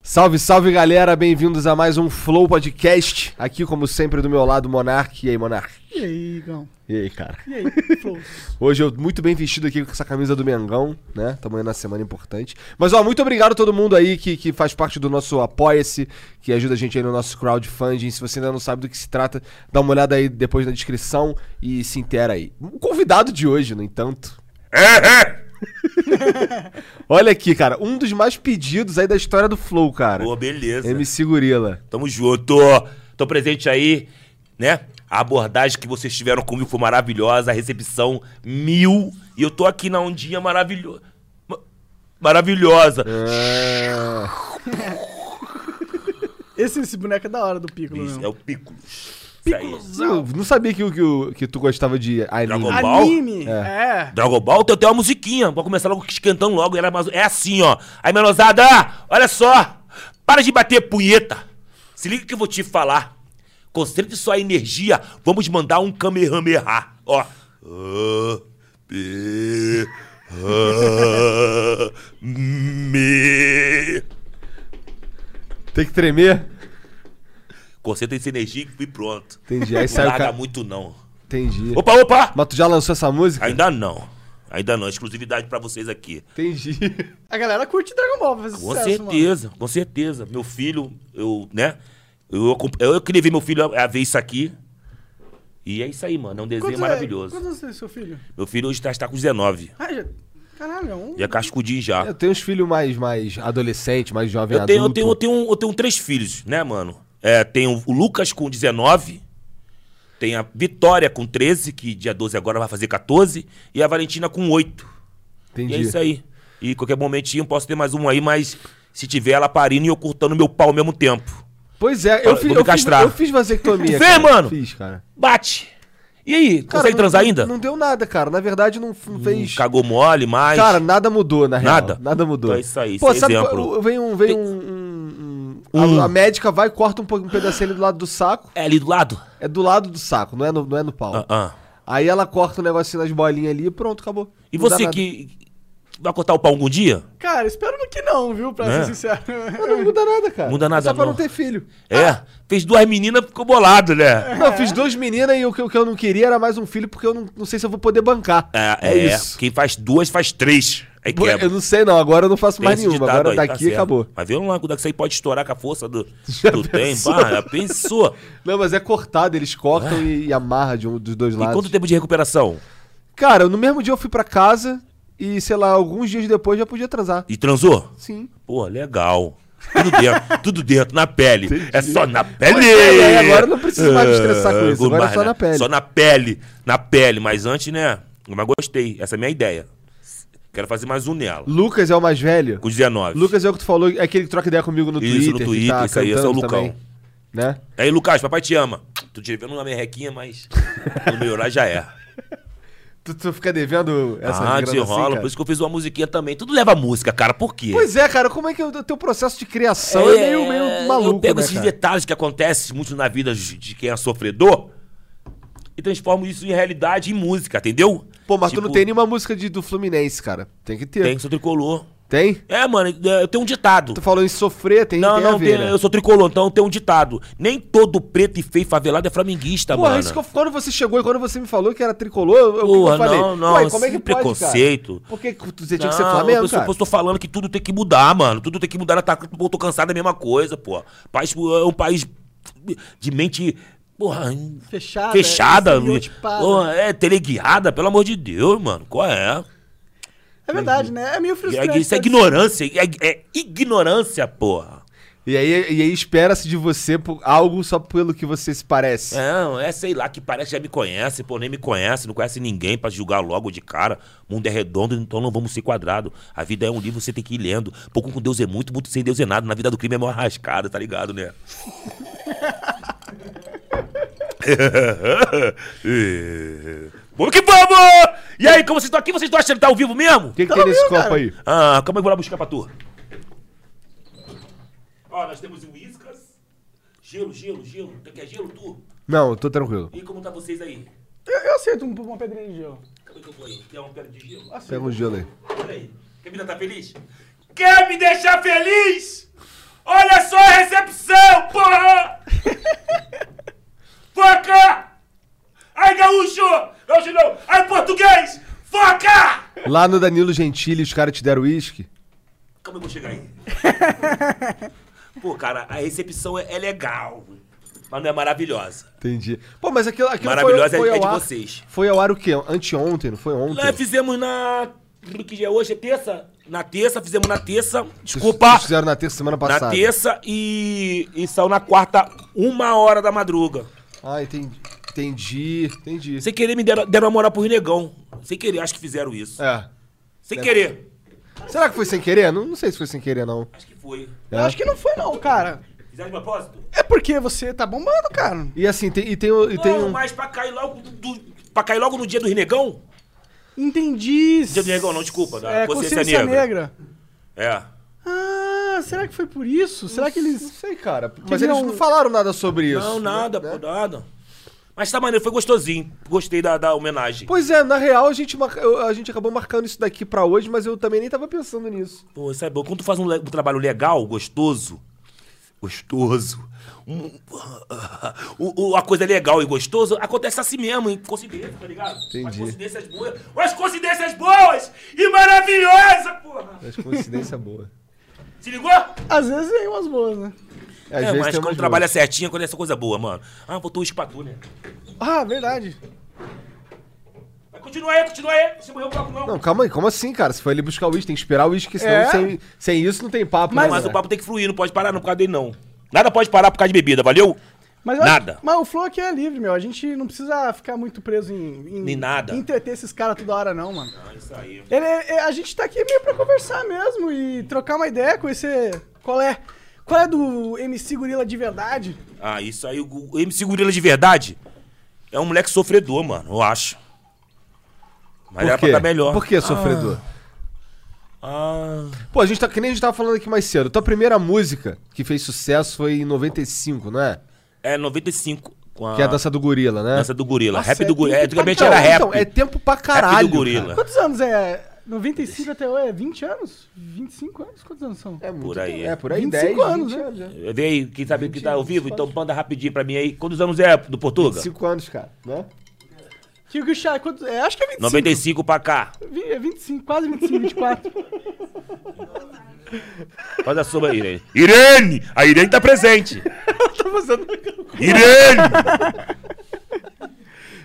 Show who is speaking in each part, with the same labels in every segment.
Speaker 1: Salve, salve galera, bem-vindos a mais um Flow Podcast. Aqui, como sempre, do meu lado, Monark. E aí, Monark?
Speaker 2: E aí, Igão?
Speaker 1: E aí, cara?
Speaker 2: E aí, Flow?
Speaker 1: Hoje eu muito bem vestido aqui com essa camisa do Mengão, né? Tamo indo na semana importante. Mas, ó, muito obrigado a todo mundo aí que, que faz parte do nosso Apoia-se, que ajuda a gente aí no nosso crowdfunding. Se você ainda não sabe do que se trata, dá uma olhada aí depois na descrição e se intera aí. O convidado de hoje, no entanto. Olha aqui, cara, um dos mais pedidos aí da história do Flow, cara.
Speaker 3: Pô, beleza.
Speaker 1: MC Gorila.
Speaker 3: Tamo junto. Tô presente aí, né? A abordagem que vocês tiveram comigo foi maravilhosa, a recepção mil. E eu tô aqui num dia maravilhoso. Maravilhosa.
Speaker 2: Esse, esse boneco é da hora do Piccolo
Speaker 3: Isso,
Speaker 2: mesmo.
Speaker 3: é o Piccolo. Isso aí.
Speaker 1: Eu não sabia que, o- que, o- que tu gostava de anime.
Speaker 3: Dragon Ball.
Speaker 2: Anime! É.
Speaker 3: Dragon Ball tem até uma musiquinha. Vou começar logo esquentando logo. Era mais... É assim, ó. Aí, menosada, olha só. Para de bater punheta. Se liga que eu vou te falar. Concentre sua energia. Vamos mandar um Kamehameha. Ó. Ah, be, ah, me.
Speaker 1: Tem que tremer?
Speaker 3: Concentre essa energia e pronto.
Speaker 1: Entendi. Aí
Speaker 3: não
Speaker 1: saiu o
Speaker 3: larga
Speaker 1: cara.
Speaker 3: muito, não.
Speaker 1: Entendi.
Speaker 3: Opa, opa!
Speaker 1: Mas tu já lançou essa música?
Speaker 3: Ainda não. Ainda não. Exclusividade pra vocês aqui.
Speaker 1: Entendi.
Speaker 2: A galera curte Dragon Ball, faz
Speaker 3: Com
Speaker 2: sucesso, mano.
Speaker 3: certeza, com certeza. Meu filho, eu, né? Eu, acom- eu, eu queria ver meu filho a, a ver isso aqui. E é isso aí, mano. É um desenho
Speaker 2: Quantos é-
Speaker 3: maravilhoso.
Speaker 2: Quantos anos tem seu filho?
Speaker 3: Meu filho hoje tá, está com 19.
Speaker 2: Ah, já... Caralho, é um...
Speaker 3: Já é cascudinho já.
Speaker 1: Eu tenho uns filhos mais, mais adolescentes, mais jovem
Speaker 3: Eu tenho, eu,
Speaker 1: adulto.
Speaker 3: tenho, eu, tenho, eu tenho três filhos, né, mano? É, tenho o Lucas com 19. Tem a Vitória com 13, que dia 12 agora vai fazer 14. E a Valentina com 8.
Speaker 1: Entendi.
Speaker 3: E é isso aí. E qualquer momentinho posso ter mais um aí, mas se tiver ela parindo e eu cortando meu pau ao mesmo tempo.
Speaker 1: Pois é, eu,
Speaker 3: Vou
Speaker 1: fiz,
Speaker 3: me
Speaker 1: eu, fiz,
Speaker 3: castrar.
Speaker 1: eu fiz vasectomia.
Speaker 3: Vê,
Speaker 1: cara.
Speaker 3: mano!
Speaker 1: Fiz, cara.
Speaker 3: Bate. E aí,
Speaker 1: Cara,
Speaker 3: consegue
Speaker 1: não-
Speaker 3: transar ainda?
Speaker 1: Não deu nada, cara. Na verdade, não f- não fez.
Speaker 3: Cagou mole mais.
Speaker 1: Cara, nada mudou, na real.
Speaker 3: Nada?
Speaker 1: Nada mudou.
Speaker 3: Então é isso aí,
Speaker 1: Pô,
Speaker 3: isso é
Speaker 1: sabe,
Speaker 3: exemplo.
Speaker 1: qual- vem um... Vem
Speaker 3: Tem-
Speaker 1: um, um- um- a- A, médica vai, corta um, pouco- um pedacinho ali do lado do saco.
Speaker 3: é ali do lado?
Speaker 1: É do lado do saco, não é no, não é no pau.
Speaker 3: Ah, ah.
Speaker 1: Aí ela corta o negocinho nas bolinhas ali e pronto, acabou.
Speaker 3: E
Speaker 1: Não dá
Speaker 3: você
Speaker 1: nada.
Speaker 3: que que vai cortar o pau algum dia?
Speaker 2: Cara, espero que não, viu? Pra
Speaker 3: Né?
Speaker 2: ser sincero.
Speaker 1: Não muda nada, cara.
Speaker 3: Muda nada,
Speaker 1: Só pra não
Speaker 3: não.
Speaker 1: ter filho.
Speaker 3: É. Fez duas meninas, ficou bolado, né?
Speaker 1: Não, eu fiz duas meninas e o que, o que eu não queria era mais um filho, porque eu não, não sei se eu vou poder bancar.
Speaker 3: É, é, Quem faz duas, faz três. Aí
Speaker 1: Pô,
Speaker 3: quebra.
Speaker 1: Eu não sei, não. Agora eu não faço
Speaker 3: Tem
Speaker 1: mais
Speaker 3: esse
Speaker 1: nenhuma.
Speaker 3: ditado
Speaker 1: Agora
Speaker 3: aí, tá
Speaker 1: daqui
Speaker 3: certo.
Speaker 1: acabou.
Speaker 3: Mas vê lá quando é que isso aí pode estourar com a força do,
Speaker 1: Já
Speaker 3: do tempo.
Speaker 1: pensou?
Speaker 3: Ah, já pensou?
Speaker 1: Não, mas é cortado, eles cortam e, e amarra de um dos dois
Speaker 3: Ah. E
Speaker 1: lados.
Speaker 3: quanto tempo de recuperação?
Speaker 1: Cara, no mesmo dia eu fui pra casa e, sei lá, alguns dias depois já podia transar.
Speaker 3: E transou?
Speaker 1: Sim.
Speaker 3: Pô, legal. Tudo dentro, tudo dentro, na pele. É só na pele!
Speaker 1: é, é, agora eu não preciso mais me
Speaker 3: Ah,
Speaker 1: estressar com isso, agora é
Speaker 3: mas
Speaker 1: só
Speaker 3: na-
Speaker 1: na pele.
Speaker 3: Só na pele, na pele. Mas antes, né? Mas gostei, essa é a minha ideia. Quero fazer mais um nela,
Speaker 1: Lucas é o mais velho.
Speaker 3: com 19.
Speaker 1: Lucas é o que tu falou, é aquele que troca ideia comigo no
Speaker 3: Isso,
Speaker 1: Twitter.
Speaker 3: no
Speaker 1: que
Speaker 3: Twitter,
Speaker 1: tá
Speaker 3: isso aí, esse é o
Speaker 1: cantando
Speaker 3: Lucão.
Speaker 1: também, Né?
Speaker 3: Aí, Lucas, papai te ama. Tô te vendo uma merrequinha, mas no meu horário já é.
Speaker 1: Tu, tu fica devendo essa
Speaker 3: ah,
Speaker 1: grana assim,
Speaker 3: desenrola,
Speaker 1: cara?
Speaker 3: por isso que eu fiz uma musiquinha também. Tudo leva música, cara, por quê?
Speaker 1: Pois é, cara, como é que é o teu processo de criação é, meio, meio maluco,
Speaker 3: Eu pego
Speaker 1: né,
Speaker 3: esses
Speaker 1: cara?
Speaker 3: detalhes que acontecem muito na vida de de quem é sofredor e transformo isso em realidade em música, entendeu?
Speaker 1: Pô, mas tu
Speaker 3: Tipo,
Speaker 1: não tem nenhuma música de, do Fluminense, cara. Tem que ter.
Speaker 3: Tem, sou tricolor.
Speaker 1: Tem?
Speaker 3: É, mano, é, eu tenho um ditado.
Speaker 1: Tu falou em sofrer, tem,
Speaker 3: não,
Speaker 1: tem a
Speaker 3: não,
Speaker 1: ver,
Speaker 3: tem-
Speaker 1: né?
Speaker 3: eu sou tricolor, então eu tenho um ditado. Nem todo preto e feio favelado é flamenguista,
Speaker 1: Porra,
Speaker 3: mano.
Speaker 1: isso que eu, quando você chegou e quando você me falou que era tricolor, eu, eu-
Speaker 3: Porra,
Speaker 1: eu falei.
Speaker 3: não, não,
Speaker 1: Ué, como é que
Speaker 3: sem
Speaker 1: pode,
Speaker 3: preconceito.
Speaker 1: Cara? Porque você tinha
Speaker 3: Não,
Speaker 1: que ser Flamengo,
Speaker 3: eu, tô,
Speaker 1: cara.
Speaker 3: eu tô falando que tudo tem que mudar, mano. Tudo tem que mudar. Eu tá- eu tô cansado da mesma coisa, pô. País, é um país de mente... Porra,
Speaker 2: Fechada. é
Speaker 3: fechada,
Speaker 2: estereotipada.
Speaker 3: porra, é teleguiada, pelo amor de Deus, mano. Qual é?
Speaker 2: É verdade, né? É meio frustrante.
Speaker 3: É- Isso é
Speaker 2: tá?
Speaker 3: ignorância, é, é ignorância, porra.
Speaker 1: E aí, e aí espera-se de você por- algo só pelo que você se parece.
Speaker 3: Não, é sei lá, que parece que já me conhece, pô, nem me conhece, não conhece ninguém pra julgar logo de cara. O mundo é redondo, então não vamos ser quadrado. A vida é um livro, você tem que ir lendo. Pouco com Deus é muito, muito sem Deus é nada. Na vida do crime é maior rascada, tá ligado, né? vamos que vamos! E aí, como vocês estão aqui? Vocês estão achando que tá ao vivo mesmo?
Speaker 1: O que, que
Speaker 2: Tá
Speaker 1: tem nesse
Speaker 2: ouvindo,
Speaker 1: copo
Speaker 2: cara?
Speaker 1: aí?
Speaker 3: Ah, calma aí, vou lá buscar pra tu. Ó, nós temos uíscas. Gelo, gelo, gelo. Tu quer gelo, tu?
Speaker 1: Não, eu tô tranquilo.
Speaker 3: E como tá vocês aí?
Speaker 2: Eu, eu aceito um- uma pedrinha de gelo.
Speaker 3: Cadê que eu vou aí? Quer um pedra de gelo?
Speaker 1: Pega um gelo aí.
Speaker 3: Olha aí. Quer me deixar feliz? Quer me deixar feliz? Olha só a recepção, porra! Foca! Ai, gaúcho! Gaúcho não! Ai, português! Foca!
Speaker 1: Lá no Danilo Gentili, os caras te deram uísque?
Speaker 3: Calma, eu vou chegar aí. Pô, cara, a recepção é, é legal, mas não é maravilhosa.
Speaker 1: Entendi. Pô, mas aquilo, aquilo
Speaker 3: Maravilhosa
Speaker 1: foi, foi
Speaker 3: é- é de
Speaker 1: ao ar,
Speaker 3: vocês.
Speaker 1: Foi ao ar o quê? Anteontem, não foi ontem?
Speaker 3: Lá fizemos na. Que dia é hoje? É terça? Na terça, fizemos na terça.
Speaker 1: Vocês-
Speaker 3: Desculpa!
Speaker 1: Vocês fizeram na terça semana passada.
Speaker 3: Na terça e, e saiu na quarta, uma hora da madruga.
Speaker 1: Ah, entendi. Entendi, entendi.
Speaker 3: Sem querer me deram, deram uma moral pro Rio Negão. Sem querer, acho que fizeram isso.
Speaker 1: É.
Speaker 3: Sem querer.
Speaker 1: Será que foi sem querer? Não, não sei se foi sem querer, não. É.
Speaker 3: Acho que foi.
Speaker 2: Eu acho que não foi, não, cara.
Speaker 3: Fizeram de propósito?
Speaker 2: É porque você tá bombando, cara.
Speaker 1: E assim, tem, e tem, o- e tem
Speaker 3: não,
Speaker 1: um...
Speaker 3: mas pra cair logo do, do- pra cair logo no dia do Rio Negão?
Speaker 2: Entendi.
Speaker 3: Dia do Negão, não, desculpa. Da
Speaker 2: É, consciência, negra.
Speaker 3: É.
Speaker 2: Ah, será que foi por isso? Será que
Speaker 1: Não
Speaker 2: eles...
Speaker 1: sei, cara. Mas
Speaker 2: Queria
Speaker 1: eles
Speaker 2: um-
Speaker 1: não falaram nada sobre isso.
Speaker 3: Não,
Speaker 1: né?
Speaker 3: nada,
Speaker 1: Né?
Speaker 3: pô, nada. Mas tá maneiro, foi gostosinho. Gostei da, da homenagem.
Speaker 1: Pois é, na real, a gente, marca- eu- a gente acabou marcando isso daqui pra hoje, mas eu também nem tava pensando nisso.
Speaker 3: Pô, isso é bom. Quando tu faz um, le- um trabalho legal, gostoso, gostoso, um- o- o- a coisa é legal e gostoso, acontece assim mesmo, em coincidência, tá ligado? As
Speaker 1: Entendi.
Speaker 3: coincidências boas, umas coincidências boas e maravilhosas, porra!
Speaker 1: Mas coincidência boa.
Speaker 3: Se ligou? É,
Speaker 2: Às vezes vem umas boas, né?
Speaker 1: É, Às
Speaker 3: mas
Speaker 1: tem
Speaker 3: quando
Speaker 1: umas
Speaker 3: trabalha
Speaker 1: boas.
Speaker 3: certinho, acontece coisa boa, mano. Ah, botou o espatu, né?
Speaker 2: Ah, verdade.
Speaker 3: Mas Continua aí, continua aí. Você morreu o papo, não.
Speaker 1: Não, calma aí, como assim, cara? Se foi ali buscar o uísque, tem que esperar o uísque, senão
Speaker 2: É.
Speaker 1: sem, sem isso não tem papo.
Speaker 3: Não,
Speaker 1: né,
Speaker 3: mas
Speaker 1: cara?
Speaker 3: o papo tem que fluir, não pode parar não, por causa dele, não. Nada pode parar por causa de bebida, valeu?
Speaker 2: Mas eu
Speaker 3: Nada.
Speaker 2: acho- mas o Flow aqui é livre, meu. A gente não precisa ficar muito preso em... em
Speaker 3: Nem nada.
Speaker 2: em Entreter esses caras toda hora, não, mano.
Speaker 3: Ah, isso aí.
Speaker 2: Ele, é- a gente tá aqui meio pra conversar mesmo e trocar uma ideia, conhecer qual é, qual é do MC Gorila de verdade.
Speaker 3: Ah, isso aí, o o MC Gorila de verdade é um moleque sofredor, mano, eu acho. Mas
Speaker 1: Por
Speaker 3: era é pra
Speaker 1: quê?
Speaker 3: estar melhor.
Speaker 1: Por que, sofredor?
Speaker 3: Ah,
Speaker 1: Pô, a gente tá, que nem a gente tava falando aqui mais cedo. Tua primeira música que fez sucesso foi em 95, não é?
Speaker 3: é 95 com a
Speaker 1: Que é a dança do gorila, né?
Speaker 3: Ah. dança do gorila.
Speaker 2: Nossa,
Speaker 3: rap do
Speaker 2: é
Speaker 3: gorila.
Speaker 2: tempo
Speaker 3: Antigamente
Speaker 2: pra
Speaker 3: era rap.
Speaker 1: Então, é tempo pra caralho.
Speaker 3: rap do
Speaker 1: cara.
Speaker 3: gorila.
Speaker 2: Quantos anos é? 95 até hoje é 20 anos? 25 anos? Quantos anos são?
Speaker 1: É muito
Speaker 3: Por aí.
Speaker 1: tempo. É, por aí,
Speaker 2: 25
Speaker 1: 10
Speaker 2: anos,
Speaker 1: 20
Speaker 2: né?
Speaker 1: anos, né?
Speaker 3: Vê aí, quem sabe que tá ao vivo, então manda rapidinho pra mim aí. Quantos anos é do Portuga?
Speaker 1: 5 anos, cara, né?
Speaker 2: Tio que o Chá, quantos? É, acho que é 25.
Speaker 3: 95 pra cá.
Speaker 2: Vi- É 25, quase 25, 24.
Speaker 3: Faz a sua aí, Irene. Irene! A Irene tá presente.
Speaker 2: Tô fazendo-
Speaker 3: Irene!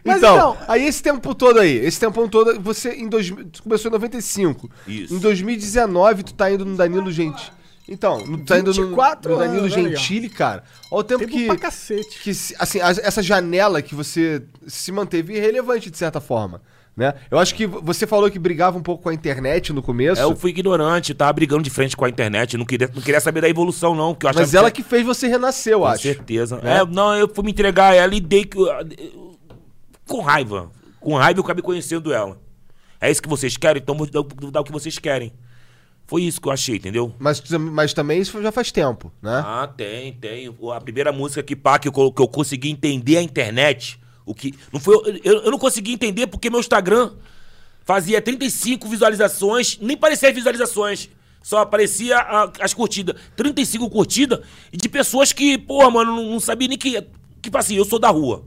Speaker 2: Mas
Speaker 1: então,
Speaker 2: então-
Speaker 1: aí esse tempo todo aí, esse tempão todo, você em dois, tu começou em 95.
Speaker 3: Isso.
Speaker 1: Em 2019, tu tá indo no Danilo Gentili. Então, no- tu tá indo no,
Speaker 2: 24
Speaker 1: no Danilo
Speaker 2: anos, olha aí, ó.
Speaker 1: Gentili, cara. Olha o tempo,
Speaker 2: Tempo
Speaker 1: que.
Speaker 2: pra cacete.
Speaker 1: que se- assim, a- essa janela que você se manteve irrelevante, de certa forma. Né? Eu acho que você falou que brigava um pouco com a internet no começo.
Speaker 3: É, eu fui ignorante, eu tava brigando de frente com a internet, eu não queria, não queria saber da evolução, não. Porque eu achava
Speaker 1: Mas ela que fez você renascer, eu
Speaker 3: é. Com
Speaker 1: acho.
Speaker 3: certeza. É, não, eu fui me entregar a ela e dei. que- eu- Com raiva. Com raiva eu acabei conhecendo ela. É isso que vocês querem? Então vou dar, vou dar o que vocês querem. Foi isso que eu achei, entendeu?
Speaker 1: Mas, tu- mas também isso já faz tempo, né?
Speaker 3: Ah, tem, tem. A primeira música que, pá, que, eu, colo- que eu consegui entender a internet. O que. Não foi, eu, eu não consegui entender porque meu Instagram fazia 35 visualizações, nem parecia as visualizações. Só aparecia a- as curtidas. 35 curtidas e de pessoas que, porra, mano, não, não sabia nem que. Tipo assim, eu sou da rua.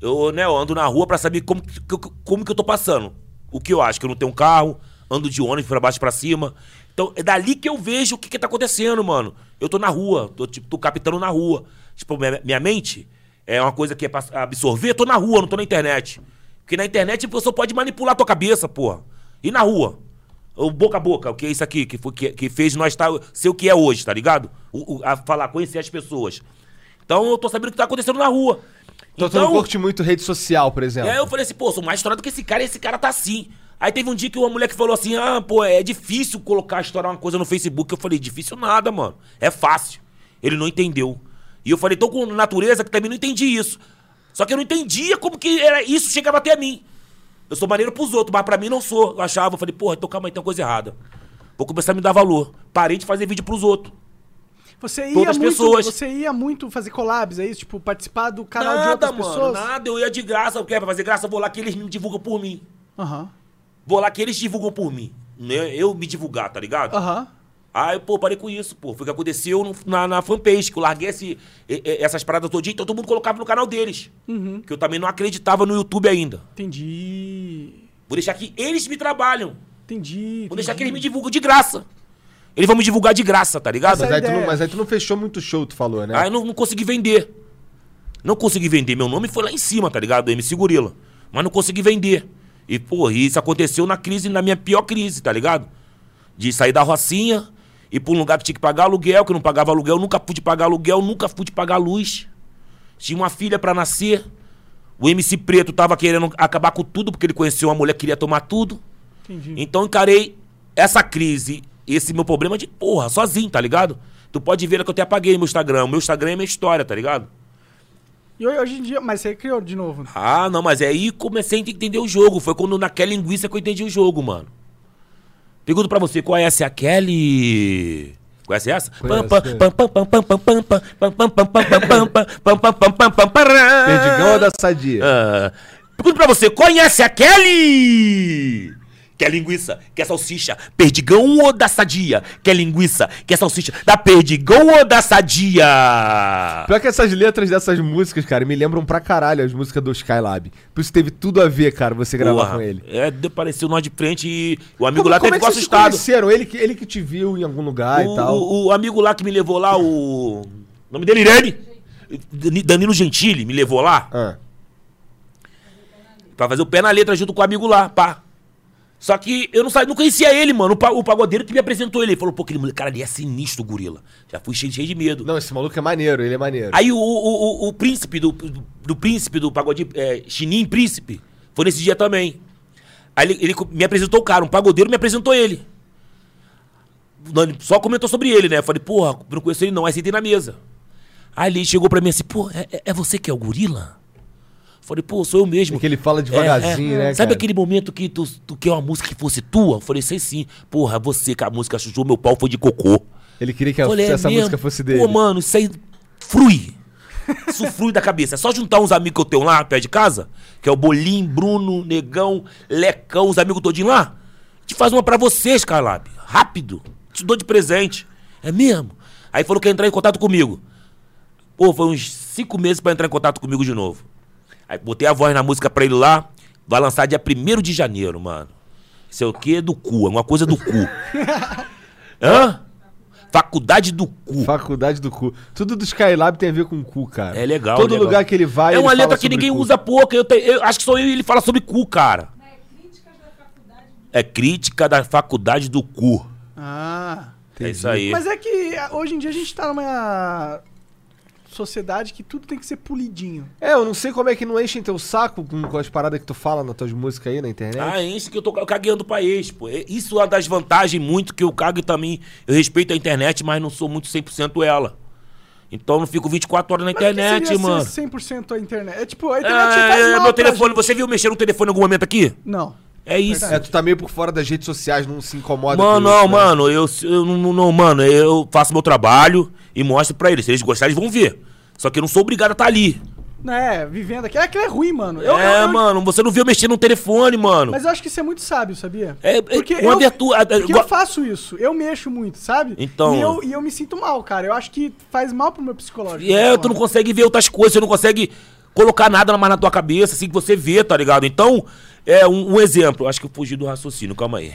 Speaker 3: Eu, né, eu ando na rua pra saber como, que- que- como que eu tô passando. O que eu acho, que eu não tenho um carro, ando de ônibus pra baixo e pra cima. Então, é dali que eu vejo o que, que tá acontecendo, mano. Eu tô na rua, tô, tipo, tô captando na rua. Tipo, minha, minha mente é uma coisa que é pra absorver, eu tô na rua, não tô na internet. Porque na internet a pessoa pode manipular a tua cabeça, porra. E na rua? O boca a boca, o que é isso aqui que, foi, que, que fez nós tá, ser o que é hoje, tá ligado? O- o- a falar, conhecer as pessoas. Então eu tô sabendo o que tá acontecendo na rua.
Speaker 1: Então, tu não curte muito rede social, por exemplo.
Speaker 3: E aí eu falei assim, pô, sou mais estourado que esse cara e esse cara tá assim. Aí teve um dia que uma mulher que falou assim, ah, pô, é difícil colocar, estourar uma coisa no Facebook. Eu falei, difícil nada, mano. É fácil. Ele não entendeu. E eu falei, tô com natureza que também não entendi isso. Só que eu não entendia como que era isso chegava até mim. Eu sou maneiro pros outros, mas pra mim não sou. Eu achava, eu falei, porra, então calma aí, tem uma coisa errada. Vou começar a me dar valor. Parei de fazer vídeo pros outros.
Speaker 2: Você ia,
Speaker 3: Todas
Speaker 2: muito,
Speaker 3: pessoas.
Speaker 2: você ia muito fazer collabs, é isso? Tipo, participar do canal de
Speaker 3: Nada,
Speaker 2: outras
Speaker 3: mano,
Speaker 2: pessoas?
Speaker 3: nada. Eu ia de graça, porque pra fazer graça, eu vou lá que eles me divulgam por mim.
Speaker 2: Aham.
Speaker 1: Ah.
Speaker 3: Vou lá que eles divulgam por mim. né? Eu me divulgar, tá ligado?
Speaker 2: Aham.
Speaker 3: Aí, pô, parei com isso, pô. Foi o que aconteceu no- na, na fanpage, que eu larguei esse- e- e- essas paradas todinha, então todo mundo colocava no canal deles.
Speaker 1: Uhum.
Speaker 3: Que eu também não acreditava no YouTube ainda.
Speaker 2: Entendi.
Speaker 3: Vou deixar que eles me trabalham.
Speaker 2: Entendi.
Speaker 3: Vou deixar
Speaker 2: entendi.
Speaker 3: que eles me divulgam de graça. Eles vão me divulgar de graça, tá ligado?
Speaker 1: Mas
Speaker 2: Essa
Speaker 1: aí, tu não,
Speaker 2: ideia.
Speaker 1: mas aí tu não fechou muito show, tu falou, né?
Speaker 3: Aí Ah, eu não, não consegui vender. Não consegui vender. Meu nome foi lá em cima, tá ligado? MC Gorila. Mas não consegui vender. E, porra, isso aconteceu na crise, na minha pior crise, tá ligado? De sair da rocinha, ir pra um lugar que tinha que pagar aluguel, que eu não pagava aluguel, nunca pude pagar aluguel, nunca pude pagar luz. Tinha uma filha pra nascer. O MC Preto tava querendo acabar com tudo, porque ele conheceu uma mulher que queria tomar tudo.
Speaker 2: Entendi.
Speaker 3: Então encarei essa crise, esse meu problema de porra, sozinho, tá ligado? Tu pode ver que eu até apaguei meu Instagram. Meu Instagram é minha história, tá ligado?
Speaker 2: E hoje em dia. Mas você criou de novo.
Speaker 3: Ah, não, mas aí comecei a entender o jogo. Foi quando naquela linguiça que eu entendi o jogo, mano. Pergunto pra você, qual é essa Kelly? Conhece essa?
Speaker 1: Conheço. Perdigão
Speaker 3: Perdigão
Speaker 1: ou da Sadia?
Speaker 3: Ah, pergunto pra você, conhece a Kelly? Quer linguiça, quer salsicha, perdigão ou da sadia? Quer linguiça, quer salsicha, da perdigão ou da sadia?
Speaker 1: Pior que essas letras dessas músicas, cara, me lembram pra caralho as músicas do Skylab. Por isso teve tudo a ver, cara, você gravar
Speaker 3: Porra,
Speaker 1: com ele.
Speaker 3: É, apareceu nós de frente e o amigo lá até
Speaker 1: como é que
Speaker 3: ficou
Speaker 1: vocês se
Speaker 3: assustado.
Speaker 1: conheceram? Ele que, ele que te viu em algum lugar e
Speaker 3: O,
Speaker 1: tal.
Speaker 3: o- o amigo lá que me levou lá, o. o nome dele, Irene? Dani- Danilo Gentili me levou lá.
Speaker 1: Ah.
Speaker 3: Pra fazer o pé na letra junto com o amigo lá, pá. Só que eu não, sabia, não conhecia ele, mano. O pa- O pagodeiro que me apresentou ele. Ele falou, pô, aquele moleque, cara, ele é sinistro, gorila. Já fui cheio, cheio de medo.
Speaker 1: Não, esse maluco é maneiro, ele é maneiro.
Speaker 3: Aí o, o, o, o príncipe do, do, do príncipe do pagodinho, é, Chinim Príncipe, foi nesse dia também. Aí ele, ele co- me apresentou o cara, um pagodeiro me apresentou ele. O Dani só comentou sobre ele, né? Eu falei, porra, não conheço ele não. Aí sentei na mesa. Aí ele chegou pra mim assim, pô, é, é- é você que é o gorila? Eu falei, pô, sou eu mesmo. é.
Speaker 1: É que ele fala devagarzinho, né,
Speaker 3: Sabe
Speaker 1: cara?
Speaker 3: aquele momento que tu, tu quer uma música que fosse tua? Eu falei, sei sim. Porra, é você com a música Chuchu, meu pau foi de cocô.
Speaker 1: Ele queria que a-
Speaker 3: Falei, é
Speaker 1: essa
Speaker 3: mesmo?
Speaker 1: música fosse dele.
Speaker 3: Pô, mano, isso aí frui. Isso frui da cabeça. É só juntar uns amigos que eu tenho lá, perto de casa, que é o Bolim, Bruno, Negão, Lecão, os amigos todinhos lá. Te faz uma pra vocês, Carlab. Rápido. Te dou de presente. É mesmo? Aí falou que ia entrar em contato comigo. Pô, foi uns cinco meses pra entrar em contato comigo de novo. Aí botei a voz na música pra ele lá. Vai lançar dia 1 de janeiro, mano. Sei o quê? Do cu. É uma coisa do cu. Hã? Faculdade do cu.
Speaker 1: Faculdade do cu. Tudo do Skylab tem a ver com cu, cara.
Speaker 3: É legal,
Speaker 1: Todo
Speaker 3: legal.
Speaker 1: lugar que ele vai.
Speaker 3: É uma
Speaker 1: ele fala
Speaker 3: letra que
Speaker 1: sobre
Speaker 3: ninguém
Speaker 1: cu.
Speaker 3: usa pouco. Eu, te- eu acho que sou eu e ele fala sobre cu, cara. É crítica da faculdade do cu.
Speaker 2: Ah.
Speaker 3: É isso aí.
Speaker 2: Mas é que a- hoje em dia a gente tá numa sociedade que tudo tem que ser polidinho.
Speaker 1: É, eu não sei como é que não enchem teu saco com, com as paradas que tu fala nas tuas músicas aí na internet.
Speaker 3: Ah, enche que eu tô ca- cagueando pra ex, pô. É- Isso é uma das vantagens muito que eu cago e também. Eu respeito a internet, mas não sou muito 100% ela. Então eu não fico 24 horas na
Speaker 2: Mas
Speaker 1: é
Speaker 2: o que
Speaker 3: internet,
Speaker 2: seria ser
Speaker 3: mano.
Speaker 2: 100% a internet. É tipo, a
Speaker 3: É,
Speaker 2: internet já faz mal
Speaker 3: meu
Speaker 2: pra
Speaker 3: telefone.
Speaker 2: gente.
Speaker 3: Você viu eu mexer no telefone em algum momento aqui?
Speaker 2: Não.
Speaker 3: É isso.
Speaker 1: É, tu tá meio por fora das redes sociais, não se incomoda.
Speaker 3: Mano,
Speaker 1: com isso,
Speaker 3: não,
Speaker 1: né?
Speaker 3: mano, eu, eu não, não- mano, eu faço meu trabalho e mostro pra eles. Se eles gostarem, eles vão ver. Só que eu não sou obrigado a estar ali.
Speaker 2: É, vivendo aqui. É que é ruim, mano. Eu,
Speaker 3: é,
Speaker 2: eu- eu-
Speaker 3: mano, você não viu eu mexer no telefone, mano.
Speaker 2: Mas eu acho que isso é muito sábio, sabia?
Speaker 3: É, é, uma
Speaker 2: eu,
Speaker 3: virtude- a-
Speaker 2: porque
Speaker 3: a-
Speaker 2: eu faço isso. Eu mexo muito, sabe?
Speaker 3: Então-
Speaker 2: E eu, e eu me sinto mal, cara. Eu acho que faz mal pro meu psicológico.
Speaker 3: E é,
Speaker 2: essa
Speaker 3: tu não
Speaker 2: hora.
Speaker 3: consegue ver outras coisas, você não consegue colocar nada mais na tua cabeça, assim que você vê, tá ligado? Então, é um, um exemplo. Acho que eu fugi do raciocínio, calma aí.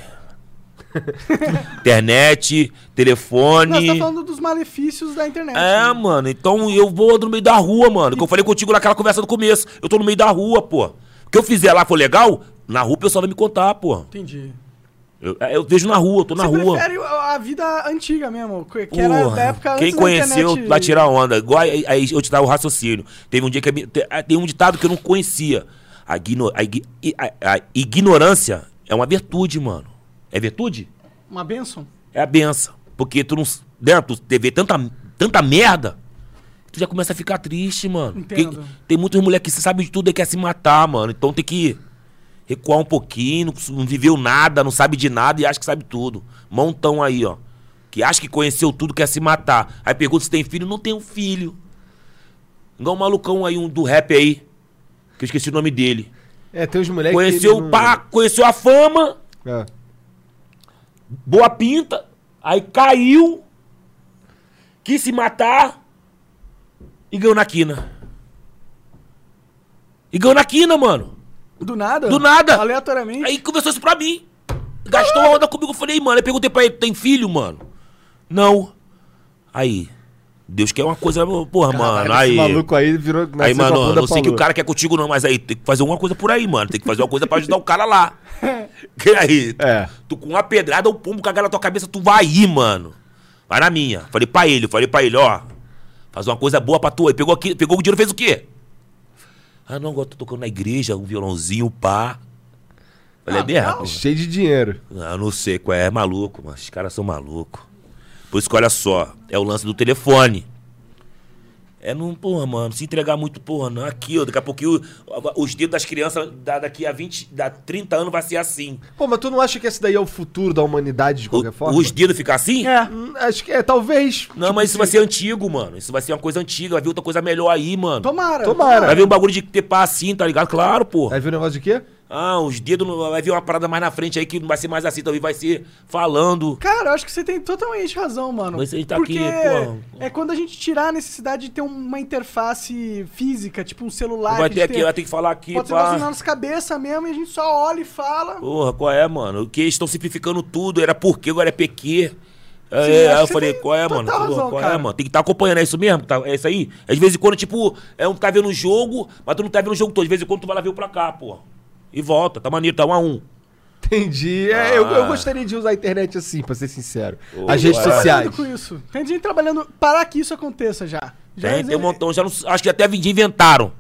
Speaker 3: Internet, telefone.
Speaker 2: Não, você tá falando dos malefícios da internet.
Speaker 3: É,
Speaker 2: né?
Speaker 3: mano, então eu vou no meio da rua, mano. Que eu falei contigo naquela conversa do começo. Eu tô no meio da rua, pô. O que eu fizer lá for legal, na rua o pessoal vai me contar, pô.
Speaker 2: Entendi.
Speaker 3: Eu, é, eu vejo na rua, eu tô na
Speaker 2: Você
Speaker 3: rua.
Speaker 2: prefere a a vida antiga mesmo, que que era
Speaker 3: Porra,
Speaker 2: da época
Speaker 3: quem
Speaker 2: antes da
Speaker 3: conheceu
Speaker 2: internet.
Speaker 3: vai tirar onda. Igual aí, aí eu te dava o raciocínio. Teve um dia que a mi- te- ah, tem um ditado que eu não conhecia. A, igno- a igui- i- a- a ignorância é uma virtude, mano. É virtude?
Speaker 2: Uma benção?
Speaker 3: É a benção. Porque tu não. s- Né, tu te vê tanta, tanta merda, tu já começa a ficar triste, mano. Porque
Speaker 2: Entendo.
Speaker 3: tem muitas mulheres que se sabe de tudo e quer se matar, mano. Então tem que recuar um pouquinho, não- não viveu nada, não sabe de nada e acha que sabe tudo. Montão aí, ó. Que acha que conheceu tudo, quer se matar. Aí pergunta se tem filho, não tem um filho. Igual um malucão aí, um do rap aí. Que eu esqueci o nome dele.
Speaker 1: É, tem uns moleques.
Speaker 3: conheceu o pá, conheceu a fama,
Speaker 1: É.
Speaker 3: boa pinta, Aí caiu, quis se matar e ganhou na quina. E ganhou na quina, mano.
Speaker 2: Do nada?
Speaker 3: Do nada.
Speaker 2: Aleatoriamente.
Speaker 3: Aí começou isso pra mim. Gastou a onda comigo. Eu falei, "Ei, mano, eu perguntei pra ele, tem filho, mano? Não. Aí, Deus quer uma coisa, porra, mano.
Speaker 1: Esse
Speaker 3: Aí,
Speaker 1: maluco aí virou.
Speaker 3: aí
Speaker 1: nasceu com a
Speaker 3: mano,
Speaker 1: bunda
Speaker 3: não sei
Speaker 1: pra
Speaker 3: que o
Speaker 1: lua.
Speaker 3: cara quer contigo não, mas aí tem que fazer alguma coisa por aí, mano. Tem que fazer uma coisa pra ajudar o cara lá. E aí,
Speaker 1: É.
Speaker 3: tu com uma pedrada, um pombo cagando na tua cabeça, tu vai ir, mano. Vai na minha. Falei pra ele, falei pra ele, ó. Faz uma coisa boa pra tu. Ele pegou, aqui, pegou o dinheiro e fez o quê? Ah, não, agora tô tocando na igreja, um violãozinho, pá. Falei, é mesmo?
Speaker 2: legal.
Speaker 1: Cheio de dinheiro.
Speaker 3: Ah, Eu não sei qual é, é maluco, mano. Os caras são malucos. Por isso que olha só, é o lance do telefone. É não, porra, mano, se entregar muito, porra, não. Aqui, ó, daqui a pouquinho o- os dedos das crianças da- daqui a 20, da 30 anos vai ser assim.
Speaker 1: Pô, mas tu não acha que esse daí é o futuro da humanidade de
Speaker 3: O-
Speaker 1: qualquer forma?
Speaker 3: os dedos ficam assim?
Speaker 2: É.
Speaker 1: Hum, Acho que é, talvez. Tipo assim,
Speaker 3: Não, mas isso vai ser antigo, mano. Isso vai ser uma coisa antiga, vai vir outra coisa melhor aí, mano.
Speaker 2: Tomara.
Speaker 1: Tomara.
Speaker 3: Vai vir um bagulho de ter pá assim, tá ligado? Claro,
Speaker 2: É.
Speaker 3: porra.
Speaker 1: Aí viu o negócio de quê?
Speaker 3: Ah, os dedos, não- vai vir uma parada mais na frente aí que não vai ser mais assim, talvez vai ser falando.
Speaker 2: Cara, eu acho que você tem totalmente razão, mano.
Speaker 3: Mas ele tá
Speaker 2: Porque
Speaker 3: aqui, pô.
Speaker 2: é quando a gente tirar a necessidade de ter uma interface física, tipo um celular.
Speaker 3: Vai
Speaker 2: que
Speaker 3: ter
Speaker 2: a gente
Speaker 3: aqui,
Speaker 2: tem-
Speaker 3: vai ter que falar aqui,
Speaker 2: Pode ser assim,
Speaker 3: pá.
Speaker 2: nós na nossa cabeça mesmo e a gente só olha e fala.
Speaker 3: Porra, qual é, mano? O que eles estão simplificando tudo, era porque agora é PQ. É,
Speaker 2: Sim, acho
Speaker 3: aí eu
Speaker 2: que
Speaker 3: falei,
Speaker 2: você tem
Speaker 3: qual é,
Speaker 2: total
Speaker 3: mano? Porra,
Speaker 2: razão,
Speaker 3: qual é,
Speaker 2: cara.
Speaker 3: mano? Tem que estar acompanhando, é isso mesmo? Tá- é isso aí? Às vezes em quando, tipo, é um tá vendo o jogo, mas tu não tá vendo o jogo todo. De vez em quando tu vai lá ver o pra cá, porra. E volta, tá maneiro, tá um a um.
Speaker 1: Entendi. É, eu, eu
Speaker 3: Ah.
Speaker 1: gostaria de usar a internet assim, pra ser sincero.
Speaker 3: Ô,
Speaker 1: As redes
Speaker 3: cara.
Speaker 1: sociais.
Speaker 2: Trabalhando Tá com isso. Tem gente trabalhando para que isso aconteça já. já é
Speaker 3: Tem, tem um montão. Já não- acho que até vendi inventaram.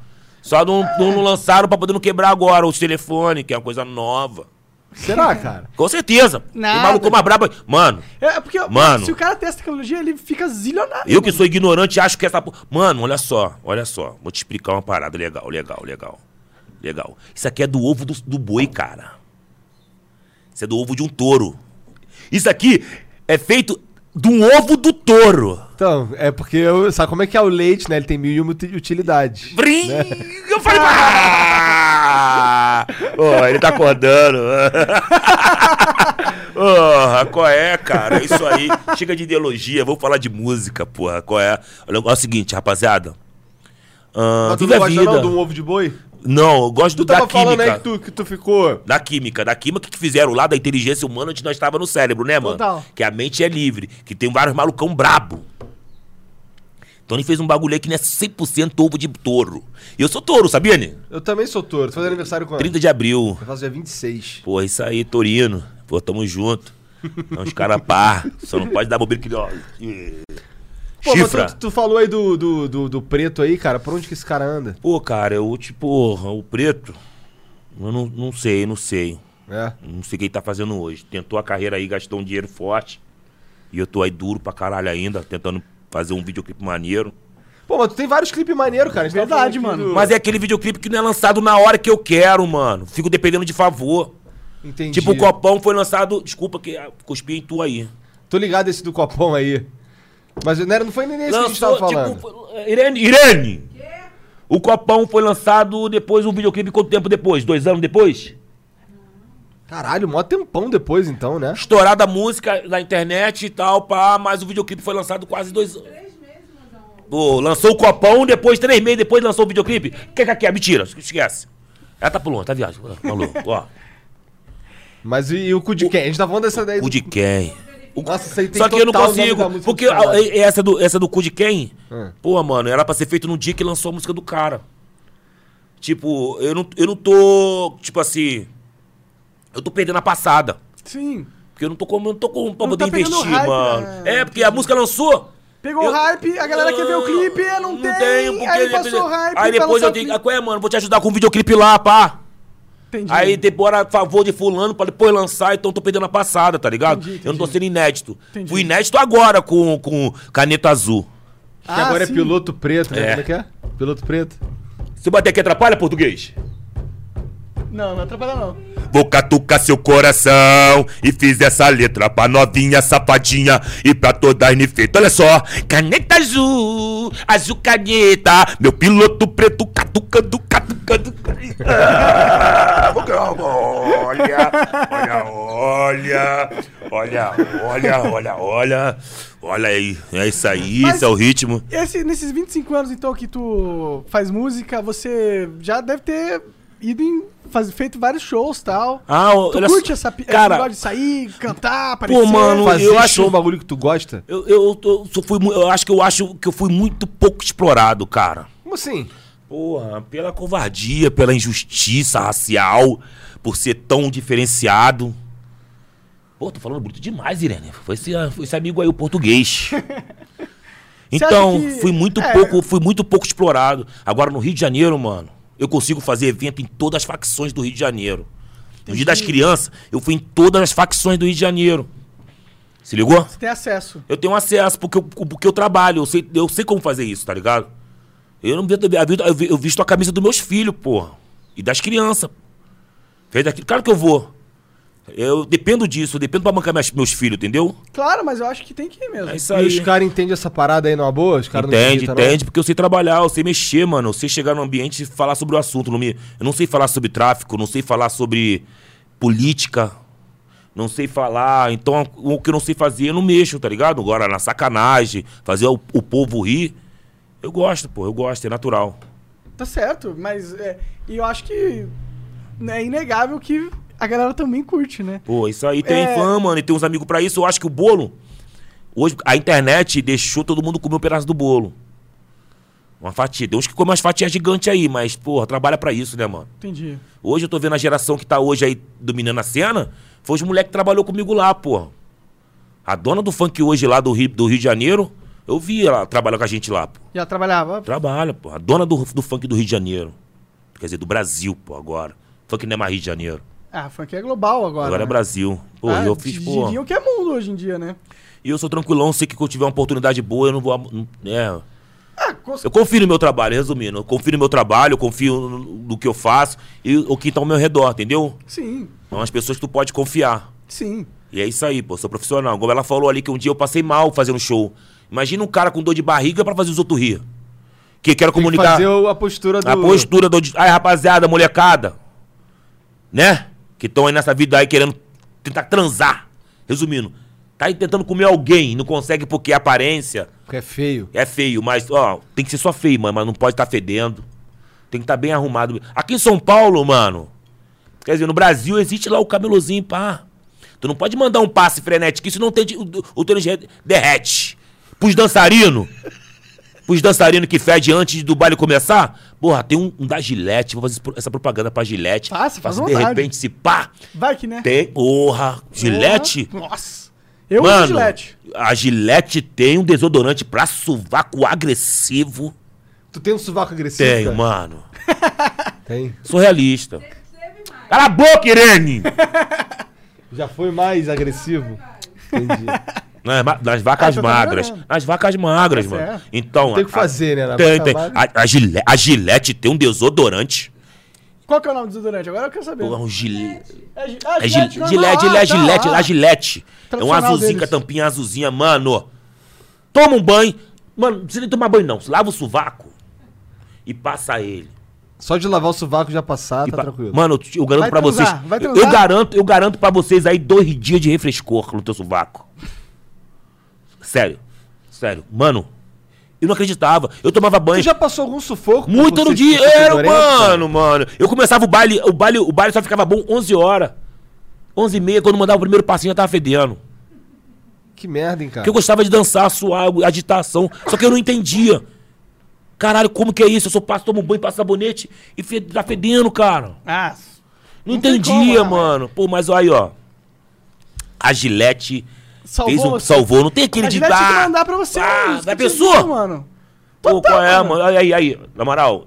Speaker 3: Só não, não- não lançaram pra poder não quebrar agora os telefones, que é uma coisa nova.
Speaker 1: Será, cara?
Speaker 3: Com certeza. Tem
Speaker 2: Nada.
Speaker 3: maluco mais brabo. aí. Mano,
Speaker 2: É porque ó,
Speaker 3: Mano.
Speaker 2: se o cara testa tecnologia, ele fica zilionário.
Speaker 3: Eu que sou ignorante acho que essa porra. Mano, olha só, olha só. Vou te explicar uma parada legal, legal, legal. Legal. Isso aqui é do ovo do, do boi, cara. Isso é do ovo de um touro. Isso aqui é feito de um ovo do touro.
Speaker 1: Então, é porque eu, sabe como é que é o leite, né? Ele tem mil e uma uti- utilidades.
Speaker 3: Brim! Eu falei, ah! Ô, ele tá acordando. Porra, qual é, cara? É isso aí. Chega de ideologia, vamos falar de música, porra. Qual é? Olha, é o seguinte, rapaziada. Ah,
Speaker 1: Mas tu
Speaker 3: vive
Speaker 1: não
Speaker 3: a
Speaker 1: gosta
Speaker 3: vida.
Speaker 1: não de
Speaker 3: Não,
Speaker 1: um ovo de boi?
Speaker 3: eu gosto
Speaker 1: Tu
Speaker 3: da
Speaker 1: tava falando aí
Speaker 3: química.
Speaker 1: que tu, que tu ficou.
Speaker 3: Da química, da química que fizeram lá da inteligência humana onde nós estava no cérebro, né, mano?
Speaker 2: Total.
Speaker 3: Que a mente é livre, que tem vários malucão brabo. Então ele fez um bagulho aí que não é 100% ovo de touro. E eu sou touro, sabia, né?
Speaker 1: Eu também sou touro. Tu faz aniversário quando?
Speaker 3: 30 de abril.
Speaker 1: Eu faço dia 26.
Speaker 3: Pô, é isso aí, Torino. Pô, tamo junto. É uns caras pá. Só não pode dar bobeira que... ó.
Speaker 1: Pô,
Speaker 3: Chifra.
Speaker 1: mas tu, tu falou aí do, do, do, do preto aí, cara. Por onde que esse cara anda?
Speaker 3: Pô, cara, eu, tipo, o preto... Eu não, não sei, não sei.
Speaker 1: É.
Speaker 3: Não sei o que ele tá fazendo hoje. Tentou a carreira aí, gastou um dinheiro forte. E eu tô aí duro pra caralho ainda, tentando fazer um videoclipe maneiro.
Speaker 1: Pô, mas tu tem vários clipes maneiros, cara. A gente tava
Speaker 2: Verdade,
Speaker 1: falando aqui
Speaker 2: mano.
Speaker 3: Mas é aquele videoclipe que não é lançado na hora que eu quero, mano. Fico dependendo de favor.
Speaker 1: Entendi.
Speaker 3: Tipo, o Copão foi lançado. Desculpa que ah, cuspi em tu aí.
Speaker 1: Tô ligado esse do copão aí. Mas não, era- não foi nem esse É que a gente tava
Speaker 3: Lançou,
Speaker 1: falando.
Speaker 3: tipo. foi- Irene! Irene! O Copão foi lançado depois, o videoclipe, quanto tempo depois? Dois anos depois?
Speaker 1: Caralho, mó tempão depois então, né?
Speaker 3: Estourada a música na internet e tal, pá, mas o videoclipe foi lançado quase dois anos. Pô, lançou o copão, depois, três meses depois lançou o videoclipe. Que que que é? Mentira, esquece. Ela tá pulando, tá viagem. Maluco, ó.
Speaker 1: Mas e, e o cu de quem? A gente tava falando dessa daí.
Speaker 3: Cu
Speaker 1: do-
Speaker 3: de quem? O-
Speaker 1: Nossa, isso aí tem
Speaker 3: Só que eu não
Speaker 1: total o nome da
Speaker 3: consigo,
Speaker 1: música
Speaker 3: porque
Speaker 1: do caralho.
Speaker 3: a- e- essa do, essa do cu de quem?
Speaker 1: Hum.
Speaker 3: Pô, mano, era pra ser feito no dia que lançou a música do cara. Tipo, eu não, eu não tô, tipo assim, eu tô perdendo a passada.
Speaker 2: Sim.
Speaker 3: Porque eu não tô com, eu não tô com pra
Speaker 2: Não
Speaker 3: poder
Speaker 2: tá pegando
Speaker 3: investir,
Speaker 2: hype,
Speaker 3: mano.
Speaker 2: né?
Speaker 3: É, porque a música lançou.
Speaker 2: Pegou
Speaker 3: Eu-
Speaker 2: o hype, a galera quer ver o clipe, é, não, tem. aí passou o hype.
Speaker 3: é
Speaker 2: vai
Speaker 3: Aí depois
Speaker 2: lançar
Speaker 3: eu
Speaker 2: o
Speaker 3: tenho.
Speaker 2: clipe.
Speaker 3: Ah, qual é, mano? Vou te ajudar com o videoclipe lá, pá.
Speaker 2: Entendi.
Speaker 3: Aí demora a favor de fulano pra depois lançar, então eu tô perdendo a passada, tá ligado?
Speaker 2: Entendi,
Speaker 3: Eu não tô
Speaker 2: entendi.
Speaker 3: sendo inédito.
Speaker 2: Entendi.
Speaker 3: Fui inédito agora com, com caneta azul.
Speaker 1: Que agora
Speaker 2: sim.
Speaker 1: é piloto preto, né?
Speaker 3: Ah, É.
Speaker 1: Como é que é? Piloto preto.
Speaker 3: Se eu bater aqui atrapalha, português?
Speaker 2: Não, não atrapalha não.
Speaker 3: Vou catucar seu coração e fiz essa letra pra novinha safadinha e pra toda a Olha só, caneta azul, azul caneta, meu piloto preto catuca. catuca, do catuca, do Ah, vou ganhar uma- Olha, olha, olha, olha, olha, olha, olha. Olha aí, é isso aí,
Speaker 2: Mas-
Speaker 3: esse é o ritmo.
Speaker 2: Esse, nesses 25 anos, então, que tu faz música, você já deve ter ido em. Faz, feito vários shows e tal.
Speaker 3: Ah, o-
Speaker 2: tu
Speaker 3: olha
Speaker 2: curte
Speaker 3: só-
Speaker 2: essa pi- esse
Speaker 3: cara-
Speaker 2: negócio de sair, cantar, aparecer?
Speaker 3: mano,
Speaker 1: Fazer
Speaker 3: eu
Speaker 1: show,
Speaker 3: acho-
Speaker 1: um bagulho que tu gosta?
Speaker 3: Eu, eu, eu, só fui mu- eu acho que eu acho que eu fui muito pouco explorado, cara.
Speaker 1: Como assim?
Speaker 3: Porra, pela covardia, pela injustiça racial, por ser tão diferenciado. Pô, tô falando bruto demais, Irene. Foi esse, foi esse amigo aí, o português. Então,
Speaker 2: Você acha que-
Speaker 3: fui muito
Speaker 2: é.
Speaker 3: pouco, fui muito pouco explorado. Agora no Rio de Janeiro, mano, eu consigo fazer evento em todas as facções do Rio de Janeiro. No dia das crianças, eu fui em todas as facções do Rio de Janeiro. Se ligou?
Speaker 2: Você tem acesso.
Speaker 3: Eu tenho acesso porque eu, porque eu trabalho, eu sei, eu sei como fazer isso, tá ligado? Eu não vendo a vida- eu vi- eu visto a camisa dos meus filhos, porra. E das crianças. Fez aquilo. Claro que eu vou. Eu dependo disso, eu dependo pra bancar minhas- meus filhos, entendeu?
Speaker 2: Claro, mas eu acho que tem que ir mesmo.
Speaker 3: É isso
Speaker 1: E
Speaker 3: aí.
Speaker 1: os caras entendem essa parada aí numa boa? Os caras não né?
Speaker 3: entende,
Speaker 1: acreditam, não?
Speaker 3: entende, porque eu sei trabalhar, eu sei mexer, mano. Eu sei chegar no ambiente e falar sobre o assunto. Não me, eu não sei falar sobre tráfico, não sei falar sobre política, não sei falar. Então, o que eu não sei fazer, eu não mexo, tá ligado? Agora, na sacanagem, fazer o, o povo rir. Eu gosto, pô, eu gosto, é natural.
Speaker 2: Tá certo, mas é, e eu acho que é inegável que a galera também curte, né?
Speaker 3: Pô, isso aí tem
Speaker 2: É.
Speaker 3: fã, mano, e tem uns amigos pra isso. Eu acho que o bolo. Hoje, a internet deixou todo mundo comer um pedaço do bolo. Uma fatia. Tem uns que comem umas fatias gigantes aí, mas, porra, trabalha pra isso, né, mano?
Speaker 2: Entendi.
Speaker 3: Hoje eu tô vendo a geração que tá hoje aí dominando a cena. Foi os moleques que trabalhou comigo lá, pô. A dona do funk hoje lá do Rio, do Rio de Janeiro, eu vi ela trabalhar com a gente lá, pô.
Speaker 2: Já trabalhava?
Speaker 3: Trabalha, pô. A dona do, do funk do Rio de Janeiro. Quer dizer, do Brasil, pô, agora. Funk não é mais Rio de Janeiro.
Speaker 2: Ah, funk é global agora.
Speaker 3: Agora é
Speaker 2: né?
Speaker 3: Brasil. Pô,
Speaker 2: Ah,
Speaker 3: eu fiz, pô.
Speaker 2: Diriam que é mundo hoje em dia, né?
Speaker 3: E eu sou tranquilão, sei que quando tiver uma oportunidade boa, eu não vou. ab- não- É.
Speaker 2: Ah, com
Speaker 3: Eu confio no meu trabalho, resumindo. Eu confio no meu trabalho, eu confio no, no que eu faço e o que tá ao meu redor, entendeu?
Speaker 2: Sim,
Speaker 3: São as pessoas que tu pode confiar.
Speaker 2: sim.
Speaker 3: E é isso aí, pô, sou profissional. Como ela falou ali que um dia eu passei mal fazendo show. Imagina um cara com dor de barriga pra fazer os outros rir. Que quero
Speaker 1: Tem que
Speaker 3: comunicar
Speaker 1: fazer o- a postura do...
Speaker 3: a postura do. Ai, rapaziada, molecada. Né? Que estão aí nessa vida aí querendo tentar transar. Resumindo, tá aí tentando comer alguém, não consegue porque a aparência
Speaker 1: Porque é feio.
Speaker 3: é feio, mas, ó, tem que ser só feio, mano, mas não pode estar fedendo. Tem que estar bem arrumado. Aqui em São Paulo, mano, quer dizer, no Brasil existe lá o cabelozinho, pá. Tu não pode mandar um passe frenético, isso não tem. de- O, o tênis re- derrete. Pros dançarinos. Pros dançarinos que fede antes do baile começar. Porra, tem um, um da Gillette, vou fazer essa propaganda pra Gillette.
Speaker 2: Faça, faz
Speaker 3: Pra se De
Speaker 2: vontade.
Speaker 3: repente, se pá,
Speaker 2: Vai que, né?
Speaker 3: tem. Porra, Gillette?
Speaker 2: Porra. Nossa. Eu uso
Speaker 3: Mano,
Speaker 2: Gillette.
Speaker 3: a Gillette tem um desodorante pra sovaco agressivo.
Speaker 1: Tu tem um sovaco agressivo?
Speaker 3: Tenho,
Speaker 1: cara?
Speaker 3: mano.
Speaker 1: Tem.
Speaker 3: Sou realista. Cala a boca, Irene!
Speaker 1: Já foi mais agressivo? Entendi.
Speaker 3: Nas, ma- nas vacas
Speaker 2: Ah, então tá
Speaker 3: magras.
Speaker 2: melhorando.
Speaker 3: nas vacas magras,
Speaker 2: Tá
Speaker 3: mano.
Speaker 2: certo.
Speaker 3: Então.
Speaker 1: Tem que
Speaker 3: a-
Speaker 1: fazer, né, na
Speaker 3: Tem,
Speaker 1: vaca
Speaker 3: tem.
Speaker 1: magra.
Speaker 3: A, a, Gillette, a Gillette tem um desodorante.
Speaker 2: Qual que é o nome do desodorante? Agora eu quero saber.
Speaker 3: Porra, um Gillette.
Speaker 2: É, Gi- ah,
Speaker 3: É Gil-
Speaker 2: normal.
Speaker 3: Gillette, ele
Speaker 2: Ah, tá,
Speaker 3: é Gillette,
Speaker 2: ah.
Speaker 3: ele é Gillette. É um
Speaker 2: Tradicional
Speaker 3: azulzinho com a
Speaker 2: deles.
Speaker 3: tampinha azulzinha, mano. Toma um banho. Mano, não precisa nem tomar banho, não. Lava o sovaco e passa ele.
Speaker 1: Só de lavar o sovaco já passar,
Speaker 3: E
Speaker 1: tá
Speaker 3: pa-
Speaker 1: tranquilo.
Speaker 3: Mano, eu te- eu garanto
Speaker 2: Vai
Speaker 3: pra
Speaker 2: transar,
Speaker 3: vocês.
Speaker 2: vai
Speaker 3: eu- eu
Speaker 2: transar?
Speaker 3: garanto, eu garanto para vocês aí dois dias de refrescor no teu sovaco. Sério. Sério. Mano, eu não acreditava. Eu tomava
Speaker 1: Tu
Speaker 3: banho.
Speaker 1: já passou algum sufoco? por você
Speaker 3: Muito
Speaker 1: tipo,
Speaker 3: no
Speaker 1: ser
Speaker 3: dinheiro,
Speaker 1: fedorento,
Speaker 3: mano, mano. Eu começava o baile, o baile, o baile só ficava bom 11 horas. 11 e meia, quando mandava o primeiro passinho, já tava
Speaker 1: Tá.
Speaker 3: fedendo.
Speaker 1: cara? Que merda, hein, cara?
Speaker 3: Porque eu gostava de dançar, suar, agitação. Só que eu não entendia. Caralho, como que é isso? Eu só passo, tomo banho, passo sabonete e fe- tá fedendo, cara.
Speaker 2: Ah,
Speaker 3: Não,
Speaker 2: Não tem
Speaker 3: entendia,
Speaker 2: como, né,
Speaker 3: mano. Pô, mas aí, ó. A Gillette
Speaker 2: salvou
Speaker 3: fez um.
Speaker 2: você.
Speaker 3: Salvou. Não tem aquele
Speaker 2: A
Speaker 3: de
Speaker 2: Gillette
Speaker 3: dar.
Speaker 2: que mandar pra você. mano,
Speaker 3: Ah,
Speaker 2: isso
Speaker 3: vai
Speaker 2: que eu te
Speaker 3: pessoa.
Speaker 2: digo, mano.
Speaker 3: Pô, qual é,
Speaker 2: mano.
Speaker 3: mano? Aí, aí, aí. Na moral,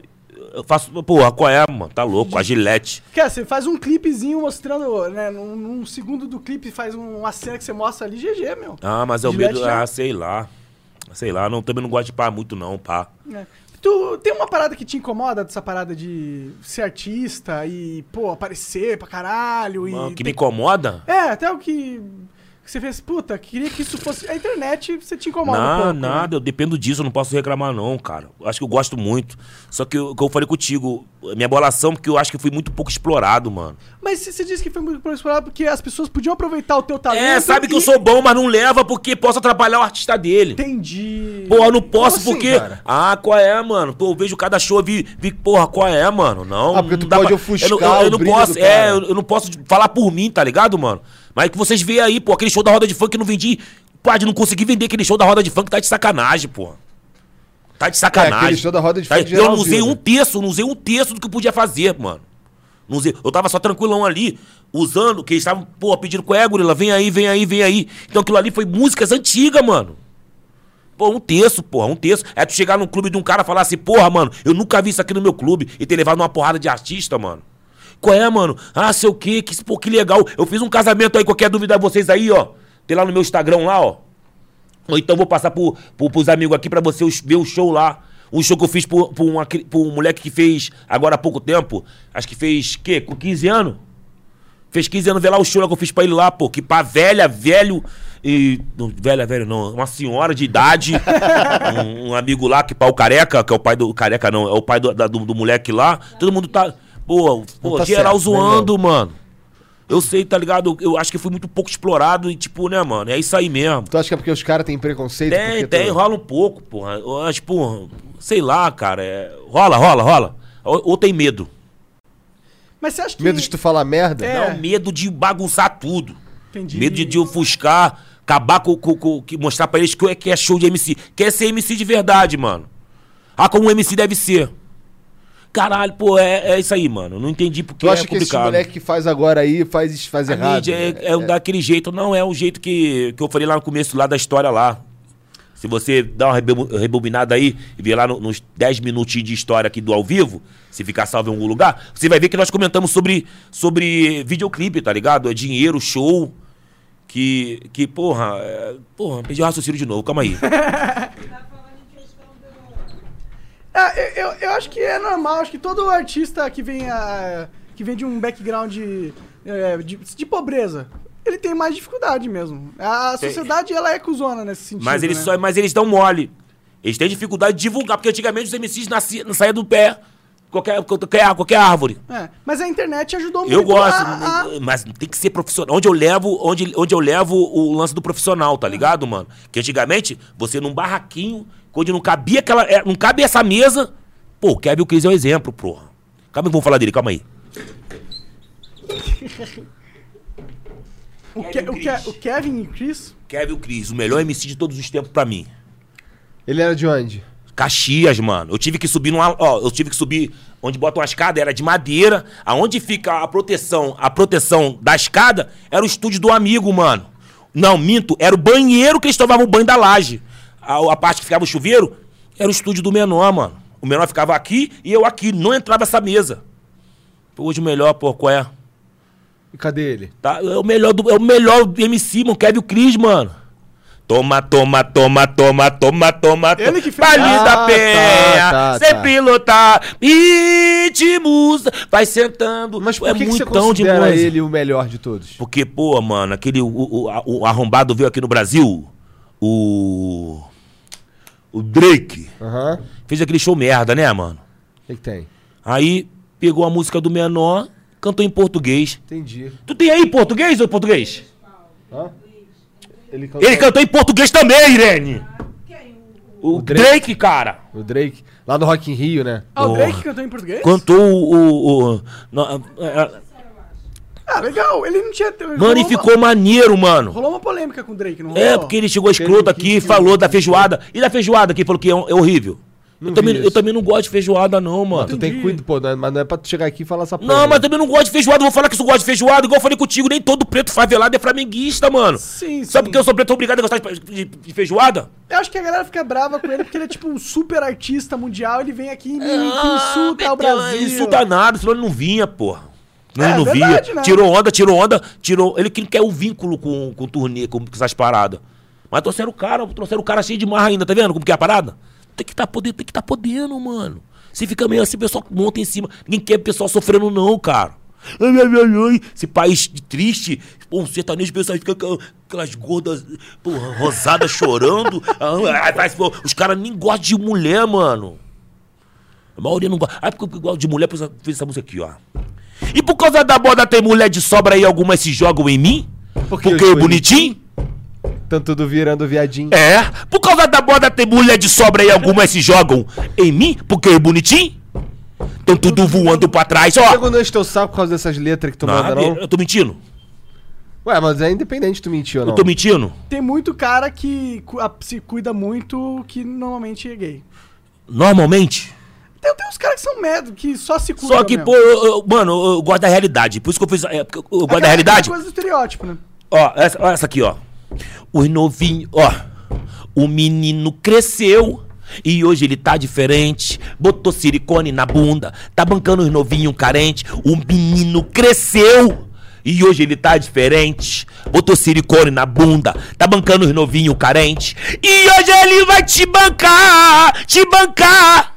Speaker 3: eu faço. Porra, qual é, mano? Tá louco. A Gillette.
Speaker 2: Quer, você faz um clipezinho mostrando, né? Num, num segundo do clipe, faz um- uma cena que você mostra ali, GG, meu.
Speaker 3: Ah, mas é o
Speaker 2: Gillette
Speaker 3: medo.
Speaker 2: já-
Speaker 3: Ah, sei lá. Sei lá, não, também não gosto de pá muito, não, pá.
Speaker 2: É. Tu tem uma parada que te incomoda dessa parada de ser artista e, pô, aparecer pra caralho e.
Speaker 3: Mano, o que me
Speaker 2: ter-
Speaker 3: incomoda?
Speaker 2: É, até o que. Você fez, puta, queria que isso fosse. A internet você te incomoda. um
Speaker 3: Não,
Speaker 2: pouco, né?
Speaker 3: nada, eu dependo disso, eu não posso reclamar, não, cara. Eu Acho que eu gosto muito. Só que o que eu falei contigo, minha bolação, porque eu acho que fui muito pouco explorado, mano.
Speaker 2: Mas você- você disse que foi muito explorado porque as pessoas podiam aproveitar o teu talento.
Speaker 3: É, sabe que eu
Speaker 2: Tá e-
Speaker 3: sou bom, mas não leva porque posso atrapalhar o artista dele.
Speaker 2: Entendi.
Speaker 3: Porra, eu não posso
Speaker 1: assim,
Speaker 3: porque.
Speaker 1: cara?
Speaker 3: Ah, qual é, mano? Pô, eu vejo cada show, vi, vi porra, qual é, mano? Não.
Speaker 1: Ah, porque tu
Speaker 3: não dá
Speaker 1: pode
Speaker 3: pra-
Speaker 1: ofuscar
Speaker 3: Eu, não- eu, eu
Speaker 1: o
Speaker 3: não
Speaker 1: brilho
Speaker 3: posso,
Speaker 1: do cara.
Speaker 3: é, eu, eu não posso falar por mim, tá ligado, mano? Mas que vocês veem aí, pô, aquele show da roda de funk eu não vendi. Pá, de não consegui vender aquele show da roda de funk, tá de sacanagem, pô. Tá de sacanagem.
Speaker 1: É, aquele show da roda de
Speaker 3: Tá-
Speaker 1: funk
Speaker 3: Eu não
Speaker 1: geralzina.
Speaker 3: usei um terço, não usei um terço do que eu podia fazer, mano. Não usei. Eu tava só tranquilão ali, usando, que eles estavam, pô, pedindo qual é, gorila, vem aí, vem aí, vem aí. Então aquilo ali foi músicas antigas, mano. Pô, um terço, porra, um terço. É tu chegar num clube de um cara e falar assim, porra, mano, eu nunca vi isso aqui no meu clube e ter levado uma porrada de artista, mano. Qual é, mano? Ah, sei o quê, que, pô, que legal. Eu fiz um casamento aí, qualquer dúvida vocês aí, ó. Tem lá no meu Instagram lá, ó. Ou então vou passar pro, pro, pros amigos aqui pra você os- ver o show lá. Um show que eu fiz por, por, um, acri- por um moleque que fez agora há pouco tempo. Acho que fez, quê? Com 15 anos? Fez 15 anos, vê lá o show lá que eu fiz pra ele lá, pô. Que pra velha, velho. E. não, velha, velho, não. Uma senhora de idade. um, um amigo lá, que pá, o careca, que é o pai do. Careca não, é o pai do, da- do, do moleque lá. Todo mundo tá. Pô, pô
Speaker 1: tá
Speaker 3: geral
Speaker 1: certo, né,
Speaker 3: zoando, mano. Eu sei, tá ligado? Eu, eu acho que fui muito pouco explorado e, tipo, né, mano? É isso aí mesmo.
Speaker 1: Tu acha que é porque os caras têm preconceito?
Speaker 3: Tem,
Speaker 1: porque tá-
Speaker 3: tem,
Speaker 1: tu-
Speaker 3: rola um pouco, porra. Eu acho, porra, sei lá, cara. é- Rola, rola, rola. Ou, ou tem medo.
Speaker 2: Mas você acha que.
Speaker 1: Medo de tu falar merda?
Speaker 2: É.
Speaker 3: Não, um medo de bagunçar tudo.
Speaker 2: Entendi.
Speaker 3: Medo de, de ofuscar, acabar com, com, com- que mostrar pra eles que é, que é show de MC. Quer ser MC de verdade, mano. Ah, como um MC deve ser. Caralho, pô, é, é isso aí, mano. Não entendi porque
Speaker 1: Tu acha
Speaker 3: é
Speaker 1: que esse
Speaker 3: complicado.
Speaker 1: moleque que faz agora aí faz, faz
Speaker 3: A
Speaker 1: errado? né?
Speaker 3: mídia é, é daquele jeito, não é o jeito que, que eu falei lá no começo lá da história lá. Se você dá uma rebo- rebobinada aí e ver lá no- nos 10 minutinhos de história aqui do ao vivo, se ficar salvo em algum lugar, você vai ver que nós comentamos sobre, sobre videoclipe, tá ligado? É dinheiro, show. Que, que porra, é, porra, perdi o raciocínio de novo, calma aí.
Speaker 2: Ah, eu, eu, eu acho que é normal, acho que todo artista que vem, a, que vem de um background é, de, de pobreza, ele tem mais dificuldade mesmo. A
Speaker 3: Tem.
Speaker 2: sociedade, ela é cuzona nesse sentido,
Speaker 3: Mas eles,
Speaker 2: né?
Speaker 3: só, é mas eles dão mole. Eles têm dificuldade de divulgar, porque antigamente os MCs nasci- saíam do pé, qualquer, qualquer, qualquer árvore.
Speaker 2: É, mas a internet ajudou muito
Speaker 3: Eu gosto, né?
Speaker 2: a- a-
Speaker 3: mas tem que ser profissional. Onde eu levo, onde, onde eu levo o lance do profissional, tá ligado, mano? Que antigamente, você num barraquinho, onde não cabia aquela. é, Não cabe essa mesa. Pô, o Kevin Cris é um exemplo, porra. Calma aí, vamos falar dele, calma aí.
Speaker 2: o, Ke- o, Ke- o Kevin e Chris...
Speaker 3: Kevin Cris, o melhor MC de todos os tempos pra mim.
Speaker 1: Ele era de onde?
Speaker 3: Caxias, mano. Eu tive que subir numa. Ó, eu tive que subir onde bota uma escada, era de madeira. Aonde fica a proteção, a proteção da escada era o estúdio do amigo, mano. Não, minto, era o banheiro que eles tomavam banho da laje. A, a parte que ficava o chuveiro era o estúdio do menor, mano. O menor ficava aqui e eu aqui, não entrava essa mesa. Pô, Hoje o melhor, pô, qual é?
Speaker 1: E cadê ele?
Speaker 3: Tá? É o melhor do, é o melhor do MC, mano. Kevin Cris, mano. Toma, toma, toma, toma, toma, toma.
Speaker 2: Ele
Speaker 3: toma.
Speaker 2: que fez.
Speaker 3: Pali
Speaker 1: Ah,
Speaker 3: da
Speaker 1: tá,
Speaker 3: penha,
Speaker 1: tá,
Speaker 3: sem
Speaker 1: tá.
Speaker 3: pilotar, ritmos, vai sentando.
Speaker 1: Mas por
Speaker 3: é
Speaker 1: que, que você
Speaker 3: muitão de
Speaker 1: considera
Speaker 3: coisa.
Speaker 1: ele o melhor de todos?
Speaker 3: Porque, pô, mano, aquele o, o- a- o arrombado veio aqui no Brasil, o o Drake,
Speaker 1: Aham.
Speaker 3: fez aquele show merda, né, mano?
Speaker 1: O que, que tem?
Speaker 3: Aí pegou a música do menor, cantou em português.
Speaker 1: Entendi.
Speaker 3: Tu tem aí português ou português?
Speaker 1: Hã? Ele cantou.
Speaker 3: Ele cantou em português também, Irene. O,
Speaker 1: O Drake.
Speaker 3: Drake, cara.
Speaker 1: O Drake. Lá no Rock in Rio, né?
Speaker 2: Ah, o
Speaker 3: Porra.
Speaker 2: Drake cantou em português?
Speaker 3: Cantou o. o- o- na- a- a-
Speaker 2: Ah, legal, ele não tinha... rolou
Speaker 3: mano, e
Speaker 2: uma-
Speaker 3: ficou maneiro, mano.
Speaker 2: Rolou uma polêmica com o Drake, não rolou?
Speaker 3: É, porque ele chegou escroto
Speaker 1: Ele
Speaker 3: aqui
Speaker 1: que- um
Speaker 3: e falou da feijoada. E da feijoada que falou que é, um- é horrível.
Speaker 1: Não
Speaker 3: Eu também,
Speaker 1: vi
Speaker 3: eu
Speaker 1: isso.
Speaker 3: também não gosto de feijoada, não,
Speaker 1: Tu
Speaker 3: mano.
Speaker 1: tem cuidado, pô, não é- mas não é pra tu chegar aqui e falar essa né?
Speaker 3: Não, mas também não gosto de feijoada. Eu Vou falar que eu gosto de feijoada, igual eu falei contigo. Nem todo preto favelado é flamenguista, mano.
Speaker 2: Sim,
Speaker 3: Só
Speaker 2: sim.
Speaker 3: porque eu sou preto, eu tô obrigado a gostar de, de- de feijoada?
Speaker 2: Eu acho que a galera fica brava com ele porque ele é tipo um super artista mundial, ele vem aqui e me- que insulta
Speaker 3: Ah,
Speaker 2: o Brasil.
Speaker 3: Ele insulta nada, senão ele não vinha, porra. Senão
Speaker 2: É,
Speaker 3: ele não
Speaker 2: verdade,
Speaker 3: vinha.
Speaker 2: né?
Speaker 3: Tirou onda, tirou onda, tirou. Ele que quer o vínculo com, com o turnê, com essas paradas. Mas trouxeram o cara, trouxeram o cara cheio de marra ainda, tá vendo? Como que é a parada? Tem que tá podendo, tem que tá podendo, mano. Se fica meio assim, o pessoal monta em cima. Ninguém quer o pessoal sofrendo, não, cara. Ai, ai, ai, ai. Esse país triste, pô, um sertanejo, o pessoal fica ca- aquelas gordas porra, rosadas chorando. Ah, ah, faz- pô, os caras nem gostam de mulher, mano. A maioria não gosta. Ah, porque eu gosto de mulher, por isso eu fiz essa música aqui, ó. E por causa da moda tem mulher de sobra aí, algumas se jogam em mim? Porque,
Speaker 1: eu
Speaker 3: eu
Speaker 1: sou
Speaker 3: bonitinho?
Speaker 1: Tanto tudo virando viadinho.
Speaker 3: É. Por causa da moda tem mulher de sobra e algumas se jogam em mim? Porque eu bonitinho? Tão tudo voando pra trás, ó.
Speaker 1: Chegou não enche teu saco por causa dessas letras que tu manda,
Speaker 3: Nada,
Speaker 1: não?
Speaker 3: eu tô mentindo.
Speaker 1: Ué, mas é independente tu mentir ou não.
Speaker 3: Eu tô mentindo.
Speaker 2: Tem muito cara que cu- a- se cuida muito que normalmente é gay.
Speaker 3: Normalmente.
Speaker 2: Tem, tem uns caras que são medo, que só se cuidam.
Speaker 1: é
Speaker 3: Só que,
Speaker 2: mesmo.
Speaker 3: pô, eu- eu- mano, eu, eu gosto da realidade. Por isso que eu fiz. é, porque eu- eu gosto da
Speaker 2: Aquela-
Speaker 3: realidade.
Speaker 2: aquela coisa do estereótipo, né?
Speaker 3: Ó, essa, ó, essa aqui, ó. Os novinhos, ó. O menino cresceu e hoje ele tá diferente. Botou silicone na bunda, tá bancando os novinhos carentes. O menino cresceu e hoje ele tá diferente. Botou silicone na bunda, tá bancando os novinhos carentes. E hoje ele vai te bancar, te bancar.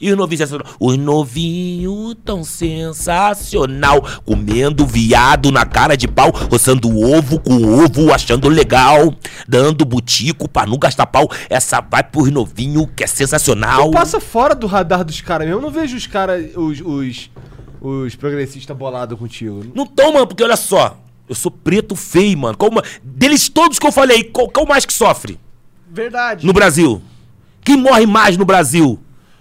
Speaker 3: E os novinhos sensacional. Os novinhos tão sensacional. Comendo viado na cara de pau. Roçando ovo com ovo, achando legal. Dando butico pra não gastar pau. Essa vai pros novinhos que é sensacional.
Speaker 1: Tu passa fora do radar dos caras mesmo. Eu não vejo os caras, os, os, os progressistas bolados contigo.
Speaker 3: Não tão, mano, porque olha só. Eu sou preto feio, mano. Qual ma- Deles todos que eu falei, qual, qual mais que sofre
Speaker 2: Verdade.
Speaker 3: no Brasil? Quem morre mais no Brasil?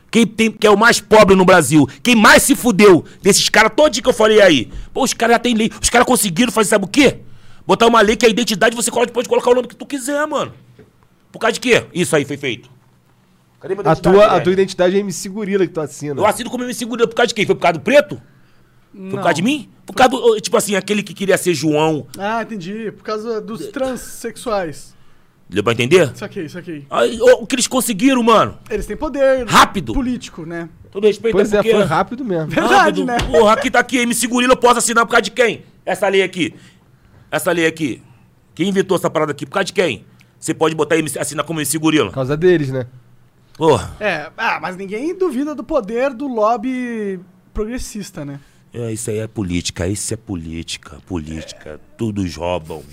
Speaker 3: Quem, tem, que é o mais pobre no Brasil? Quem mais se fudeu desses caras todinho que eu falei aí? Pô, os caras já têm lei. Os caras conseguiram fazer sabe o quê? Botar uma lei que a identidade você colo- pode colocar o nome que tu quiser, mano. Por causa de quê? Isso aí foi feito. Cadê minha
Speaker 1: A
Speaker 3: identidade,
Speaker 1: tua, a
Speaker 3: velho?
Speaker 1: tua identidade é MC Gorila que tu assina.
Speaker 3: Eu assino como me segura por causa de quem? Foi por causa do preto? Foi por causa de mim? Por causa do, tipo assim, aquele que queria ser João,
Speaker 2: Ah, entendi. Por causa dos transexuais.
Speaker 3: Deu pra entender?
Speaker 2: Saquei, saquei.
Speaker 3: Aí, o, o que eles conseguiram, mano?
Speaker 2: Eles têm poder.
Speaker 3: Rápido.
Speaker 2: Político, né?
Speaker 3: Todo respeito
Speaker 1: Pois é,
Speaker 3: porque-
Speaker 1: foi rápido mesmo.
Speaker 2: Verdade, né?
Speaker 3: Porra, aqui tá aqui, MC Gorila, eu posso assinar por causa de quem? Essa lei aqui. Essa lei aqui. Quem inventou essa parada aqui? Por causa de quem? Você pode botar MC, assinar como MC Gorila.
Speaker 1: Por causa deles, né?
Speaker 3: Porra,
Speaker 2: É, ah, mas ninguém duvida do poder do lobby progressista, né?
Speaker 3: é, isso aí é política, isso é política, política. Todos roubam.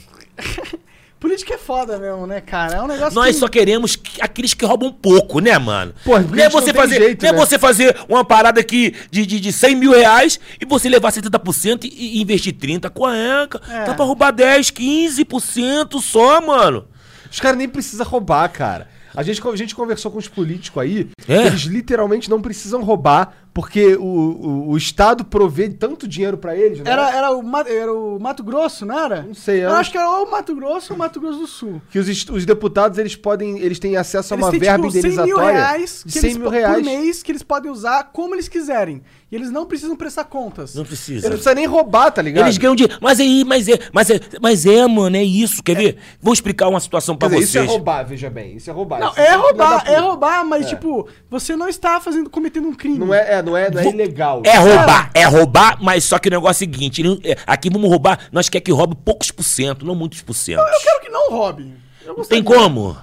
Speaker 2: Política é foda mesmo, né, cara? É um negócio
Speaker 3: Nós
Speaker 2: que-
Speaker 3: só queremos que- aqueles que roubam um pouco, né, mano?
Speaker 1: Pô, porque
Speaker 3: não
Speaker 1: a
Speaker 3: é
Speaker 1: gente
Speaker 3: você
Speaker 1: não tem
Speaker 3: fazer,
Speaker 1: jeito,
Speaker 3: não é
Speaker 1: né?
Speaker 3: você fazer uma parada aqui de, de, de 100 mil reais e você levar 70% e, e investir 30, 40.
Speaker 2: É.
Speaker 3: Dá pra roubar 10, 15% só, mano.
Speaker 1: Os caras nem precisam roubar, cara. A gente, a gente conversou com os políticos aí,
Speaker 3: É.
Speaker 1: que eles literalmente não precisam roubar, porque o, o, o Estado provê tanto dinheiro pra eles, né?
Speaker 2: Era, era, o, Ma- era o Mato Grosso, não era?
Speaker 1: Não sei,
Speaker 2: eu.
Speaker 1: eu
Speaker 2: Eu
Speaker 1: não-
Speaker 2: acho que era ou o Mato Grosso ou o Mato Grosso do Sul.
Speaker 1: Que os, est- os deputados, eles podem, eles têm acesso a
Speaker 2: Eles
Speaker 1: é uma
Speaker 2: têm,
Speaker 1: verba
Speaker 2: tipo, 100 mil
Speaker 1: indenizatória
Speaker 2: reais,
Speaker 1: de
Speaker 2: que
Speaker 1: 100
Speaker 2: eles
Speaker 1: mil
Speaker 2: po- por
Speaker 1: reais.
Speaker 2: mês que eles podem usar como eles quiserem. E eles não precisam prestar contas.
Speaker 3: Não
Speaker 1: Ele
Speaker 3: precisa.
Speaker 1: não precisa nem roubar, tá ligado?
Speaker 3: Eles ganham dinheiro. Mas aí, mas é, mas é, mas é, mano, é isso. Quer ver? Vou explicar uma situação pra
Speaker 1: Quer dizer,
Speaker 3: vocês.
Speaker 1: isso é roubar, veja bem. Isso é roubar.
Speaker 2: Não,
Speaker 1: Isso
Speaker 2: é
Speaker 1: filho da
Speaker 2: roubar,
Speaker 1: puta.
Speaker 2: é roubar, mas tipo, você não está fazendo, cometendo um crime.
Speaker 1: Não é, é, não é, não é
Speaker 3: Vo-
Speaker 1: ilegal.
Speaker 3: É roubar, é roubar, mas só que o negócio é o seguinte: ele não- é, aqui vamos roubar, nós quer que roube poucos por cento, não muitos por cento.
Speaker 2: Eu quero que não roube. Eu
Speaker 3: Tem
Speaker 2: gostaria.
Speaker 3: como?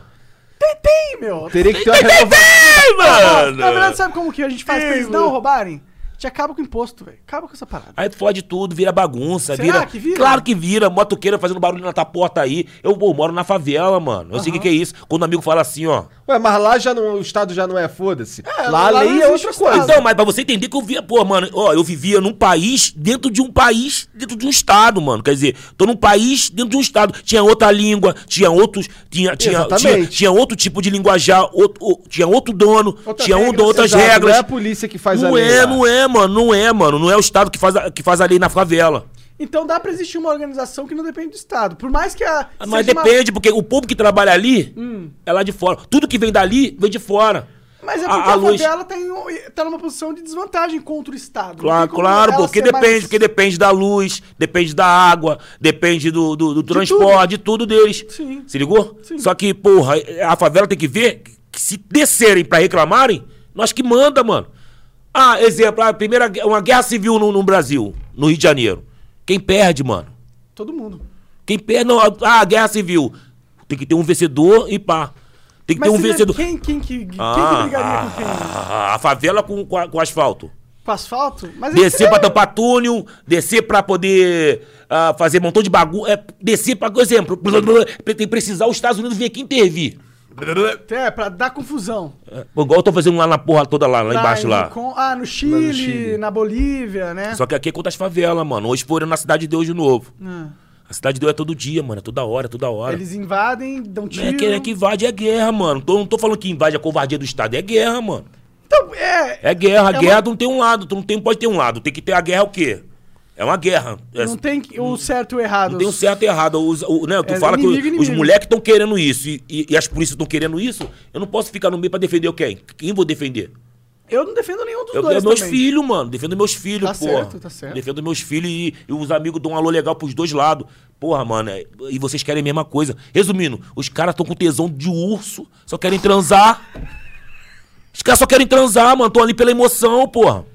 Speaker 2: Tem, tem, meu.
Speaker 1: Teria que ter uma renovação.
Speaker 3: Ei,
Speaker 2: Não,
Speaker 3: mano!
Speaker 2: Na
Speaker 1: Tá
Speaker 2: verdade, sabe como que a gente faz pra
Speaker 3: Ei,
Speaker 2: eles não
Speaker 3: mano.
Speaker 2: roubarem? A gente acaba com o imposto, velho. Acaba com essa parada.
Speaker 3: Aí fode tudo, vira bagunça,
Speaker 2: Será
Speaker 3: vira...
Speaker 2: que vira?
Speaker 3: Claro que vira, motoqueira fazendo barulho na tua porta aí. Eu, pô, moro na favela, mano. Eu sei o que, que é isso. Quando o amigo fala assim, ó.
Speaker 1: Ué, mas lá já não, o Estado já não é, foda-se. lá
Speaker 2: lá
Speaker 1: a
Speaker 2: não
Speaker 1: lei é outra
Speaker 2: existe o Estado.
Speaker 1: coisa.
Speaker 3: Então, mas pra você entender que eu via, pô, mano, ó, eu vivia num país, dentro de um país, dentro de um estado, mano. Quer dizer, tô num país dentro de um estado. Tinha outra língua, tinha outros. Tinha, tinha, tinha,
Speaker 1: Exatamente.
Speaker 3: tinha outro tipo de linguajar, outro- o- tinha outro dono,
Speaker 1: Outra
Speaker 3: tinha um-
Speaker 1: regra,
Speaker 3: outras
Speaker 1: exato,
Speaker 3: regras.
Speaker 1: Não é a polícia que faz a
Speaker 3: Não
Speaker 1: lei.
Speaker 3: é,
Speaker 1: lá.
Speaker 3: não é, mano, não é, mano. Não é o Estado que faz a, que faz a lei na favela.
Speaker 2: Então dá pra existir uma organização que não depende do Estado. Por mais que a.
Speaker 3: Ah, Mas
Speaker 2: seja uma-
Speaker 3: depende, porque o povo que trabalha ali
Speaker 1: Hum.
Speaker 3: é lá de fora. Tudo que vem dali vem de fora.
Speaker 2: Mas é
Speaker 3: A-
Speaker 2: porque
Speaker 3: a
Speaker 2: a,
Speaker 3: luz-
Speaker 2: favela tá, em- tá numa posição de desvantagem contra o Estado. Não
Speaker 3: Claro,
Speaker 2: tem como
Speaker 3: claro,
Speaker 2: ela
Speaker 3: porque
Speaker 2: ser
Speaker 3: depende,
Speaker 2: mais-
Speaker 3: porque depende da luz, depende da água, depende do, do, do transporte, de tudo deles.
Speaker 2: Sim.
Speaker 3: Se ligou?
Speaker 2: Sim.
Speaker 3: Só que, porra, a favela tem que ver que se descerem pra reclamarem, nós que manda, mano. Ah, exemplo, a primeira, gue- uma guerra civil no, no Brasil, no Rio de Janeiro. Quem perde, mano?
Speaker 2: Todo mundo.
Speaker 3: Quem perde, não, ah, guerra civil. Tem que ter um vencedor e pá. Tem que
Speaker 2: Mas
Speaker 3: ter um
Speaker 2: se-
Speaker 3: vencedor.
Speaker 2: Quem, quem que, quem que
Speaker 3: Ah,
Speaker 2: brigaria com quem?
Speaker 3: A favela com, com, a- com asfalto.
Speaker 2: Pro asfalto? Mas é ele-
Speaker 3: Descer pra tampar túnel, descer pra poder ah, fazer um montão de bagulho. É, descer pra, por exemplo, blá, blá, blá, tem que precisar os Estados Unidos vir aqui intervir.
Speaker 2: É, pra dar confusão.
Speaker 3: É, Bom, igual eu tô fazendo lá na porra toda lá, lá
Speaker 2: Tá,
Speaker 3: embaixo
Speaker 2: em
Speaker 3: lá.
Speaker 2: Con- Ah, no Chile,
Speaker 1: Chile.
Speaker 2: na Bolívia, né?
Speaker 3: Só que aqui é contra as favelas, mano. Hoje foram na Cidade de Deus de novo.
Speaker 2: Ah.
Speaker 3: A Cidade de Deus é todo dia, mano. É toda hora, é toda hora.
Speaker 2: Eles invadem, dão tiro.
Speaker 3: É que, é que invade é guerra, mano. Tô, não tô falando que invade a covardia do Estado, é guerra, mano.
Speaker 2: Então, é,
Speaker 3: É guerra, a
Speaker 2: É
Speaker 3: guerra não tem um lado, tu não tem, pode ter um lado. Tem que ter a guerra é o quê? É uma guerra. É-
Speaker 2: não tem o certo e o errado.
Speaker 3: não tem um certo e errado. Os- o- né, tu
Speaker 2: É
Speaker 3: fala
Speaker 2: inimigo,
Speaker 3: que os- os
Speaker 2: inimigo.
Speaker 3: moleques estão querendo isso e, e- e as polícias estão querendo isso. Eu não posso ficar no meio pra defender quem? Quem vou defender?
Speaker 2: Eu não defendo nenhum dos
Speaker 3: Eu
Speaker 2: dois
Speaker 3: defendo meus
Speaker 2: também.
Speaker 3: filhos, mano. Defendo meus filhos,
Speaker 2: Tá
Speaker 3: porra.
Speaker 2: certo, tá certo.
Speaker 3: Defendo meus filhos e, e os amigos dão um alô legal pros dois lados. Porra, mano, é- e vocês querem a mesma coisa. Resumindo, os caras estão com tesão de urso, só querem transar. Os caras só querem transar, mano. Tô ali pela emoção, porra.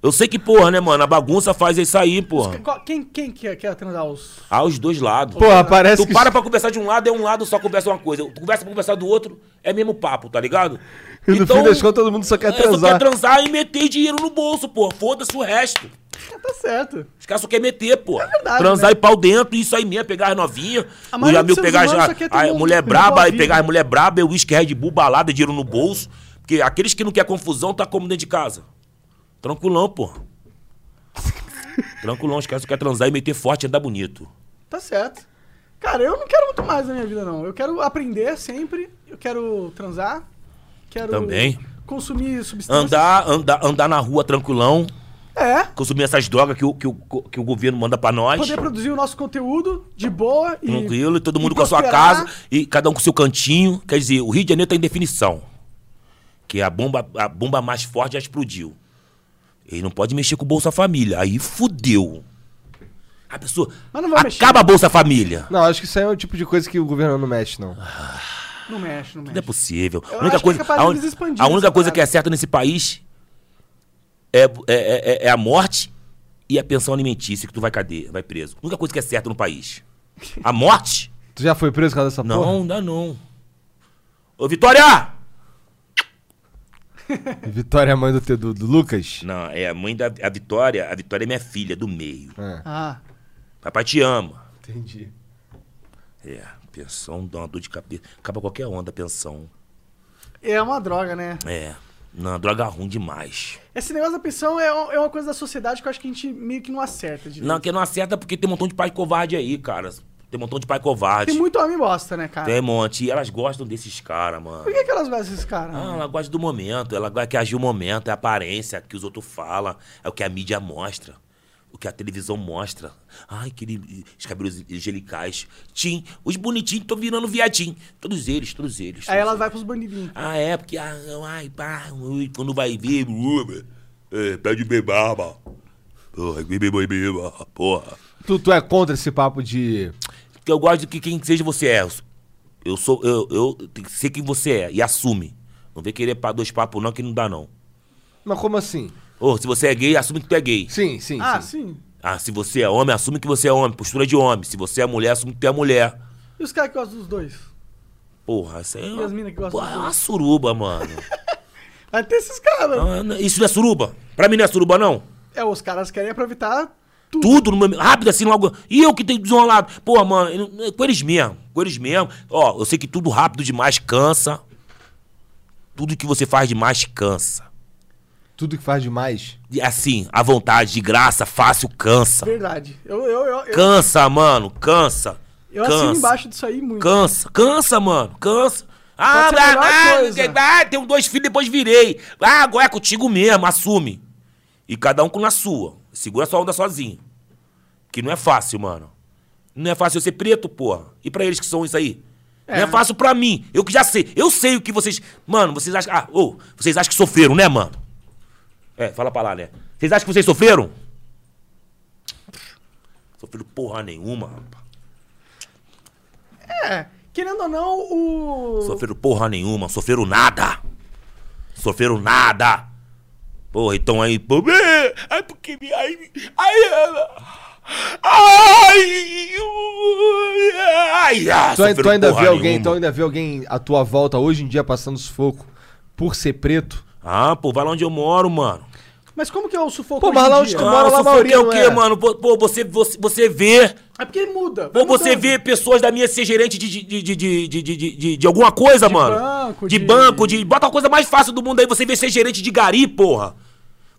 Speaker 3: Eu sei que, porra, né, mano? A bagunça faz isso aí, porra.
Speaker 2: Qual- Quem, quem quer, quer transar os...
Speaker 3: Ah, os dois lados.
Speaker 1: Porra, parece
Speaker 3: Tu
Speaker 1: que.
Speaker 3: para pra conversar de um lado, é um lado só conversa uma coisa. Tu conversa pra conversar do outro, é mesmo papo, tá ligado?
Speaker 1: E no fim das contas, todo mundo só quer
Speaker 3: Então, Eu só
Speaker 1: transar.
Speaker 3: quero transar e meter dinheiro no bolso, pô. Foda-se o resto.
Speaker 2: Ah, tá certo.
Speaker 3: Os caras só querem meter,
Speaker 1: É
Speaker 3: pô.
Speaker 2: verdade,
Speaker 3: transar
Speaker 2: né?
Speaker 3: e pau dentro, isso aí mesmo, é pegar as novinhas.
Speaker 2: A
Speaker 1: Ah,
Speaker 3: Os
Speaker 1: é
Speaker 2: maioria dos
Speaker 3: amigos
Speaker 2: seres
Speaker 3: pegar as,
Speaker 2: humanos só quer ter
Speaker 3: a- a
Speaker 2: um-
Speaker 3: mulher
Speaker 2: um
Speaker 3: braba
Speaker 2: boa
Speaker 3: e
Speaker 2: vida.
Speaker 3: pegar as mulher braba, é uísque, Red Bull, balada, dinheiro no bolso. Porque aqueles que não querem confusão, tá como dentro de casa. Tranquilão, pô. Tranquilão, os caras só querem transar e meter forte e andar bonito.
Speaker 2: Tá certo. Cara, eu não quero muito mais na minha vida, não. Eu quero aprender sempre. Eu quero transar. Quero...
Speaker 3: Também.
Speaker 2: Consumir substâncias.
Speaker 3: Andar, andar, andar na rua tranquilão,
Speaker 2: É.
Speaker 3: consumir essas drogas que o, que o, que o governo manda pra nós.
Speaker 2: Poder produzir o nosso conteúdo de boa e...
Speaker 3: Tranquilo, e todo
Speaker 2: e
Speaker 3: mundo com a sua
Speaker 2: prosperar.
Speaker 3: casa e cada um com o seu cantinho. Quer dizer, o Rio de Janeiro tá em definição. Que é a bomba, a bomba mais forte já explodiu. Ele não pode mexer com o Bolsa Família. Aí fudeu. A pessoa.
Speaker 2: Mas não vai mexer.
Speaker 3: acaba a Bolsa Família.
Speaker 1: Não, acho que isso aí é o tipo de coisa que o governo não mexe, não.
Speaker 2: Não mexe, não mexe.
Speaker 3: Não é possível.
Speaker 2: Eu
Speaker 3: a única
Speaker 2: acho
Speaker 3: coisa,
Speaker 2: que é capaz
Speaker 3: a
Speaker 2: deles
Speaker 3: un-
Speaker 2: expandirem
Speaker 3: a única
Speaker 2: essa
Speaker 3: coisa
Speaker 2: parada.
Speaker 3: que é certa nesse país é, é, é- é a morte e a pensão alimentícia, que tu vai cadeia, vai preso. A única coisa que é certa no país. A morte?
Speaker 1: Tu já foi preso por causa dessa
Speaker 3: Não,
Speaker 1: porra?
Speaker 3: ainda não. Ô, Vitória!
Speaker 1: Vitória é a mãe do, do, do Lucas?
Speaker 3: Não, é a mãe da a Vitória. A Vitória é minha filha, do meio.
Speaker 1: É,
Speaker 2: Ah,
Speaker 3: Papai te ama.
Speaker 1: entendi.
Speaker 3: É, pensão dá uma dor de cabeça. Acaba qualquer onda, pensão.
Speaker 2: é uma droga, né?
Speaker 3: É. Não, droga ruim demais.
Speaker 2: Esse negócio da pensão é, um- é uma coisa da sociedade que eu acho que a gente meio que não acerta. De
Speaker 3: Não, que não acerta porque tem um montão de pai covarde aí, cara. Tem um montão de pai covarde.
Speaker 2: Tem muito homem bosta, né, cara?
Speaker 3: Tem um monte. E elas gostam desses caras, mano.
Speaker 2: Por que, que elas gostam desses caras?
Speaker 3: Ah,
Speaker 2: mano?
Speaker 3: ela gosta do momento, ela gosta- quer agir o momento, é a aparência, é o que os outros falam, é o que a mídia mostra, o que a televisão mostra. Ai, aquele, os cabelos angelicais. Tim, os bonitinhos estão virando viadinho. Todos eles, todos eles. todos
Speaker 2: Aí elas
Speaker 3: eles.
Speaker 2: vai pros bandidinhos.
Speaker 3: Ah, é, porque, ah, não, ai, pá, ui, quando vai ver, ui, é, pede bebaba. Porra, bebe, beba, porra.
Speaker 1: Tu, tu é contra esse papo de.
Speaker 3: Porque eu gosto de que quem seja você é. Eu sou, eu, eu tenho que ser quem você é e assume. Não vem querer pa- dois papos não que não dá não.
Speaker 1: Mas como assim?
Speaker 3: Ô, se você é gay, assume que tu é gay.
Speaker 1: Sim, sim.
Speaker 2: Ah,
Speaker 1: sim.
Speaker 2: sim.
Speaker 3: Ah, se você é homem, assume que você é homem. Postura de homem. Se você é mulher, assume que tu é mulher.
Speaker 2: E os caras que gostam dos dois?
Speaker 3: Porra, isso aí é
Speaker 2: E as mina
Speaker 3: uma,
Speaker 2: que gostam
Speaker 3: porra, é
Speaker 2: dos
Speaker 3: uma
Speaker 2: dois?
Speaker 3: suruba, mano.
Speaker 2: Vai ter esses caras.
Speaker 3: Ah, não- isso não é suruba? Pra mim não é suruba, não.
Speaker 2: É, os caras querem aproveitar tudo.
Speaker 3: Tudo no meu, rápido assim, logo. E eu que tenho desenrolado. Porra, mano, eu não- é com eles mesmo. Com eles mesmo. Ó, eu sei que tudo rápido demais cansa. Tudo que você faz demais cansa.
Speaker 1: Tudo que faz demais.
Speaker 3: E assim, à vontade, de graça, fácil, cansa.
Speaker 2: Verdade. Eu, eu, eu, eu,
Speaker 3: Cansa, mano, cansa.
Speaker 2: eu assino
Speaker 3: cansa.
Speaker 2: embaixo disso aí muito. né?
Speaker 3: Cansa, cansa, mano, cansa. Ah,
Speaker 2: Pode ser a
Speaker 3: ah,
Speaker 2: melhor
Speaker 3: ah,
Speaker 2: coisa.
Speaker 3: que- ah, tenho dois filhos, depois virei. Ah, agora é contigo mesmo, assume. E cada um com na sua. Segura sua onda sozinho. Que não é fácil, mano. Não é fácil eu ser preto, porra. E pra eles que são isso aí?
Speaker 2: É.
Speaker 3: Não é fácil pra mim. Eu que já sei. Eu sei o que vocês. Mano, vocês acham. Ah, ô, vocês acham que sofreram, né, mano? É, fala pra lá, né? Vocês acham que vocês sofreram? Sofreram porra nenhuma, rapaz.
Speaker 2: É, querendo ou não, o.
Speaker 3: Sofreram porra nenhuma, sofreram nada. Sofreram nada. Porra, então aí. pô, é, Ai, porque. me- Ai, ai, ela. Ai, ui, ai, ah,
Speaker 1: Tu, ai- tu
Speaker 3: sofreram
Speaker 1: ainda
Speaker 3: porra
Speaker 1: vê alguém, então?
Speaker 3: nenhuma.
Speaker 1: tu ainda vê alguém à tua volta hoje em dia passando sufoco por ser preto?
Speaker 3: Ah, pô, vai lá onde eu moro, mano.
Speaker 2: Mas como que é o sufoco
Speaker 1: Pô,
Speaker 2: hoje
Speaker 1: mas
Speaker 2: em
Speaker 1: lá
Speaker 2: dia?
Speaker 1: onde tu mora- Bora lá,
Speaker 3: Nossa,
Speaker 1: Maurinho,
Speaker 3: que é o quê,
Speaker 1: é.
Speaker 3: mano? Pô, pô, você, você, você vê.
Speaker 2: É porque ele muda. vai
Speaker 3: Pô, você
Speaker 2: mudando.
Speaker 3: vê pessoas da minha ser gerente de, de, de, de, de, de, de- de- de alguma coisa, mano.
Speaker 2: banco,
Speaker 3: de,
Speaker 2: de-
Speaker 3: banco, de. Bota a coisa mais fácil do mundo aí, você vê ser gerente de gari, porra.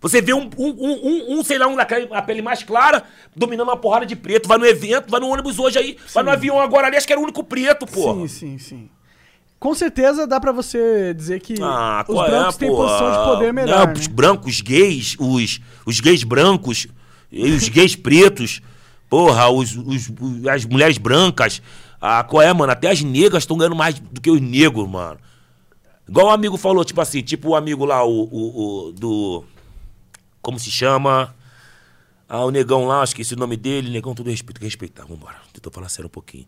Speaker 3: Você vê um, um, um, um- um, sei lá, um da cara- a pele mais clara, dominando uma porrada de preto. Vai no evento, vai no ônibus hoje aí, vai no avião agora ali, acho que era o único preto, porra.
Speaker 2: Sim, sim, sim. Com certeza dá pra você dizer que
Speaker 3: Ah,
Speaker 2: os
Speaker 3: qual
Speaker 2: brancos
Speaker 3: é,
Speaker 2: têm
Speaker 3: pô?
Speaker 2: posição de poder melhor.
Speaker 3: Não, tipo-
Speaker 2: né?
Speaker 3: Os brancos gays, os, os gays brancos, e os gays pretos, porra, os, os- os- as mulheres brancas. Ah, qual é, mano? Até as negras estão ganhando mais do que os negros, mano. Igual o amigo falou, tipo assim, tipo o amigo lá, o, o- o do. Como se chama? Ah, o negão lá, esqueci o nome dele, negão, tudo respeito, tem que respeitar, vambora. Tentou falar sério um pouquinho.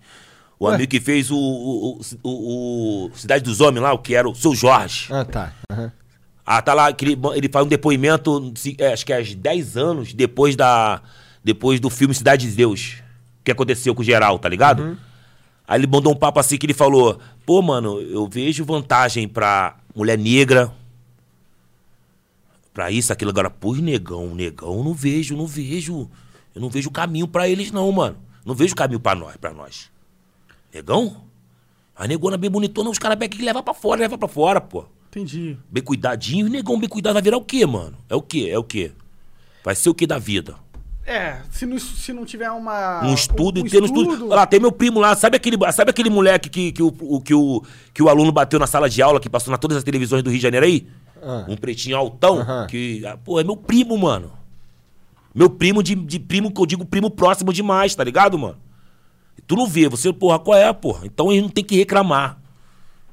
Speaker 3: O amigo que fez o, o- o- o- o Cidade dos Homens lá, o que era o seu Jorge.
Speaker 1: Ah, tá. Aham.
Speaker 3: Ah, tá lá, que ele, ele faz um depoimento, se- é, acho que é às 10 anos depois da depois do filme Cidade de Deus, que aconteceu com o geral, tá ligado? Aí ele mandou um papo assim que ele falou: "Pô, mano, eu vejo vantagem pra mulher negra, pra isso, aquilo agora, pô, negão, negão, não vejo, não vejo. Eu não vejo caminho pra eles não, mano. Não vejo caminho pra nós, para nós. Negão? A negona bem bonitona, os caras pegam que levar pra fora, leva pra fora, pô
Speaker 2: Entendi.
Speaker 3: bem cuidadinho, e negão bem cuidado vai virar o quê, mano? É o quê? É o quê? Vai ser o quê da vida?
Speaker 2: É, se não, se não tiver uma.
Speaker 3: Um estudo e ter um estudo. Olha lá, tem meu primo lá, sabe aquele, sabe aquele moleque que, que, o, o- que, o, que o aluno bateu na sala de aula, que passou na todas as televisões do Rio de Janeiro aí?
Speaker 1: Ah.
Speaker 3: Um pretinho altão,
Speaker 1: Aham.
Speaker 3: que. ah, Pô, é meu primo, mano. Meu primo de, de primo, que eu digo primo próximo demais, tá ligado, mano? Tu não vê, você, porra, qual é, porra? Então eles não tem que reclamar.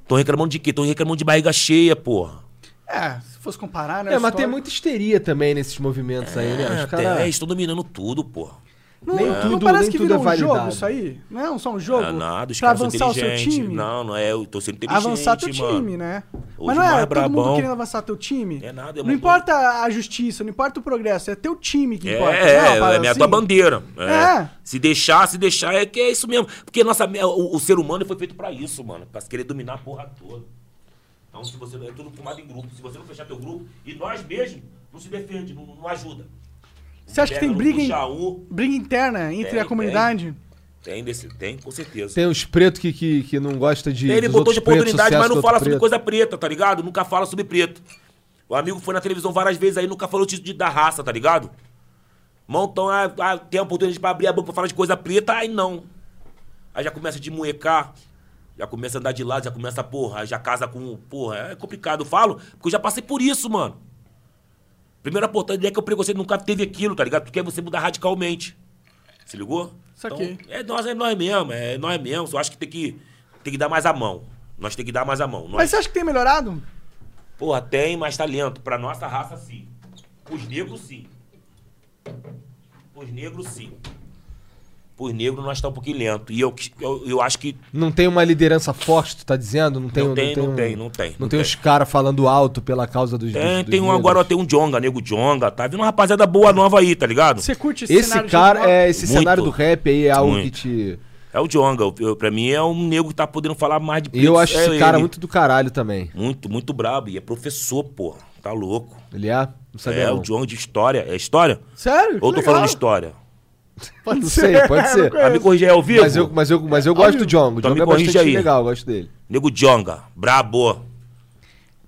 Speaker 3: Tão reclamando de quê? Tão reclamando de barriga cheia, porra.
Speaker 2: É, se fosse comparar, né?
Speaker 1: É, mas
Speaker 2: história-
Speaker 1: tem muita histeria também nesses movimentos aí, né?
Speaker 3: Ah,
Speaker 1: Os caras.
Speaker 3: estão dominando tudo, porra.
Speaker 2: Não,
Speaker 1: nem
Speaker 2: não
Speaker 1: tudo-
Speaker 2: parece
Speaker 1: nem
Speaker 2: que
Speaker 1: tudo
Speaker 2: virou
Speaker 1: é
Speaker 2: um jogo
Speaker 1: validado.
Speaker 2: isso aí? Não é um- só um jogo?
Speaker 3: Ah, nada, os
Speaker 2: pra
Speaker 3: caras são
Speaker 2: avançar o seu
Speaker 3: inteligentes.
Speaker 2: time?
Speaker 3: Não, não é, eu tô sendo inteligente,
Speaker 2: Avançar teu
Speaker 3: mano.
Speaker 2: time, né?
Speaker 3: Hoje
Speaker 2: Mas não
Speaker 3: mais
Speaker 2: é todo
Speaker 3: brabão.
Speaker 2: mundo querendo avançar teu time?
Speaker 3: É nada,
Speaker 2: Não
Speaker 3: é uma-
Speaker 2: importa a justiça, não importa o progresso, é teu time que
Speaker 3: É,
Speaker 2: importa.
Speaker 3: é,
Speaker 2: Não,
Speaker 3: é,
Speaker 2: parada
Speaker 3: a minha
Speaker 2: assim?
Speaker 3: tua bandeira. É.
Speaker 2: É.
Speaker 3: Se deixar, se deixar, é que é isso mesmo. Porque nossa, é, o, o ser humano foi feito pra isso, mano. Pra querer dominar a porra toda. Então, se você, é tudo formado em grupo. Se você não fechar teu grupo, e nós mesmos, não se defende, não, não ajuda.
Speaker 2: Você acha que tem
Speaker 3: Pega, não
Speaker 2: briga,
Speaker 3: puxa
Speaker 2: em-
Speaker 3: um.
Speaker 2: briga interna entre
Speaker 3: Tem,
Speaker 2: a
Speaker 3: é.
Speaker 2: comunidade?
Speaker 3: Tem, desse, tem, com certeza.
Speaker 1: Tem os pretos que, que, que não gostam de.
Speaker 3: Ele
Speaker 1: dos
Speaker 3: botou de
Speaker 1: outros pretos,
Speaker 3: oportunidade,
Speaker 1: sucesso
Speaker 3: mas
Speaker 1: do
Speaker 3: não
Speaker 1: é outro
Speaker 3: fala sobre
Speaker 1: preto.
Speaker 3: coisa preta, tá ligado? Nunca fala sobre preto. O amigo foi na televisão várias vezes aí, nunca falou disso de, da raça, tá ligado? Montão, ah, ah, tem a oportunidade pra abrir a boca pra falar de coisa preta, aí não. Aí já começa a de muecar, já começa a andar de lado, já começa, porra, aí já casa com. Porra, é complicado, eu falo, porque eu já passei por isso, mano. Primeira oportunidade é que o preconceito nunca teve aquilo, tá ligado? Porque aí você mudar radicalmente. Se ligou?
Speaker 2: Saquei.
Speaker 3: Então, é nós, é nós mesmo, é nós mesmo. Só acho que tem que, tem que dar mais a mão. Nós tem que dar mais a mão. Nós,
Speaker 2: Mas você acha que tem melhorado?
Speaker 3: Porra, tem mais talento. Pra nossa raça, sim. Os negros, sim. Os negros, sim. Os negros, nós estamos um pouquinho lento. E eu, eu, eu acho que
Speaker 1: Não tem uma liderança forte, tu tá dizendo? Não tem,
Speaker 3: Não
Speaker 1: um-
Speaker 3: tem, não
Speaker 1: um-
Speaker 3: tem, não tem,
Speaker 1: Não,
Speaker 3: não
Speaker 1: tem
Speaker 3: tem.
Speaker 1: os caras falando alto pela causa dos. dos-
Speaker 3: tem,
Speaker 1: dos
Speaker 3: tem um,
Speaker 1: negros.
Speaker 3: agora tem um Jonga, nego Jonga. Tá vindo uma rapaziada boa nova aí, tá ligado?
Speaker 2: Você curte esse,
Speaker 1: Esse
Speaker 2: cenário de
Speaker 1: cara,
Speaker 2: jogo?
Speaker 1: é, esse
Speaker 3: Muito.
Speaker 1: cenário do rap aí é algo que
Speaker 3: Muito.
Speaker 1: te.
Speaker 3: É o Jonga. Eu- eu- Pra mim é um nego que tá podendo falar mais de
Speaker 1: E eu
Speaker 3: preto,
Speaker 1: acho
Speaker 3: é
Speaker 1: esse cara
Speaker 3: ele.
Speaker 1: muito do caralho também.
Speaker 3: Muito, muito brabo. E é professor, porra. Tá louco.
Speaker 1: Ele é? Não sabia.
Speaker 3: É,
Speaker 1: não.
Speaker 3: o Jonga de história. É história?
Speaker 2: Sério? Que
Speaker 3: Ou eu tô
Speaker 2: legal.
Speaker 3: falando história?
Speaker 2: Pode
Speaker 1: Não
Speaker 2: ser,
Speaker 1: sei, pode
Speaker 2: não
Speaker 1: ser.
Speaker 2: conheço.
Speaker 3: Ah, me corrigir aí ao vivo?
Speaker 1: Mas eu, mas eu, mas eu gosto do Jongo. O
Speaker 3: Então
Speaker 1: Jongo
Speaker 3: me
Speaker 1: é
Speaker 3: corrige
Speaker 1: bastante
Speaker 3: aí.
Speaker 1: legal, eu gosto dele.
Speaker 3: Nego Jonga. Brabo.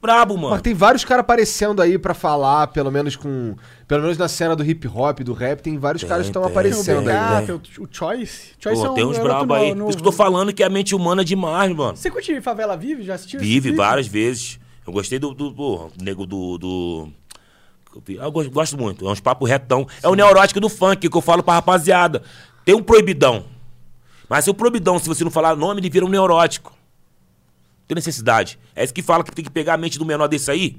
Speaker 3: Brabo, mano.
Speaker 1: Mas tem vários caras aparecendo aí pra falar, pelo menos com. Pelo menos na cena do hip hop, do rap, tem vários
Speaker 3: Tem,
Speaker 1: caras que estão
Speaker 3: tem,
Speaker 2: Tem o
Speaker 1: aparecendo
Speaker 3: tem.
Speaker 1: aí.
Speaker 2: BH,
Speaker 3: né?
Speaker 2: Ah, tem o, o Choice. Choice é um
Speaker 3: Pô, tem uns
Speaker 2: garoto
Speaker 3: brabo aí.
Speaker 2: no-
Speaker 3: Por isso que eu tô falando que a mente humana é demais, mano.
Speaker 2: Você curte Favela Vive? Já assistiu? esse
Speaker 3: Vive
Speaker 2: vídeo?
Speaker 3: várias vezes. Eu gostei do, do, porra, nego do. do... Eu gosto, gosto muito. É uns papo retão. É o neurótico do funk que eu falo pra rapaziada. Tem um proibidão. Mas se o proibidão, se você não falar nome, ele vira um neurótico. Tem necessidade. É isso que fala que tem que pegar a mente do menor desse aí.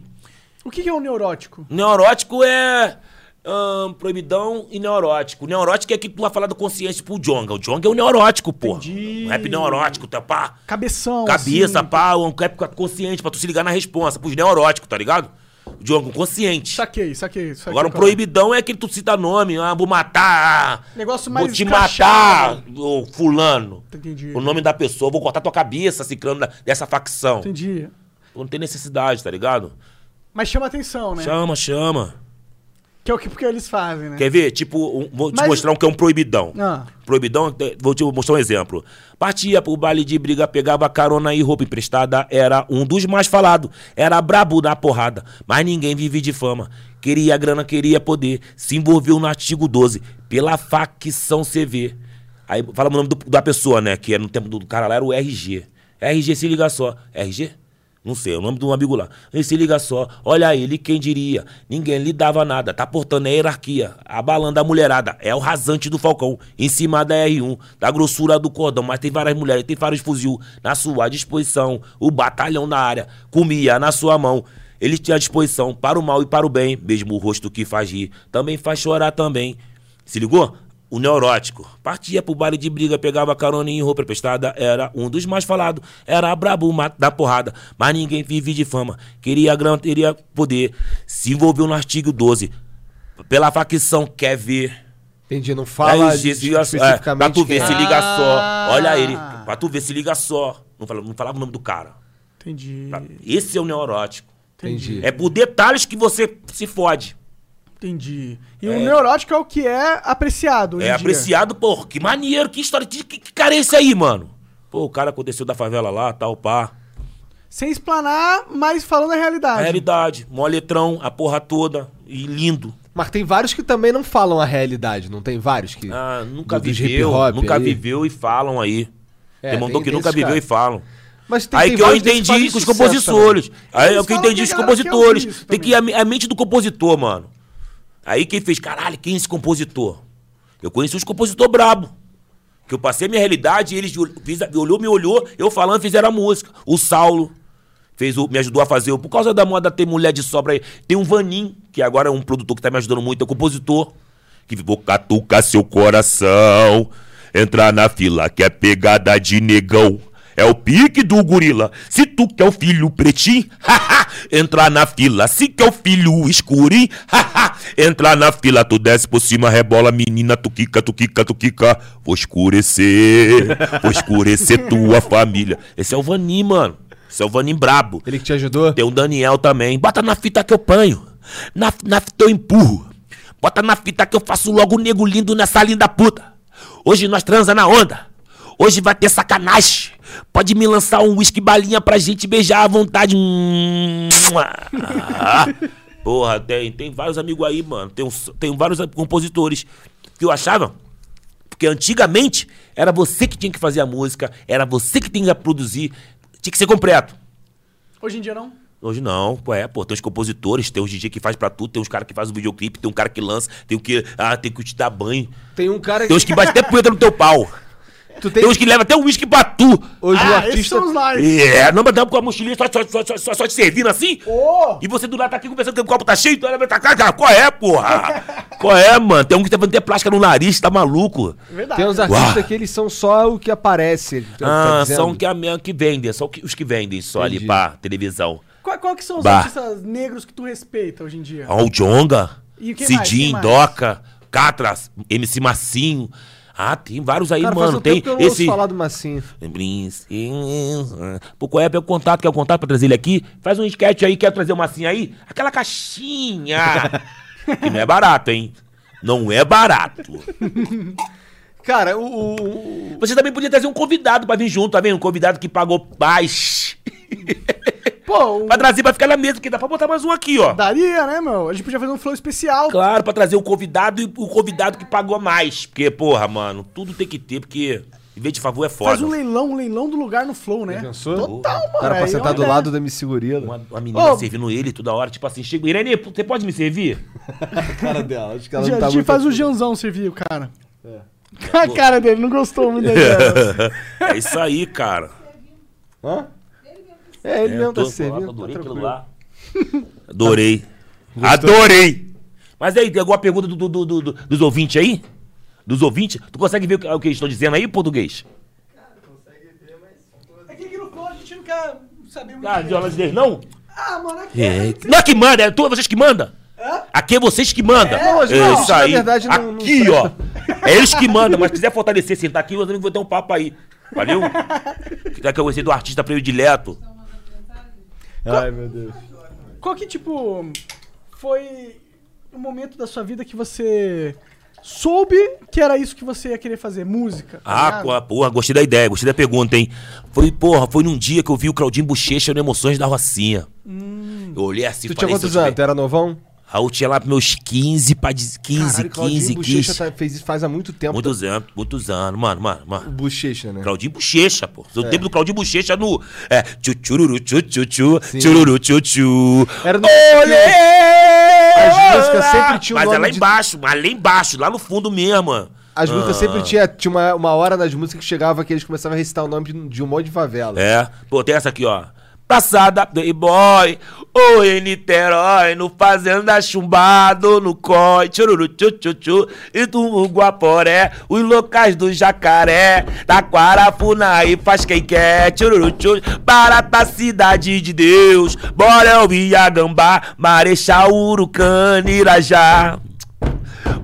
Speaker 2: O que que é um neurótico?
Speaker 3: Neurótico é. ahn, proibidão e neurótico. Neurótico é que tu vai falar do consciente pro Jonga. O Jonga é o neurótico, porra.
Speaker 2: Entendi.
Speaker 3: Um Rap neurótico, tá pá.
Speaker 2: Cabeção.
Speaker 3: Cabeça,
Speaker 2: assim.
Speaker 3: pá, um cap consciente pra tu se ligar na responsa, pros neuróticos, tá ligado? O Diogo consciente.
Speaker 2: Saquei, saquei. saquei
Speaker 3: Agora um
Speaker 2: qual é.
Speaker 3: proibidão é aquele que tu cita nome, ah, vou matar, ah,
Speaker 2: Negócio mais
Speaker 3: vou te
Speaker 2: escrachado.
Speaker 3: matar, ô fulano.
Speaker 2: Entendi.
Speaker 3: O nome da pessoa, vou cortar tua cabeça, ciclano da- dessa facção.
Speaker 2: Entendi.
Speaker 3: Não tem necessidade, tá ligado?
Speaker 2: Mas chama atenção, né?
Speaker 3: Chama, chama.
Speaker 2: Que é o que porque eles fazem, né?
Speaker 3: Quer ver? Tipo, um- vou te
Speaker 2: Mas-
Speaker 3: mostrar um que é um proibidão.
Speaker 2: Ah.
Speaker 3: Proibidão, te- vou te mostrar um exemplo. Partia pro baile de briga, pegava carona e roupa emprestada. Era um dos mais falados. Era brabo na porrada. Mas ninguém vive de fama. Queria grana, queria poder. Se envolveu no artigo 12. Pela facção CV. Aí fala o nome do- da pessoa, né? Que era no tempo do do cara lá era o RG. RG, se liga só. RG? Não sei, é o nome de um amigo lá. Ele se liga só, olha ele, quem diria? Ninguém lhe dava nada, tá portando a hierarquia, abalando a mulherada. É o rasante do Falcão, em cima da R1, da grossura do cordão, mas tem várias mulheres, tem vários fuzil na sua disposição. O batalhão na área, comia na sua mão. Ele tinha disposição para o mal e para o bem, mesmo o rosto que faz rir, também faz chorar também. Se ligou? O neurótico. Partia pro baile de briga, pegava carona em roupa prestada. Era um dos mais falados. Era brabo ma- da porrada. Mas ninguém vive de fama. Queria grana, teria poder. Se envolveu no artigo 12. Pela facção, quer ver.
Speaker 1: Entendi, não fala
Speaker 3: Aí,
Speaker 1: de-
Speaker 3: se liga só, é, pra
Speaker 1: especificamente
Speaker 3: tu
Speaker 1: quem
Speaker 3: ver,
Speaker 1: é.
Speaker 3: se liga
Speaker 2: Ah.
Speaker 3: só. Olha ele. Pra tu ver, se liga só. Não falava, não falava o nome do cara.
Speaker 2: Entendi.
Speaker 3: Pra- Esse é o neurótico.
Speaker 1: Entendi.
Speaker 3: É por detalhes que você se fode.
Speaker 2: Entendi. E o neurótico é o que é apreciado hoje
Speaker 3: É
Speaker 2: em dia.
Speaker 3: apreciado, pô, que maneiro, que história, de- que, que carência aí, mano. Pô, o cara aconteceu da favela lá, tal, pá.
Speaker 2: Sem explanar, mas falando a
Speaker 3: A
Speaker 2: realidade.
Speaker 3: realidade, mó letrão, a porra toda, e lindo.
Speaker 1: Mas tem vários que também não falam a realidade, não tem vários que.
Speaker 3: Ah, nunca
Speaker 1: do- dos
Speaker 3: viveu,
Speaker 1: hip-hop
Speaker 3: nunca
Speaker 1: aí.
Speaker 3: viveu e falam aí.
Speaker 1: É,
Speaker 3: tem um mandou
Speaker 1: tem-
Speaker 3: que
Speaker 1: tem
Speaker 3: nunca
Speaker 1: esses
Speaker 3: viveu
Speaker 1: cara.
Speaker 3: e falam.
Speaker 1: Mas tem,
Speaker 3: Aí
Speaker 1: tem
Speaker 3: que eu
Speaker 1: vários desses
Speaker 3: entendi
Speaker 1: fazem
Speaker 3: com os
Speaker 1: sucesso
Speaker 3: compositores. Aí é
Speaker 2: Eles
Speaker 3: o que eu
Speaker 2: falam
Speaker 3: entendi
Speaker 2: que
Speaker 3: com
Speaker 2: a
Speaker 3: os
Speaker 2: galera quer
Speaker 3: compositores.
Speaker 2: ouvir isso
Speaker 3: Tem que ir a, me- a mente do compositor, mano. Aí quem fez, caralho, quem é esse compositor? Eu conheci uns compositor brabo. Que eu passei a minha realidade, eles ol- fiz, a- olhou, me olhou, eu falando, fizeram a música. O Saulo fez o, me ajudou a fazer. o- Por causa da moda tem mulher de sobra aí. Tem um Vanin, que agora é um produtor que tá me ajudando muito, é um compositor. Que vou catucar seu coração. Entrar na fila que é pegada de negão. É o pique do gorila. Se tu quer o filho pretinho, haha, entrar na fila. Se quer o filho escurinho, haha, entrar na fila. Tu desce por cima, rebola, menina, tu quica, tu quica, tu quica. Vou escurecer, vou escurecer tua família. Esse é o Vanim, mano. Esse é o Vanim brabo.
Speaker 1: né? Ele que te ajudou?
Speaker 3: Tem o Daniel também. Bota na fita que eu panho. Na, na fita eu empurro. Bota na fita que eu faço logo o nego lindo nessa linda puta. Hoje nós transa na onda. Hoje vai ter sacanagem. Pode me lançar um uísque balinha pra gente beijar à vontade. Hum, ah. Porra, tem, tem vários amigos aí, mano. Tem, uns- tem vários compositores que eu achava porque antigamente era você que tinha que fazer a música, era você que tinha que produzir, tinha que ser completo.
Speaker 2: Hoje em dia não?
Speaker 3: Hoje não, pô, é, pô, tem os compositores, tem os DJ que faz pra tudo, tem os caras que faz o videoclipe, tem um cara que lança, tem o que, ah, tem que te dar banho,
Speaker 1: Tem um cara
Speaker 3: tem os que bate até punheta no teu pau,
Speaker 1: Tu tem...
Speaker 3: tem os que levam até o uísque pra tu.
Speaker 1: Hoje o
Speaker 2: Ah, esses
Speaker 1: artista.
Speaker 2: são os lives.
Speaker 3: É, não, mas dá com a mochilinha só, só, só, só, só, só te servindo assim?
Speaker 2: Ô!
Speaker 3: E você do lado tá aqui conversando que o copo tá cheio, então ela vai tacar, cara, qual é, porra? qual é, mano? Tem um que tá fazendo até plástica no nariz, tá maluco?
Speaker 2: É verdade.
Speaker 1: Tem uns artistas
Speaker 3: Uau.
Speaker 1: que eles são só o que aparece. ele tá- tá
Speaker 3: Ah,
Speaker 1: dizendo.
Speaker 3: são que, a, minha- que vendem, só que- os que vendem só
Speaker 1: Entendi.
Speaker 3: ali pra televisão.
Speaker 2: Qual, qual que são os
Speaker 3: Bah.
Speaker 2: artistas negros que tu respeita hoje em dia?
Speaker 3: Ó, o Jonga,
Speaker 2: E quem mais? Quem
Speaker 3: Cidinho,
Speaker 2: mais?
Speaker 3: Doca, Catras, MC Massinho. Ah, tem vários aí,
Speaker 1: Cara, faz
Speaker 3: mano.
Speaker 1: um
Speaker 3: Tem
Speaker 1: tempo que eu não ouço
Speaker 3: esse.
Speaker 1: falar do Massinho.
Speaker 3: Pô, qual é? Pega o contato, quer o contato pra trazer ele aqui? Faz um sketch aí, quer trazer o Massinho aí? Aquela caixinha. que não é barato, hein? Não é barato.
Speaker 1: Cara, o- o. o-
Speaker 3: Você também podia trazer um convidado pra vir junto, tá vendo? Um convidado que pagou paz.
Speaker 2: Pô, o...
Speaker 3: Pra trazer pra ficar na mesa, porque dá pra botar mais um aqui, ó.
Speaker 2: daria, né, meu? A gente podia fazer um flow especial.
Speaker 3: Claro, pra trazer o convidado e o convidado que pagou mais. Porque, porra, mano, tudo tem que ter, porque viver de favor é foda.
Speaker 2: Faz um leilão, um leilão do lugar no flow, né?
Speaker 1: Pensou?
Speaker 2: Total, mano.
Speaker 1: O cara pra
Speaker 2: aí é
Speaker 1: sentar
Speaker 2: uma
Speaker 1: do
Speaker 2: ideia.
Speaker 1: lado da MC Gorila.
Speaker 3: Uma, uma menina
Speaker 2: Ô.
Speaker 3: servindo ele toda hora, tipo assim, chega, Irene, você pode me servir?
Speaker 1: cara dela. Acho que
Speaker 2: A
Speaker 1: ela
Speaker 2: gente,
Speaker 1: não tá
Speaker 2: a gente
Speaker 1: muito
Speaker 2: faz o
Speaker 1: afim.
Speaker 2: Janzão servir o cara. A cara dele não gostou muito da ideia.
Speaker 3: é isso aí, cara.
Speaker 1: Hã? É, ele
Speaker 3: É,
Speaker 1: mesmo
Speaker 3: eu
Speaker 1: tá
Speaker 3: tô-
Speaker 1: servindo. tá
Speaker 3: Adorei aquilo
Speaker 1: tranquilo.
Speaker 3: lá. Adorei. Adorei! Mas aí, tem alguma pergunta do- do- do- do- dos ouvintes aí? Dos ouvintes? Tu consegue ver o que, o que eles estão dizendo aí, português?
Speaker 2: É que aqui no flow a gente não quer saber muito.
Speaker 3: Ah, as violas deles não?
Speaker 2: Ah, mano, é que.
Speaker 3: É. Não é que manda, é tu, é vocês que manda. Aqui é vocês que mandam.
Speaker 1: É, não,
Speaker 3: É,
Speaker 1: não,
Speaker 3: isso
Speaker 1: isso na
Speaker 3: aí.
Speaker 1: verdade não- não
Speaker 3: aqui, ó. É eles que mandam, mas se quiser fortalecer, sentar aqui, eu também vou ter um papo aí. Valeu? Já que eu gostei do artista predileto.
Speaker 1: Ai, meu Deus.
Speaker 2: Qual que, tipo, foi um momento da sua vida que você soube que era isso que você ia querer fazer? Música. tá
Speaker 3: Ah,
Speaker 2: ligado?
Speaker 3: co- porra, gostei da ideia, gostei da pergunta, hein? Foi, porra, foi num dia que eu vi o Claudinho Bochecha no Emoções da Rocinha. Eu olhei assim
Speaker 1: Hum. Tu tinha
Speaker 3: e falei... se eu
Speaker 1: quantos
Speaker 3: tiver-
Speaker 1: anos? Tu era novão?
Speaker 3: Raul tinha lá meus 15 pra... de- 15,
Speaker 1: Caralho, Claudinho
Speaker 3: 15,
Speaker 1: Bochecha
Speaker 3: 15.
Speaker 1: tá- fez isso faz há muito tempo.
Speaker 3: Muitos anos, muitos anos, mano, mano, mano.
Speaker 1: Bochecha, né? É.
Speaker 3: Claudinho Bochecha, pô. O tempo do Claudinho Bochecha no. É. Tchururu, tchutchu,
Speaker 1: Sim.
Speaker 3: tchururu, tchutchu.
Speaker 1: Era no-
Speaker 3: Olê!
Speaker 1: As músicas sempre tinham
Speaker 3: Mas é
Speaker 1: nome
Speaker 3: lá
Speaker 1: de-
Speaker 3: embaixo, mas lá embaixo, lá no fundo mesmo. mano.
Speaker 1: As músicas
Speaker 3: Ah.
Speaker 1: sempre tinha, tinha uma, uma hora nas músicas que chegava que eles começavam a recitar o nome de, de um monte de favela.
Speaker 3: É. Pô, tem essa aqui, ó. Passada Playboy, ou em Niterói, no Fazenda Chumbado, no COI, tchururu, tchutchu, e do Guaporé, os locais do Jacaré, Taquarafuna e faz quem quer, tchururu, tchutchu, Barata Cidade de Deus, Borel e Agambá, Marechal Urucani, Irajá.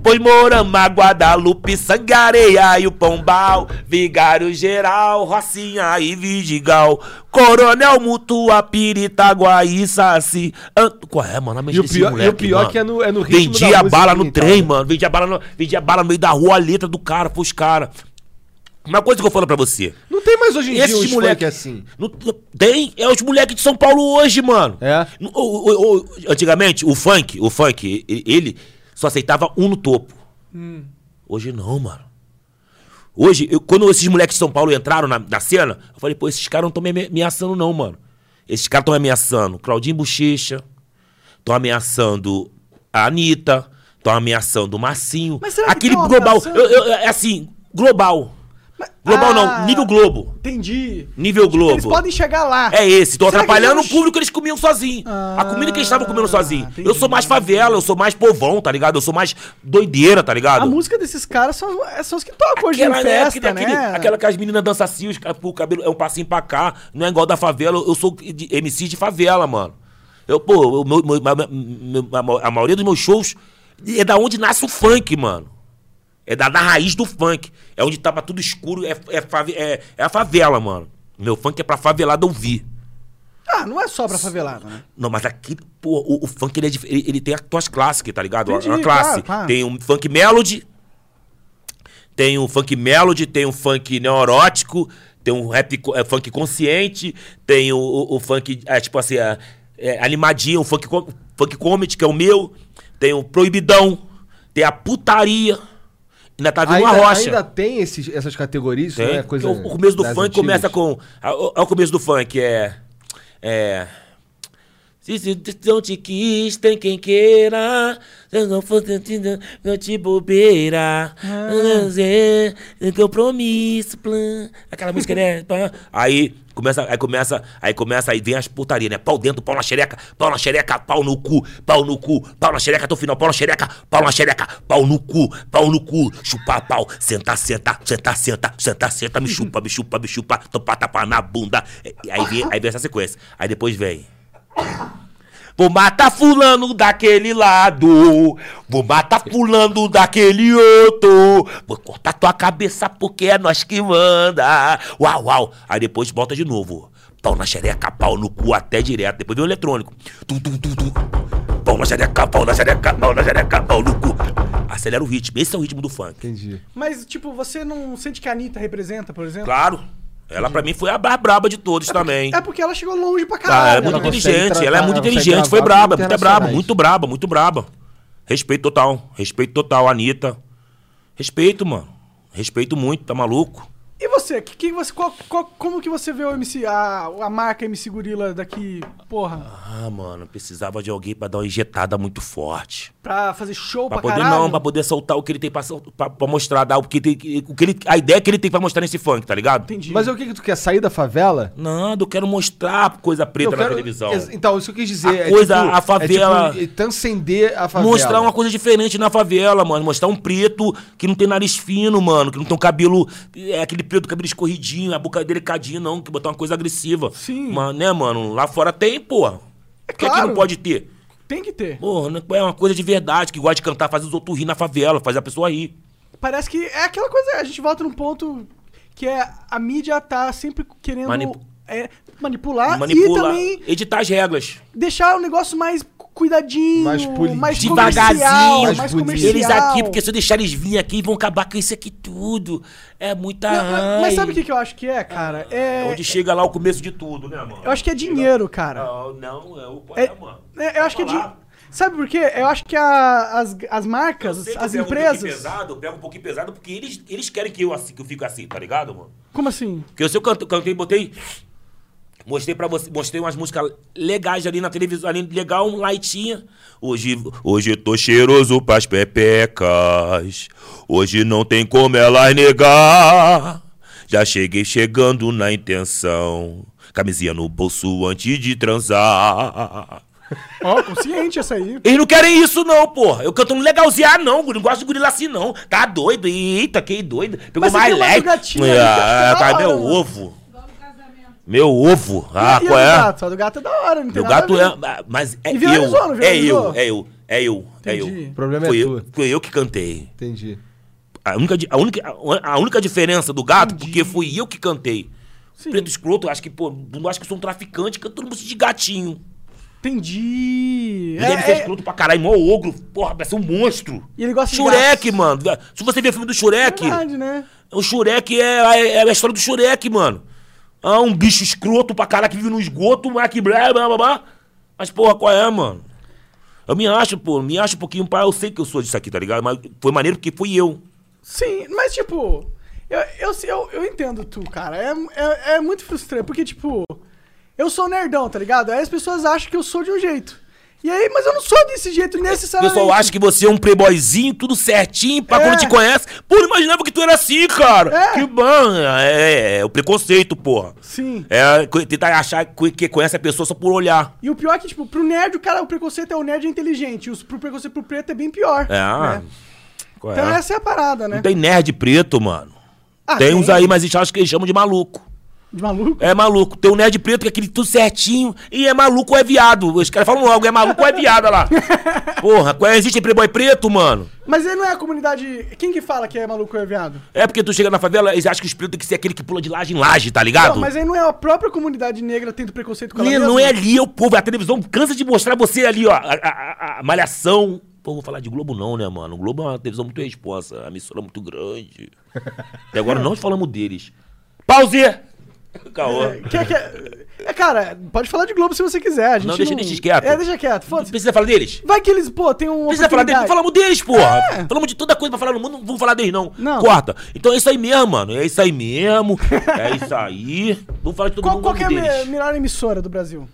Speaker 3: Pois Morama, Guadalupe, Sangareia e o Pombal, Vigário Geral, Rocinha e Vidigal, Coronel Mutua, Piritaguá e Saci. An- Qual é, mano? A mente
Speaker 1: E o
Speaker 3: desse
Speaker 1: pior- e
Speaker 3: moleque,
Speaker 1: o pior que é no- é no ritmo
Speaker 3: Vendia
Speaker 1: da
Speaker 3: a bala
Speaker 1: música
Speaker 3: no
Speaker 1: e tal,
Speaker 3: trem,
Speaker 1: né?
Speaker 3: mano. Vendia bala, no, vendia bala no meio da rua, a letra do cara, pros caras. Uma coisa que eu falo pra você.
Speaker 1: Não tem mais hoje em dia
Speaker 3: Esses
Speaker 1: uns funk
Speaker 3: moleque
Speaker 1: assim.
Speaker 3: Não- não- tem, é os moleques de São Paulo hoje, mano.
Speaker 1: É?
Speaker 3: No- o- o- o- antigamente, o funk, o funk, e- ele só aceitava um no topo.
Speaker 2: Hum.
Speaker 3: Hoje não, mano. Hoje, eu- quando esses moleques de São Paulo entraram na, na cena, eu falei, pô, esses caras não estão me ame- ameaçando, não, mano. Esses caras estão ameaçando Claudinho Bochecha, estão ameaçando a Anitta, estão ameaçando o Marcinho.
Speaker 2: Mas será que
Speaker 3: Aquele
Speaker 2: tão
Speaker 3: global.
Speaker 2: ameaçando?
Speaker 3: eu- eu- é assim, global. Global
Speaker 2: Ah.
Speaker 3: não, nível Globo.
Speaker 2: Entendi.
Speaker 3: Nível Globo.
Speaker 2: Tipo, Eles podem chegar lá.
Speaker 3: É esse, tô
Speaker 2: Será que
Speaker 3: atrapalhando
Speaker 2: eles
Speaker 3: o público que eles comiam sozinho.
Speaker 2: Ah,
Speaker 3: a comida que eles estavam comendo sozinho.
Speaker 2: entendi.
Speaker 3: Eu sou mais favela, eu sou mais povão, tá ligado? Eu sou mais doideira, tá ligado?
Speaker 2: A música desses caras são, é, são os que tocam hoje em
Speaker 3: Aquela, né,
Speaker 2: festa,
Speaker 3: aquele- aquele-
Speaker 2: né?
Speaker 3: aquela que as meninas dançam assim, os caras pulam o cabelo, é um passinho pra cá, não é igual da favela, eu sou de- MC de favela, mano. Eu, pô, o meu- meu- ma- ma- ma- a maioria dos meus shows é da onde nasce o funk, mano. É da, da raiz do funk. É onde tava tudo escuro, é, é, fave- é- é a favela, mano. Meu funk é pra favelada ouvir.
Speaker 2: Ah, não é só pra favelada, né?
Speaker 3: Não, mas aqui, pô, o, o funk ele, é dif- ele, ele tem as tuas clássicas, tá ligado?
Speaker 2: Entendi,
Speaker 3: a, a classe.
Speaker 2: claro, claro.
Speaker 3: Tem um funk melody, tem um funk melody, tem um funk neurótico, tem um rap co- é, funk consciente, tem o, o- o funk, é, tipo assim, é, é, animadinho, o funk, co- funk comedy, que é o meu, tem o proibidão, tem a putaria, ainda tá vindo
Speaker 1: Ainda,
Speaker 3: uma rocha.
Speaker 1: ainda tem esses, essas categorias, isso
Speaker 3: Tem.
Speaker 1: não é coisa.
Speaker 3: Porque o, o começo do
Speaker 1: das
Speaker 3: funk
Speaker 1: antigas?
Speaker 3: começa com. a- o- é o começo do funk, é. É. Se se- se não te quis, tem quem queira. Se não for sentido, não te bobeira. É compromisso, plan. Aquela música, né? Pá. Aí começa, aí começa, aí começa, aí vem as putarias, né? Pau dentro, pau na xereca, pau na xereca, pau no cu, pau no cu, pau na xereca até o final, pau na xereca, pau na xereca, pau no cu, pau no cu, chupar pau, sentar, sentar, sentar, sentar, sentar, sentar, me chupa, me chupa, me chupa, topa, tapa na bunda. E- Aí vem, aí vem essa sequência. Aí depois vem. Vou matar fulano daquele lado. Vou matar fulano daquele outro. Vou cortar tua cabeça porque é nós que manda. Uau, uau. Aí depois volta de novo. Pau na xereca, pau no cu até direto. Depois vem o eletrônico. Tu, tu, tu, tu. Pau na xereca, pau na xereca, pau na xereca, pau no cu. Acelera o ritmo. Esse é o ritmo do funk.
Speaker 1: Entendi.
Speaker 2: Mas, tipo, você não sente que a Anitta representa, por exemplo?
Speaker 3: Claro. Ela pra mim foi a mais braba de todos também.
Speaker 2: É porque ela chegou longe pra
Speaker 3: Cara, ela é
Speaker 2: caralho.
Speaker 3: muito
Speaker 1: Ela
Speaker 2: né?
Speaker 1: consegue
Speaker 3: inteligente, ela é
Speaker 1: tratar,
Speaker 3: muito
Speaker 1: ela consegue
Speaker 3: inteligente, foi
Speaker 1: gravar com
Speaker 3: braba, muito braba,
Speaker 1: internacionais.
Speaker 3: muito braba, muito braba. Respeito total, respeito total, Anitta. Respeito, mano. Respeito muito, tá maluco?
Speaker 2: E você? Que, que você qual- qual- como que você vê o MC, a, a marca MC Gorila daqui, porra,
Speaker 3: Ah, mano, precisava de alguém pra dar uma injetada muito forte.
Speaker 2: pra fazer show
Speaker 3: Pra
Speaker 2: pra,
Speaker 3: poder
Speaker 2: caralho?
Speaker 3: não, pra poder soltar o que ele tem pra, sol- pra- pra mostrar, dar o que tem, o que ele, a ideia que ele tem pra mostrar nesse funk, tá ligado?
Speaker 2: Entendi.
Speaker 1: Mas é o que, que tu quer? Sair da favela?
Speaker 3: Nada, eu quero mostrar coisa preta
Speaker 1: Eu
Speaker 3: na
Speaker 1: quero-
Speaker 3: televisão.
Speaker 1: Ex- Então, isso que eu quis dizer.
Speaker 3: A coisa, a
Speaker 1: É
Speaker 3: favela-
Speaker 1: tipo, eh, transcender a favela.
Speaker 3: Mostrar uma coisa diferente na favela, mano. Mostrar um preto que não tem nariz fino, mano. Que não tem um cabelo. É aquele preto, cabelo escorridinho, a boca delicadinha, não. Que botar uma coisa agressiva.
Speaker 2: Sim.
Speaker 3: Mas, né, mano? Lá fora tem, porra. É que aqui
Speaker 2: claro.
Speaker 3: não pode ter?
Speaker 2: Tem que ter.
Speaker 3: Porra, né, é uma coisa de verdade. Que gosta de cantar, faz os outros rir na favela, faz a pessoa rir.
Speaker 2: Parece que é aquela coisa, a gente volta num ponto que é a mídia tá sempre querendo
Speaker 3: Manipu-
Speaker 2: é, manipular
Speaker 3: Manipula.
Speaker 2: e também
Speaker 3: Editar as regras.
Speaker 2: deixar o negócio mais c- cuidadinho,
Speaker 1: Mais
Speaker 2: mais,
Speaker 1: poli-
Speaker 3: Devagarzinho,
Speaker 2: comercial,
Speaker 1: mais
Speaker 2: mais,
Speaker 1: bonito.
Speaker 2: comercial.
Speaker 3: Eles aqui, porque se eu deixar eles virem aqui, vão acabar com isso aqui tudo. É muita.
Speaker 2: Não, mas-
Speaker 3: raiva.
Speaker 2: mas sabe o que, que eu acho que é, cara?
Speaker 3: É
Speaker 2: É,
Speaker 3: onde chega lá o começo de tudo, né, mano?
Speaker 2: eu acho que é dinheiro, cara.
Speaker 3: Não, não, é o pai,
Speaker 2: É,
Speaker 3: é, mano.
Speaker 2: é, eu acho que é
Speaker 3: Falar.
Speaker 2: dinheiro. Sabe por quê? Eu acho que a- as, as marcas,
Speaker 3: Sempre
Speaker 2: as
Speaker 3: eu pego Um pouquinho
Speaker 2: empresas.
Speaker 3: pesado, eu pego um pouquinho pesado porque eles, eles querem que eu, assim, que eu fique assim, tá ligado, mano?
Speaker 2: Como assim?
Speaker 3: Porque eu, se eu canto- cantei, botei. Mostrei pra você, mostrei umas músicas legais ali na televisão, ali legal, um lightinha. Hoje, hoje tô cheiroso pras pepecas. Hoje não tem como elas negar. Já cheguei chegando na intenção. Camisinha no bolso antes de transar.
Speaker 2: Ó, consciente essa aí.
Speaker 3: Eles não querem isso, não, porra. Eu canto um legalzinho, ah, não, não gosto de gorila assim, não. Tá doido, eita, que doido. Pegou
Speaker 2: Mas você
Speaker 3: mais
Speaker 2: tem uma
Speaker 3: leve.
Speaker 2: gatinha ali,
Speaker 3: Ah,
Speaker 2: que é da
Speaker 3: cara,
Speaker 2: hora,
Speaker 3: meu
Speaker 2: mano.
Speaker 3: ovo. Meu ovo. Ah,
Speaker 2: e a
Speaker 3: qual
Speaker 2: do
Speaker 3: é?
Speaker 2: gato? A do gato é da hora, não tem
Speaker 3: Meu
Speaker 2: nada
Speaker 3: gato
Speaker 2: a ver.
Speaker 3: é. Mas é
Speaker 2: E
Speaker 3: eu.
Speaker 2: viralizou, não
Speaker 3: É eu,
Speaker 2: viralizou?
Speaker 3: é eu, é eu, é eu.
Speaker 2: Entendi. O
Speaker 1: problema é
Speaker 3: foi
Speaker 1: tua.
Speaker 3: Eu, foi eu que cantei.
Speaker 1: Entendi.
Speaker 3: A única, di- a única, a única diferença do gato, porque fui eu que cantei.
Speaker 2: Sim.
Speaker 3: é Preto escroto, acho que, pô, não acho que eu sou um traficante, canto música de gatinho.
Speaker 2: Entendi.
Speaker 3: Ele
Speaker 2: É,
Speaker 3: deve ser
Speaker 2: é,
Speaker 3: escroto pra caralho, mó ogro. Porra, parece um monstro.
Speaker 2: e ele gosta
Speaker 3: Shurek,
Speaker 2: de gatos.
Speaker 3: mano. Se você ver o filme do Shurek,
Speaker 2: Verdade, né?
Speaker 3: o Shurek é, a- é a história do Shurek, mano. Ah, um bicho escroto pra caralho que vive no esgoto, mas que blá, blá, blá, blá. Mas, porra, qual é, mano? Eu me acho, pô, me acho um pouquinho pá. Eu sei que eu sou disso aqui, tá ligado? Mas foi maneiro porque fui eu.
Speaker 2: Sim, mas tipo, eu, eu, eu, eu entendo tu, cara. É, é, é muito frustrante, porque, tipo, eu sou nerdão, tá ligado? Aí as pessoas acham que eu sou de um jeito. E aí, mas eu não sou desse jeito
Speaker 3: O
Speaker 2: necessariamente.
Speaker 3: pessoal acha que você é um playboyzinho, tudo certinho, pra
Speaker 2: É.
Speaker 3: quando te conhece. Pô, eu imaginava que tu era assim, cara.
Speaker 2: É.
Speaker 3: Que bom. É, é, é o preconceito, porra.
Speaker 2: Sim.
Speaker 3: É co- tentar achar co- que conhece a pessoa só por olhar.
Speaker 2: E o pior é que, tipo, pro nerd, o cara, o preconceito é o nerd é inteligente. E os- pro preconceito pro preto é bem pior.
Speaker 3: É. ah,
Speaker 2: né?
Speaker 3: Qual
Speaker 2: Então
Speaker 3: é?
Speaker 2: essa é a parada, né?
Speaker 3: Não tem nerd preto, mano.
Speaker 2: Ah,
Speaker 3: tem, uns aí, mas eles acham que eles chamam de maluco.
Speaker 2: De maluco?
Speaker 3: É maluco. Tem um nerd preto que é aquele tudo certinho. E é maluco ou é viado. Os caras falam logo, é maluco ou é viado, olha lá. Porra, qual é? existe playboy preto, mano?
Speaker 2: Mas ele não é a comunidade. Quem que fala que é maluco ou é viado?
Speaker 3: É porque tu chega na favela, eles acham que os pretos tem que ser aquele que pula de laje em laje, tá ligado?
Speaker 2: Não, mas aí não é a própria comunidade negra tendo preconceito com ela
Speaker 3: Não, não
Speaker 2: mesma?
Speaker 3: é ali, é o povo. A televisão cansa de mostrar você ali, ó. A, a- a- a malhação. Pô, vou falar de Globo não, né, mano? O Globo é uma televisão muito responsa. A emissora é muito grande. Até agora não falamos deles. Pause! Caô.
Speaker 2: É, Quer- quer- É, cara, pode falar de Globo se você quiser. A gente
Speaker 3: Não, deixa- deixa quieto.
Speaker 2: É, deixa quieto.
Speaker 3: Não
Speaker 2: Foda-se.
Speaker 3: precisa falar deles?
Speaker 2: Vai que eles, pô, tem um.
Speaker 3: Precisa falar deles? Não falamos deles, porra.
Speaker 2: É.
Speaker 3: Falamos de toda coisa pra falar no mundo, não vamos falar deles, não.
Speaker 2: Não.
Speaker 3: Corta. Então é isso aí mesmo, mano. É isso aí mesmo. É isso aí. Vamos falar de todo
Speaker 2: Qual,
Speaker 3: mundo
Speaker 2: qual
Speaker 3: o
Speaker 2: que é
Speaker 3: nome
Speaker 2: a me-
Speaker 3: um deles.
Speaker 2: melhor emissora do Brasil?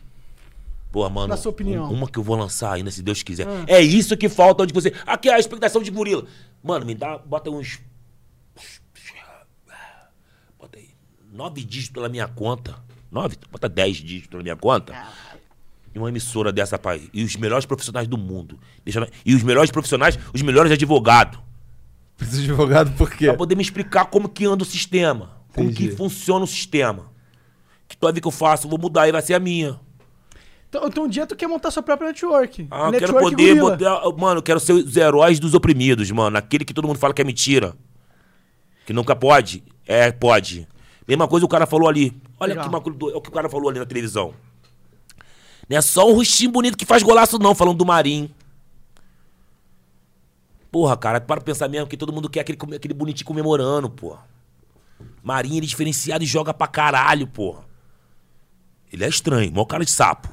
Speaker 3: Pô, mano,
Speaker 2: Na sua opinião. Ah.
Speaker 3: um- uma que eu vou lançar ainda, se Deus quiser. É isso que falta onde você. Aqui é a expectação de gorila. Mano, me dá. Bota uns. Bota aí. Nove dígitos na minha conta. Nove? Bota dez dígitos na minha conta. E uma emissora dessa, pai. E os melhores profissionais do mundo. Deixa na- E os melhores profissionais, os melhores advogados.
Speaker 1: Preciso de advogado por quê?
Speaker 2: É.
Speaker 3: Pra poder me explicar como que anda o sistema. Como
Speaker 1: Entendi.
Speaker 3: que funciona o sistema. Que toda vez que eu faço, eu vou mudar e vai ser a minha.
Speaker 2: Então, então um dia tu quer montar sua própria network.
Speaker 3: Ah, eu quero
Speaker 2: network
Speaker 3: poder
Speaker 2: gorila.
Speaker 3: botar. Mano, eu quero ser os heróis dos oprimidos, mano. Aquele que todo mundo fala que é mentira. Que nunca pode. É, pode. Mesma coisa o cara falou ali. Olha
Speaker 2: Legal.
Speaker 3: que bagulho doido. Olha o que o cara falou ali na televisão. Não é só um rostinho bonito que faz golaço, não, falando do Marinho. Porra, cara, para pra pensar mesmo que todo mundo quer aquele, come- aquele bonitinho comemorando, porra. Marinho, ele é diferenciado e joga pra caralho, porra. Ele é estranho, mó cara de sapo.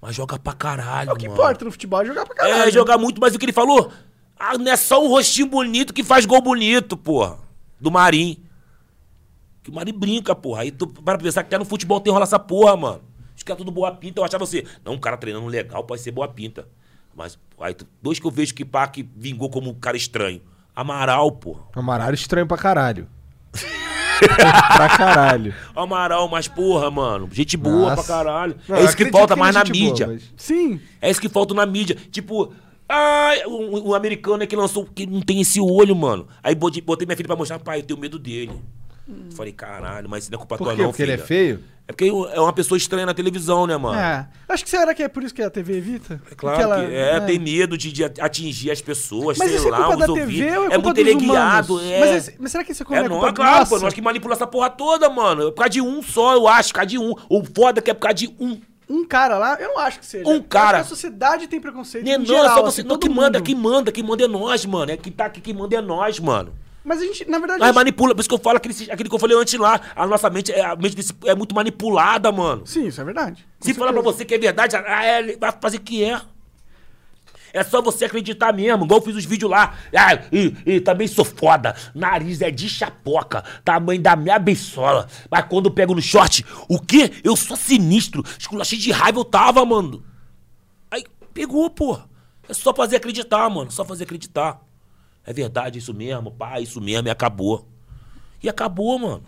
Speaker 3: Mas joga pra caralho,
Speaker 2: É O que
Speaker 3: mano.
Speaker 2: importa no futebol é jogar pra caralho.
Speaker 3: É, jogar muito, mas o que ele falou? Ah, não é só um rostinho bonito que faz gol bonito, porra. Do Marim. Que o Marim brinca, porra. Aí tu para pra pensar que até no futebol tem rola essa porra, mano. Os caras tudo boa pinta, eu achava assim, não, um cara treinando legal pode ser boa pinta. Mas, aí, tu- dois que eu vejo que pá, que vingou como um cara estranho. Amaral, porra.
Speaker 1: Amaral É um estranho pra caralho. pra caralho.
Speaker 3: Amaral, mas porra, mano. Gente boa
Speaker 1: Nossa.
Speaker 3: pra caralho.
Speaker 1: Não,
Speaker 3: é
Speaker 1: eu
Speaker 3: isso que
Speaker 1: acredito
Speaker 3: falta
Speaker 1: ele
Speaker 3: mais
Speaker 1: é
Speaker 3: na
Speaker 1: gente boa,
Speaker 3: mídia.
Speaker 1: mas-
Speaker 2: Sim.
Speaker 3: É isso que falta na mídia. Tipo, ah, o, o americano é que lançou que não tem esse olho, mano. Aí botei, botei minha filha pra mostrar, pai, eu tenho medo dele. Falei, caralho, mas isso não é culpa
Speaker 1: Por
Speaker 3: tua,
Speaker 1: quê?
Speaker 3: não.
Speaker 1: Porque ele é
Speaker 3: filha.
Speaker 1: feio?
Speaker 3: É porque é uma pessoa estranha na televisão, né, mano? É.
Speaker 2: É. Acho que será que é por isso que a TV evita?
Speaker 3: Claro
Speaker 2: Porque ela-
Speaker 3: que é, tem medo de, de atingir as pessoas,
Speaker 2: Mas
Speaker 3: sei
Speaker 2: isso é
Speaker 3: lá,
Speaker 2: culpa
Speaker 3: os
Speaker 2: da
Speaker 3: ouvidos.
Speaker 2: TV ou é,
Speaker 3: é
Speaker 2: culpa
Speaker 3: muito
Speaker 2: dos
Speaker 3: eleguiado,
Speaker 2: humanos?
Speaker 3: é.
Speaker 2: Mas, esse- mas será que isso é,
Speaker 3: É,
Speaker 2: é
Speaker 3: não,
Speaker 2: culpa
Speaker 3: é claro, pô.
Speaker 2: nossa?
Speaker 3: Nós que manipula essa porra toda, mano. É por causa de um só, eu acho, por causa de um. O foda é que é por causa de um.
Speaker 2: um cara lá, eu não acho que seja.
Speaker 3: Um
Speaker 2: Eu acho
Speaker 3: cara.
Speaker 2: que a sociedade tem preconceito.
Speaker 3: Não, é
Speaker 2: em
Speaker 3: não,
Speaker 2: geral,
Speaker 3: é só você.
Speaker 2: assim,
Speaker 3: não,
Speaker 2: todo
Speaker 3: quem manda,
Speaker 2: mundo.
Speaker 3: quem manda, quem manda é nós, mano. É quem tá aqui, quem manda é nós, mano.
Speaker 2: Mas a gente, na verdade. a
Speaker 3: Nós
Speaker 2: gente-
Speaker 3: manipula, por isso que eu falo aquele, aquele que eu falei antes lá. A nossa mente, é- a mente desse, é muito manipulada, mano.
Speaker 2: Sim, isso é verdade. Com
Speaker 3: Se falar pra
Speaker 2: certeza.
Speaker 3: você que é verdade, ah, é, ele vai fazer que é. É só você acreditar mesmo, igual eu fiz os vídeos lá. Ah, e, e também sou foda. Nariz é de chapoca, tamanho da minha beisola. Mas quando eu pego no short, o quê? Eu sou sinistro. Esculachei de raiva eu tava, mano. Aí pegou, pô. É só fazer acreditar, mano. Só fazer acreditar. É verdade, é isso mesmo, pá, é isso mesmo, e acabou. E acabou, mano.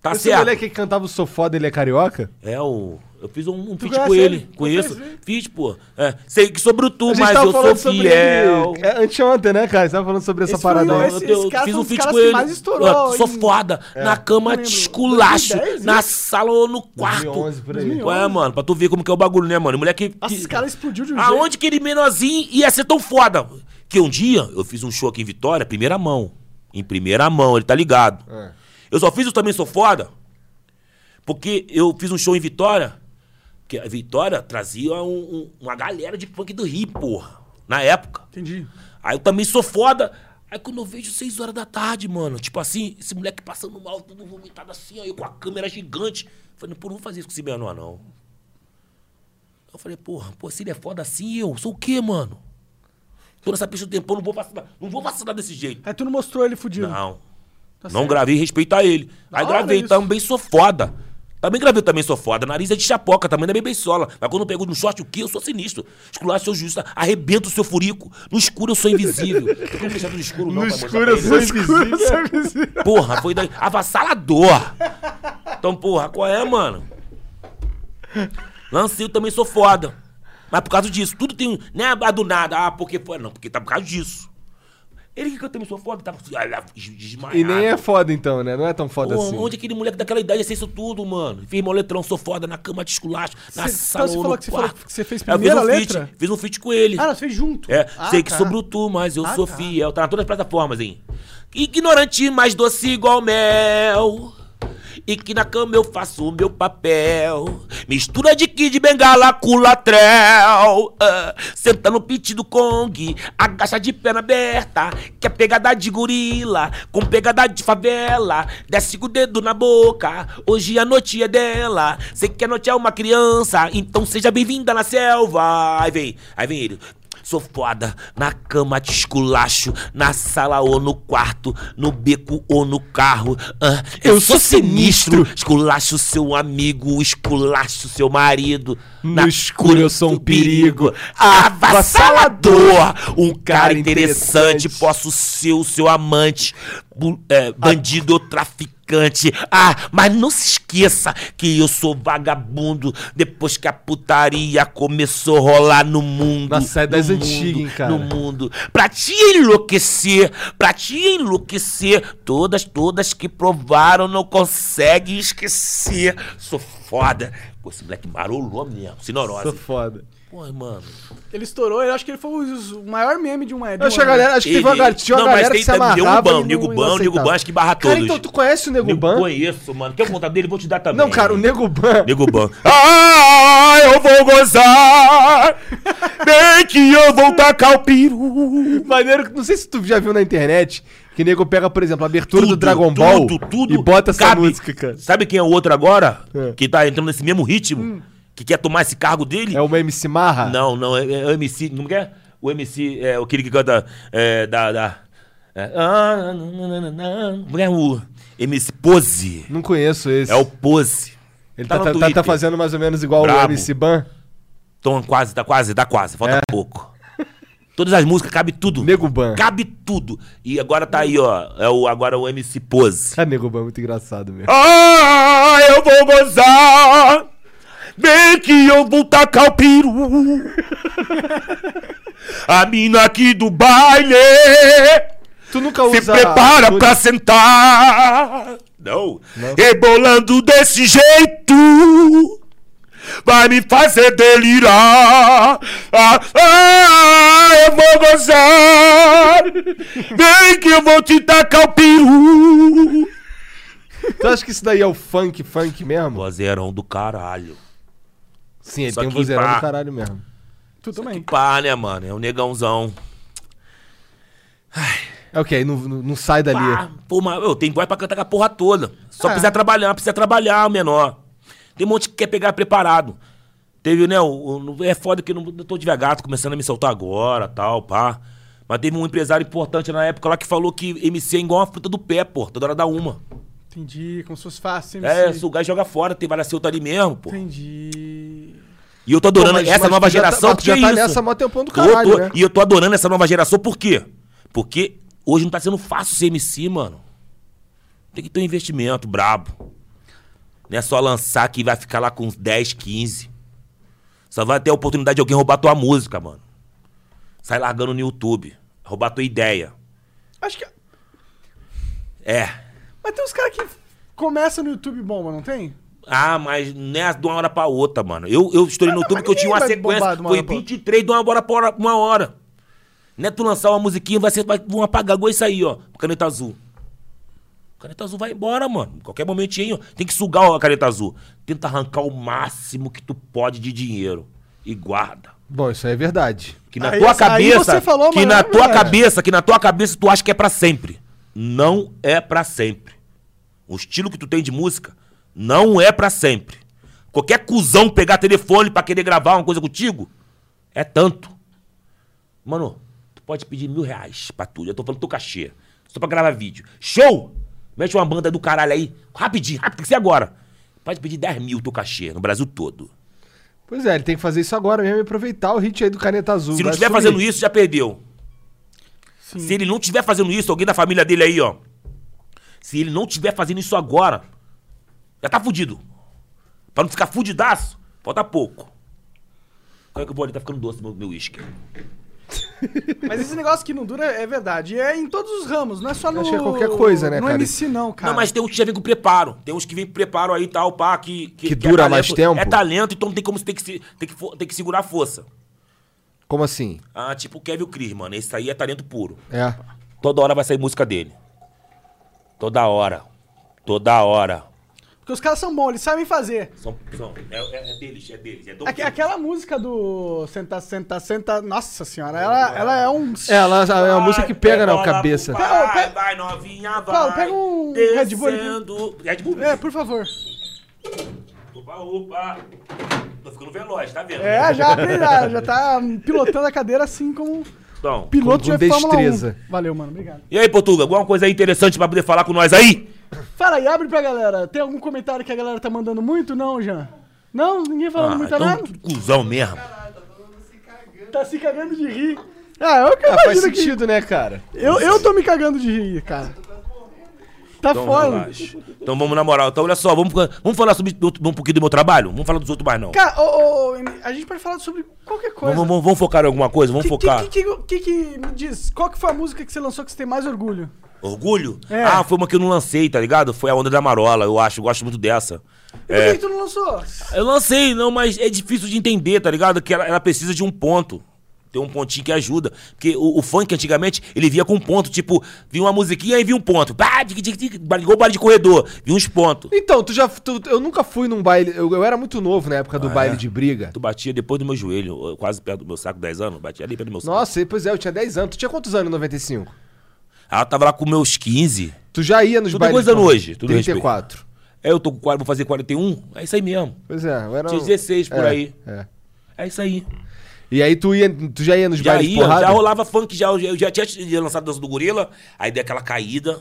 Speaker 3: Tá
Speaker 1: Esse
Speaker 3: certo.
Speaker 1: moleque que cantava o Sou Foda, ele é carioca?
Speaker 3: É, o. Eu fiz um, um feat
Speaker 2: conhece
Speaker 3: com ele.
Speaker 2: ele?
Speaker 3: Conheço.
Speaker 2: Conhece ele?
Speaker 3: Fiz, pô. É, sei que sobre o tu, mas eu sou fiel.
Speaker 1: sobre ele. É, anteontem, né, cara? Você tava falando sobre essa
Speaker 2: Esse
Speaker 1: parada
Speaker 2: foi
Speaker 1: aí.
Speaker 2: o- esse- esse cara foi um dos caras que mais estourou
Speaker 3: Eu sou
Speaker 2: em- É.
Speaker 3: foda. Na cama
Speaker 2: Não
Speaker 3: de
Speaker 2: lembro.
Speaker 3: esculacho.
Speaker 2: 2010,
Speaker 3: na
Speaker 2: né?
Speaker 3: sala ou no quarto.
Speaker 1: 2011 por aí.
Speaker 2: 2011.
Speaker 3: Ué, mano, pra tu ver como que é o bagulho, né, mano? Moleque.
Speaker 2: Nossa,
Speaker 3: que-
Speaker 2: esse cara explodiu de um jeito.
Speaker 3: Aonde que ele menorzinho ia ser tão foda? Que um dia eu fiz um show aqui em Vitória, primeira mão. Em primeira mão, ele tá ligado.
Speaker 1: É.
Speaker 3: Eu só fiz o Também Sou Foda porque eu fiz um show em Vitória, que a Vitória trazia um- um- uma galera de funk do Rio, porra, na época.
Speaker 2: Entendi.
Speaker 3: Aí eu também sou foda. Aí quando eu vejo 6 horas da tarde, mano, tipo assim, esse moleque passando mal, todo vomitado assim, ó, eu com a câmera gigante. Falei, pô, não vou fazer isso com esse menor, não. Eu falei, porra, pô, se ele é foda assim, eu sou o quê, mano? Toda essa pista do tempo, eu não vou vacilar, não vou vacilar desse jeito.
Speaker 2: Aí tu não mostrou ele fudido.
Speaker 3: Não.
Speaker 2: Tá
Speaker 3: não
Speaker 2: certo.
Speaker 3: gravei, respeita ele. Aí
Speaker 2: hora
Speaker 3: gravei,
Speaker 2: isso.
Speaker 3: também sou foda. Também gravei, também sou foda. Nariz é de chapoca, também é bem sola. Mas quando eu pego no short, o quê? Eu sou sinistro. Escular seu justo, arrebento o seu furico. No escuro eu sou invisível. Não Como deixar no escuro, não,
Speaker 1: No
Speaker 3: pra mostrar
Speaker 1: escuro eu
Speaker 3: pra ele.
Speaker 1: sou é invisível.
Speaker 3: Porra, foi daí. Avassalador. Então, porra, qual é, mano? Lancei, eu também sou foda. Mas por causa disso, tudo tem. um- Não é a do nada, ah, porque foi. Não, porque tá por causa disso. Ele que eu também sou foda, tá desmaiado.
Speaker 1: E nem é foda, então, né? Não é tão foda
Speaker 3: Pô,
Speaker 1: assim.
Speaker 3: Onde aquele moleque daquela idade ia ser isso tudo, mano? Fiz meu letrão, sou foda, na cama de esculacho, na
Speaker 2: Cê-
Speaker 3: sala
Speaker 2: então você
Speaker 3: ou
Speaker 2: falou
Speaker 3: no
Speaker 2: que você falou
Speaker 3: quarto.
Speaker 2: que você fez
Speaker 3: Eu fiz
Speaker 2: primeira
Speaker 3: um feat-
Speaker 2: letra?
Speaker 3: fiz um feat com ele.
Speaker 2: Ah, não, você fez junto.
Speaker 3: É,
Speaker 2: Ah,
Speaker 3: sei que
Speaker 2: tá.
Speaker 3: sobre o tu, mas eu
Speaker 2: Ah,
Speaker 3: sou
Speaker 2: tá.
Speaker 3: fiel. Tá na todas as plataformas, hein? Ignorante, mas doce igual mel. E que na cama eu faço o meu papel. Mistura de kid, bengala, culatrel. Ah, senta no pit do Kong, agacha de perna aberta. Que é pegada de gorila, com pegada de favela. Desce com o dedo na boca, hoje a noite é dela. Sei que a noite é uma criança, então seja bem-vinda na selva. Aí vem, aí vem ele. Sou foda na cama de esculacho, na sala ou no quarto, no beco ou no carro. Ah, eu sou sinistro, esculacho seu amigo, esculacho seu marido.
Speaker 1: No
Speaker 3: Na
Speaker 1: escuro
Speaker 3: cura
Speaker 1: eu sou um perigo,
Speaker 3: avassalador, um cara
Speaker 1: Cara
Speaker 3: interessante.
Speaker 1: interessante.
Speaker 3: Posso ser o seu amante, bu- é, bandido ou traficante. Ah, mas não se esqueça que eu sou vagabundo depois que a putaria começou a rolar no mundo.
Speaker 1: Nossa, é
Speaker 3: no
Speaker 1: das
Speaker 3: mundo,
Speaker 1: antigas, hein, cara?
Speaker 3: No mundo. Pra te enlouquecer, pra te enlouquecer. Todas, todas que provaram não conseguem esquecer. Sou foda. Pô, esse moleque marolou mesmo,
Speaker 1: Sou
Speaker 3: sinorose.
Speaker 1: foda.
Speaker 3: Pô, mano.
Speaker 2: Ele estourou, eu acho que ele foi o o maior meme de uma de um
Speaker 1: Eu acho que a
Speaker 2: uma-
Speaker 1: galera, acho que teve uma, galera- tinha uma galera que se
Speaker 3: também
Speaker 1: amarrava
Speaker 3: Nego Bão,
Speaker 1: e
Speaker 3: Nego
Speaker 1: não-
Speaker 3: Bão,
Speaker 1: não
Speaker 3: Nego Ban,
Speaker 1: aceitava.
Speaker 3: acho que barra todos.
Speaker 1: Cara, então tu conhece o Nego
Speaker 3: Nego
Speaker 1: Ban?
Speaker 3: Conheço, mano. Quer o contato dele? Vou te dar também.
Speaker 1: Não, cara, o Nego Ban.
Speaker 3: Nego Ban. Ah, eu vou gozar, bem que eu vou tacar o peru.
Speaker 1: Maneiro, não sei se tu já viu na internet que nego pega, por exemplo, a abertura
Speaker 3: Tudo,
Speaker 1: do Dragon Ball
Speaker 3: tudo, tudo
Speaker 1: e bota essa
Speaker 3: cabe.
Speaker 1: música, cara.
Speaker 3: Sabe quem é o outro agora?
Speaker 1: É. Hum.
Speaker 3: Que tá entrando nesse mesmo ritmo? Que quer tomar esse cargo dele?
Speaker 1: É uma MC Marra?
Speaker 3: Não, não, é, é o MC, como que é? O MC, é aquele que canta é, da... da é, ah, nananana, como é o MC Pose?
Speaker 1: Não conheço esse.
Speaker 3: É o Pose.
Speaker 1: Ele
Speaker 3: tá
Speaker 1: tá,
Speaker 3: no
Speaker 1: tá- tá
Speaker 3: Twitter.
Speaker 1: fazendo mais ou menos igual o
Speaker 3: Brabo.
Speaker 1: MC Ban.
Speaker 3: Então quase, tá quase, dá quase, falta
Speaker 1: É.
Speaker 3: pouco. Todas as músicas, cabe tudo.
Speaker 1: Nego Ban.
Speaker 3: Cabe tudo. E agora tá aí, ó. É o, agora é o MC Pose.
Speaker 1: Ah, Nego Ban é muito engraçado mesmo.
Speaker 3: Ah, eu vou gozar. Bem que eu vou tacar o peru. A mina aqui do baile
Speaker 1: Tu nunca
Speaker 3: Ah, se
Speaker 1: usa...
Speaker 3: prepara
Speaker 1: tu-
Speaker 3: pra sentar. Não.
Speaker 1: Não.
Speaker 3: Rebolando desse jeito. Vai me fazer delirar. Ah, ah, eu vou gozar. Bem que eu vou te tacar o peru.
Speaker 1: Tu acha que isso daí é o funk, funk mesmo?
Speaker 3: Vozeirão do caralho.
Speaker 1: Sim, ele
Speaker 3: Só
Speaker 1: tem um
Speaker 3: que,
Speaker 1: vozeirão
Speaker 3: pá,
Speaker 1: do caralho mesmo.
Speaker 2: Tu também.
Speaker 3: Pá, né, mano? É um negãozão.
Speaker 1: É o que aí não, não- não sai dali.
Speaker 3: Pá, pô, mas, eu, tem boy pra cantar com a porra toda. Só
Speaker 2: É.
Speaker 3: precisa trabalhar, precisa trabalhar o menor. Tem um monte que quer pegar preparado. Teve, né? o- o- é foda que eu não eu tô devagar, tô começando a me soltar agora, tal, pá. Mas teve um empresário importante na época lá que falou que MC é igual uma fruta do pé, pô. Toda hora dá uma.
Speaker 2: Entendi, como se fosse fácil.
Speaker 3: É,
Speaker 2: MC.
Speaker 3: sugar e joga fora, tem varacilta ali mesmo, pô.
Speaker 2: Entendi.
Speaker 3: E eu tô adorando
Speaker 1: Pô, mas-
Speaker 3: essa
Speaker 1: mas
Speaker 3: nova
Speaker 1: tu já tá-
Speaker 3: geração,
Speaker 1: mas tu
Speaker 3: porque
Speaker 1: já
Speaker 3: é
Speaker 1: tá
Speaker 3: isso.
Speaker 1: nessa mó tempão do
Speaker 3: Tô,
Speaker 1: caralho,
Speaker 3: tô-
Speaker 1: né?
Speaker 3: E eu tô adorando essa nova geração, por quê? Porque hoje não tá sendo fácil ser MC, mano. Tem que ter um investimento brabo. Não é só lançar que vai ficar lá com uns 10, 15. Só vai ter a oportunidade de alguém roubar tua música, mano. Sai largando no YouTube. Roubar tua ideia.
Speaker 2: Acho que.
Speaker 3: É.
Speaker 2: Mas tem uns caras que começam no YouTube bomba, não tem?
Speaker 3: Ah, mas não é de uma hora pra outra, mano. Eu, eu estourei no
Speaker 2: Mas-
Speaker 3: YouTube
Speaker 2: mas
Speaker 3: que eu tinha uma
Speaker 2: ninguém vai bombar
Speaker 3: sequência.
Speaker 2: de uma
Speaker 3: Foi
Speaker 2: hora pra outra.
Speaker 3: 23 de uma hora pra hora- uma hora. Não é tu lançar uma musiquinha, vai ser, vai, vão apagar igual isso aí, ó. Caneta azul. Caneta azul vai embora, mano. Qualquer momentinho, ó, tem que sugar a caneta azul. Tenta arrancar o máximo que tu pode de dinheiro. E guarda.
Speaker 1: Bom, isso aí é verdade.
Speaker 3: Que na
Speaker 2: Aí-
Speaker 3: tua
Speaker 2: aí
Speaker 3: cabeça.
Speaker 2: você falou,
Speaker 3: que
Speaker 2: mano,
Speaker 3: na
Speaker 2: é
Speaker 3: tua
Speaker 2: verdade.
Speaker 3: cabeça, que na tua cabeça tu acha que é pra sempre. Não é pra sempre. O estilo que tu tem de música não é pra sempre. Qualquer cuzão pegar telefone pra querer gravar uma coisa contigo é tanto. Mano, tu pode pedir mil reais pra tu. Eu tô falando teu cachê. Só pra gravar vídeo. Show! Mete uma banda do caralho aí. Rapidinho, rápido, tem que ser agora. Pode pedir 10 mil teu cachê no Brasil todo.
Speaker 1: Pois é, ele tem que fazer isso agora mesmo e aproveitar o hit aí do Caneta Azul.
Speaker 3: Se não
Speaker 1: vai
Speaker 3: estiver
Speaker 1: sumir.
Speaker 3: fazendo isso, já perdeu.
Speaker 2: Sim.
Speaker 3: Se ele não estiver fazendo isso, alguém da família dele aí, ó. Se ele não estiver fazendo isso agora, já tá fudido. Pra não ficar fudidaço, falta pouco. Como é que eu vou ali? Tá ficando doce meu meu uísque.
Speaker 2: Mas esse negócio que não dura é verdade. E é em todos os ramos, não é só no.
Speaker 1: Acho que é qualquer coisa, né,
Speaker 2: no
Speaker 1: cara?
Speaker 2: MC, não, cara.
Speaker 3: Não, mas tem uns que já vem com preparo. Tem uns que vem com preparo aí e tal, pá, que.
Speaker 1: Que dura
Speaker 3: é talento-
Speaker 1: mais tempo?
Speaker 3: É talento, então não tem como tem que, se- tem que, fo- tem que segurar a força.
Speaker 1: Como assim?
Speaker 3: Ah, tipo o Kevin Cris, mano. Esse aí é talento puro.
Speaker 1: É.
Speaker 3: Toda hora vai sair música dele. Toda hora. Toda hora.
Speaker 2: Porque os caras são bons, eles sabem fazer.
Speaker 3: São, são, é, é- é deles, é deles. É dom
Speaker 2: Aque-
Speaker 3: deles.
Speaker 2: aquela música do Senta, Senta, Senta. Nossa senhora, ela, ela é um.
Speaker 1: Ela é uma
Speaker 3: Vai,
Speaker 1: música que pega na
Speaker 3: bola pro
Speaker 1: cabeça.
Speaker 3: pai,
Speaker 2: Pega- pega-
Speaker 3: vai, novinha, vai.
Speaker 2: É, Paulo, pega um Red Bull ali.
Speaker 3: descendo. Red Bull?
Speaker 2: É, por favor.
Speaker 3: Opa, opa. Tô ficando veloz, tá vendo?
Speaker 2: É, já já, já tá pilotando a cadeira assim como
Speaker 3: Então.
Speaker 2: piloto
Speaker 1: Com- com
Speaker 2: de Fórmula
Speaker 1: destreza.
Speaker 2: 1. Valeu, mano, obrigado.
Speaker 3: E aí, Portuga, alguma coisa aí interessante pra poder falar com nós aí?
Speaker 2: Fala aí, abre pra galera. Tem algum comentário que a galera tá mandando muito? Não, Jean? Não? Ninguém falando muito
Speaker 3: então,
Speaker 2: nada?
Speaker 3: tudo cuzão mesmo.
Speaker 2: Tá se cagando de rir. Ah, eu que
Speaker 1: Ah, faz
Speaker 2: imagino que...
Speaker 1: sentido, né, cara?
Speaker 2: Eu, eu tô me cagando de rir, cara. Tá
Speaker 3: Então,
Speaker 2: foda.
Speaker 3: relaxa. Então vamos na moral. Então, olha só, vamos, vamos falar sobre um pouquinho do meu trabalho? Vamos falar dos outros mais não.
Speaker 2: Cara, ô, ô, a gente pode falar sobre qualquer coisa.
Speaker 3: Vamos, vamos- vamos focar em alguma coisa? Vamos
Speaker 2: Que-
Speaker 3: focar.
Speaker 2: Que, que, que, que- me diz, qual que foi a música que você lançou que você tem mais orgulho?
Speaker 3: Orgulho?
Speaker 2: É.
Speaker 3: Ah, foi uma que eu não lancei, tá ligado? Foi a Onda da Marola, eu acho. Eu gosto muito dessa.
Speaker 2: E
Speaker 3: É.
Speaker 2: por que que tu não lançou?
Speaker 3: Eu lancei, não, mas é difícil de entender, tá ligado? Que ela, ela precisa de um ponto. Tem um pontinho que ajuda. Porque o, o funk, antigamente, ele via com um ponto. Tipo, vinha uma musiquinha e vinha um ponto. Pá, tic, tic, tic, ba- igual baile de corredor. Vinha uns pontos.
Speaker 1: Então, tu já. tu- eu nunca fui num baile. Eu, eu era muito novo na época do baile de briga.
Speaker 3: Tu batia depois do meu joelho, eu- quase perto do meu saco, 10 anos. Batia ali perto do meu saco.
Speaker 1: Nossa, e- pois é, eu tinha 10 anos. Tu tinha quantos anos em 95?
Speaker 3: Ela tava lá com meus 15.
Speaker 1: Tu já ia nos
Speaker 3: Tudo
Speaker 1: bailes.
Speaker 3: coisa
Speaker 1: de-
Speaker 3: hoje, tudo
Speaker 1: 34.
Speaker 3: Aí eu tô com 40, vou fazer 41. É isso aí mesmo.
Speaker 1: Pois é, eu era.
Speaker 3: Tinha 16 por
Speaker 1: é,
Speaker 3: aí.
Speaker 1: É.
Speaker 3: É isso aí.
Speaker 1: E aí tu, ia, tu já ia nos
Speaker 3: Já
Speaker 1: bailes de
Speaker 3: ia,
Speaker 1: porrada?
Speaker 3: já rolava funk, já, eu já tinha já lançado Dança do Gorila, aí deu aquela caída,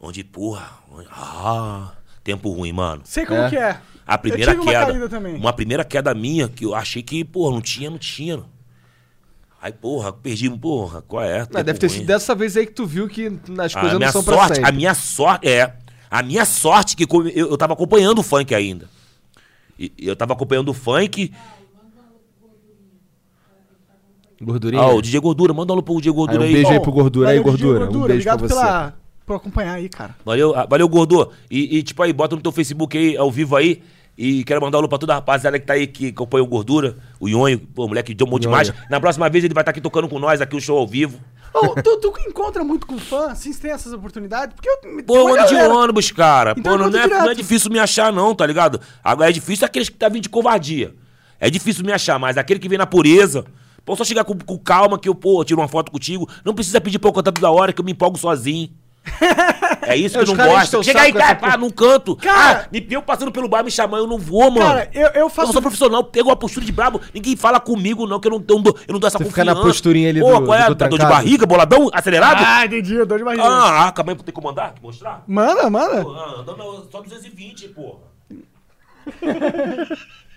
Speaker 3: onde, porra, onde- ah, tempo ruim, mano.
Speaker 2: Sei como
Speaker 1: É.
Speaker 2: que é.
Speaker 3: A primeira
Speaker 2: eu tive uma
Speaker 3: queda,
Speaker 2: caída também.
Speaker 3: uma primeira queda minha, que eu achei que, porra, não tinha, não tinha. Aí, porra, perdi, porra, qual é?
Speaker 1: Não,
Speaker 3: Tempo
Speaker 1: Ah, deve ter
Speaker 3: ruim.
Speaker 1: sido dessa vez aí que tu viu que as
Speaker 3: a
Speaker 1: coisas
Speaker 3: minha
Speaker 1: não são pra
Speaker 3: sorte,
Speaker 1: sempre.
Speaker 3: A minha sorte, é. A minha sorte que come- eu, eu tava acompanhando o funk ainda. E- eu tava acompanhando o funk.
Speaker 1: Gordurinha.
Speaker 3: Ah, o DJ Gordura, manda um alô pro DJ
Speaker 1: Aí,
Speaker 3: Gordura
Speaker 1: um
Speaker 3: aí.
Speaker 1: beijo aí
Speaker 2: Bom,
Speaker 1: pro Gordura. Aí,
Speaker 2: valeu, Didi
Speaker 1: Gordura. Um beijo pra
Speaker 2: obrigado
Speaker 1: você.
Speaker 2: pela, por acompanhar aí, cara.
Speaker 3: Valeu, ah, valeu Gordô. E, e, tipo aí, bota no teu Facebook aí, ao vivo aí. E quero mandar um alô pra toda a rapaziada que tá aí, que acompanha o Gordura, o Ionho, pô, moleque de um monte demais. Na próxima vez ele vai estar aqui tocando com nós, aqui o show ao vivo.
Speaker 2: Ô, tu, tu encontra muito com fã, assim, tem essas oportunidades? Porque eu... tem
Speaker 1: É
Speaker 3: Pô, eu
Speaker 2: uma
Speaker 3: ando de
Speaker 2: galera-
Speaker 3: ônibus, cara.
Speaker 2: Então
Speaker 3: pô, não
Speaker 2: encontra
Speaker 3: é, não é
Speaker 2: direto.
Speaker 3: difícil me achar não, tá ligado? Agora é difícil aqueles que tá vindo de covardia. É difícil me achar, mas aquele que vem na pureza. Pô, só chegar com, com calma que eu, pô, tiro uma foto contigo. Não precisa pedir pra eu cantar toda hora que eu me empolgo sozinho. É isso
Speaker 1: É, os
Speaker 3: que eu não
Speaker 1: caras né, enchem
Speaker 3: gosto.
Speaker 1: o
Speaker 3: Chega
Speaker 1: saco
Speaker 3: aí,
Speaker 1: com
Speaker 3: cara,
Speaker 1: essa
Speaker 3: pá, num canto.
Speaker 2: Cara-
Speaker 3: ah, me deu passando pelo bar, me chamando, eu não vou, mano.
Speaker 2: Cara, eu, eu
Speaker 3: Eu não
Speaker 2: faço.
Speaker 3: sou profissional, pego uma postura de brabo, ninguém fala comigo, não, que eu não, eu não dou, eu não dou essa
Speaker 1: Você fica
Speaker 3: confiança.
Speaker 1: na posturinha ali
Speaker 3: Pô,
Speaker 1: do-
Speaker 3: qual é?
Speaker 1: do
Speaker 3: Tá dor de
Speaker 1: trancado?
Speaker 3: barriga, boladão, acelerado?
Speaker 2: Ah, entendi, eu dou de barriga.
Speaker 3: Ah, ah, calma aí, tem que mandar, que mostrar?
Speaker 2: Manda, manda.
Speaker 3: Pô, ah, não, não, só 220, porra.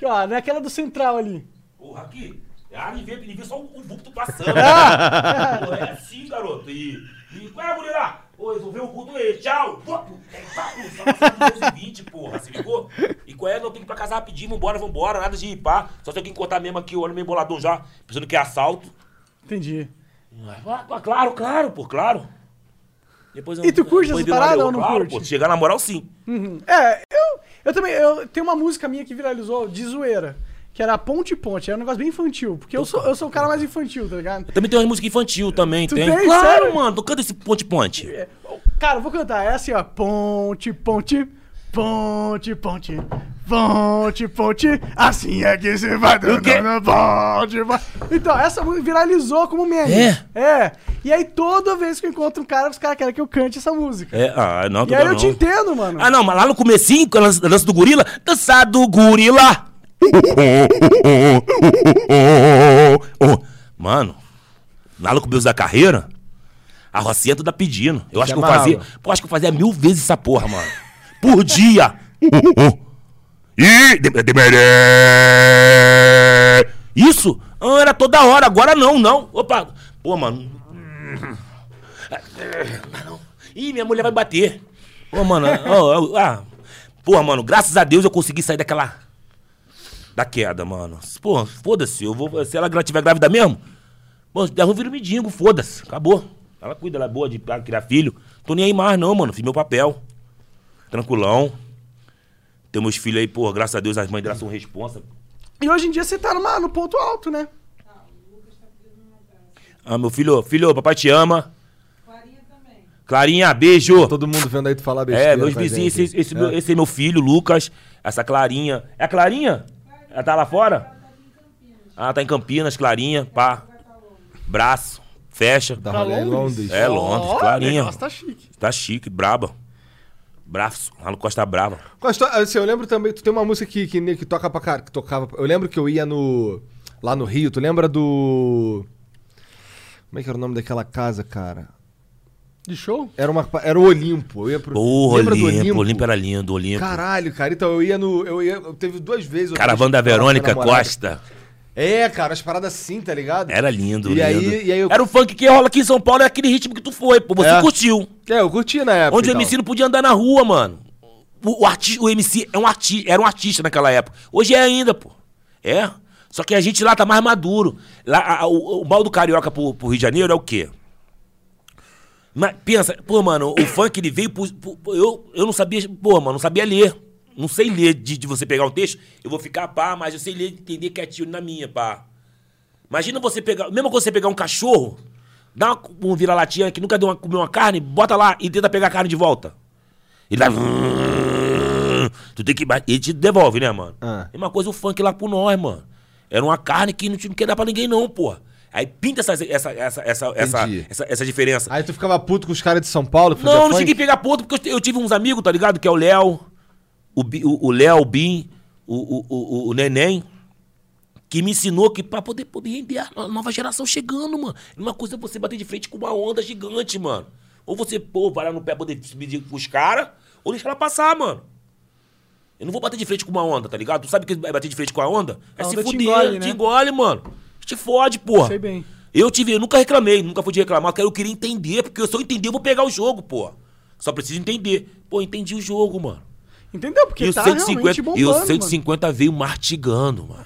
Speaker 2: Ó, naquela é do central ali.
Speaker 3: Porra, aqui. Ah, ele vê, ele vê só um vulto passando. Porra, é assim, garoto. E, e qual é, mulher? Ô, resolveu o culto aí, tchau. Pô, é, pá, pô, só 220, porra, se ligou? E qual é? Não tem que ir pra casa rapidinho, vambora, vambora, nada de ir, pá. Só tem que encontrar mesmo aqui, o olho meio boladão já, pensando que é assalto.
Speaker 2: Entendi.
Speaker 3: Ah, ah, claro, claro, pô, claro. Depois eu-
Speaker 2: E tu curte
Speaker 3: depois
Speaker 2: essa
Speaker 3: dei uma
Speaker 2: parada
Speaker 3: olhada,
Speaker 2: ou não
Speaker 3: claro,
Speaker 2: curte?
Speaker 3: Pô, se chegar na moral, sim.
Speaker 2: Uhum. É, eu, eu também. Eu, tem uma música minha que viralizou de zoeira. Que era Ponte Ponte. Era um negócio bem infantil. Porque eu sou, eu sou o cara mais infantil, tá ligado?
Speaker 3: Também tem uma música infantil também,
Speaker 2: Tu
Speaker 3: tem.
Speaker 2: tem?
Speaker 3: Claro,
Speaker 2: Sério?
Speaker 3: mano, tu canta esse ponte-ponte.
Speaker 2: É, Cara, eu vou cantar. É assim, ó. Ponte, ponte, ponte, ponte. Ponte, ponte, assim é que se vai dando
Speaker 3: quê?
Speaker 2: na ponte. ponte. Então, essa música viralizou como meme.
Speaker 3: É?
Speaker 2: É. E aí, toda vez que eu encontro um cara, os caras querem que eu cante essa música.
Speaker 3: É, ah, não,
Speaker 2: E aí, eu te entendo, mano.
Speaker 3: Ah, não, mas lá no comecinho, com a dança dança do gorila, dança do gorila. Mano, lá no começo da carreira, a Rocinha tá pedindo. Eu acho que eu
Speaker 1: amarrava.
Speaker 3: fazia, pô, acho que eu fazia mil vezes essa porra, mano. Por dia. Ih, de- demerê. Isso? Ah, era toda hora, agora não, não. Opa, pô, mano. Ih, minha mulher vai bater. Ô, mano, ó, ó, ah. Porra, mano, graças a Deus eu consegui sair daquela. Da queda, mano. Pô, foda-se, eu vou. Se ela gra- tiver grávida mesmo, pô, derruba o filho um mendigo, foda-se. Acabou. Ela cuida, ela é boa de pra criar filho. Tô nem aí mais, não, mano. Fiz meu papel. Tranquilão. Tem meus filhos aí, pô, graças a Deus as mães delas são responsa.
Speaker 2: E hoje em dia você tá numa- no ponto alto, né?
Speaker 3: Ah, meu filho, filho, papai te ama.
Speaker 4: Clarinha também.
Speaker 3: Clarinha, beijo.
Speaker 1: Todo mundo vendo aí tu falar besteira.
Speaker 3: É, meus
Speaker 1: com a
Speaker 3: vizinhos,
Speaker 1: gente.
Speaker 3: esse, esse,
Speaker 1: É.
Speaker 3: meu- esse é meu filho, Lucas, essa Clarinha. É a Clarinha? Ela tá lá fora? Ah, tá em Campinas, Clarinha, pá. Braço, fecha.
Speaker 1: Da rolê em Londres.
Speaker 3: É Londres,
Speaker 2: Ó,
Speaker 3: Clarinha.
Speaker 2: Nossa, tá chique.
Speaker 3: Tá chique, braba. Braço, lá no Costa Brava.
Speaker 1: Costa, assim, eu lembro também, tu tem uma música que, que, ne- que toca pra cara, que tocava. Eu lembro que eu ia no. Lá no Rio, tu lembra do. Como é que era o nome daquela casa, cara?
Speaker 2: De show?
Speaker 1: Era, uma, era o Olimpo. Eu ia pro.
Speaker 3: Porra,
Speaker 1: lembra
Speaker 3: Olimpo, Olimpo, era lindo, Olimpo.
Speaker 1: Caralho, cara. Então eu ia no. Eu ia. Eu teve duas vezes. eu
Speaker 3: Caravana da
Speaker 1: tava com a
Speaker 3: Verônica
Speaker 1: namorada.
Speaker 3: Costa.
Speaker 1: É, cara, as paradas assim, tá ligado?
Speaker 3: Era lindo,
Speaker 1: E aí-
Speaker 3: lindo.
Speaker 1: e aí eu-
Speaker 3: Era o funk que rola aqui em São Paulo, é aquele ritmo que tu foi, pô. Você
Speaker 1: É.
Speaker 3: curtiu.
Speaker 1: É, eu curti na época.
Speaker 3: Onde
Speaker 1: e
Speaker 3: o
Speaker 1: tal.
Speaker 3: MC não podia andar na rua, mano. O, o, arti o MC é um arti era um artista naquela época. Hoje é ainda, pô. É. Só que a gente lá tá mais maduro. Lá, a- a- o, o mal do carioca pro, pro Rio de Janeiro é o quê? Mas pensa, pô, mano, o funk ele veio pro, pro- pro- eu, eu não sabia, pô, mano, não sabia ler. Não sei ler de, de você pegar um texto, eu vou ficar pá, mas eu sei ler, entender quietinho na minha, pá. Imagina você pegar, mesmo quando você pegar um cachorro, dá uma, um vira-latinha que nunca deu uma, comeu uma carne, bota lá e tenta pegar a carne de volta. Ele dá. Tu tem que. Ele te devolve, né, mano?
Speaker 1: Ah.
Speaker 3: Mesma coisa o funk lá pro nós, mano. Era uma carne que não tinha que dar pra ninguém, não, porra. Aí pinta essa, essa, essa, essa, essa,
Speaker 1: Entendi.
Speaker 3: essa, essa diferença.
Speaker 1: Aí tu ficava puto com os caras de São Paulo. que fazia
Speaker 3: Não, não
Speaker 1: funk?
Speaker 3: cheguei a pegar ponto, porque eu te- eu tive uns amigos, tá ligado? Que é o Léo, o Bi- o o Léo, o Bim, o, o, o, o Neném, que me ensinou que pra poder, poder render a nova geração chegando, mano. Uma coisa é você bater de frente com uma onda gigante, mano. Ou você, pô, parar no pé poder subir com os caras, ou deixar ela passar, mano. Eu não vou bater de frente com uma onda, tá ligado? Tu sabe o que é bater de frente com a onda? É
Speaker 2: A
Speaker 3: se
Speaker 2: onda te
Speaker 3: fuder,
Speaker 2: engole, né?
Speaker 3: te engole, mano. Te fode, porra.
Speaker 2: Sei bem.
Speaker 3: Eu tive, eu nunca reclamei, nunca fui de reclamar, porque eu queria entender, porque se eu entender, eu vou pegar o jogo, pô. Só preciso entender. Pô, entendi o jogo, mano.
Speaker 2: Entendeu? Porque
Speaker 3: e, o
Speaker 2: tá
Speaker 3: 150,
Speaker 2: realmente bombando,
Speaker 3: e o
Speaker 2: mano.
Speaker 3: 150 veio martigando, mano.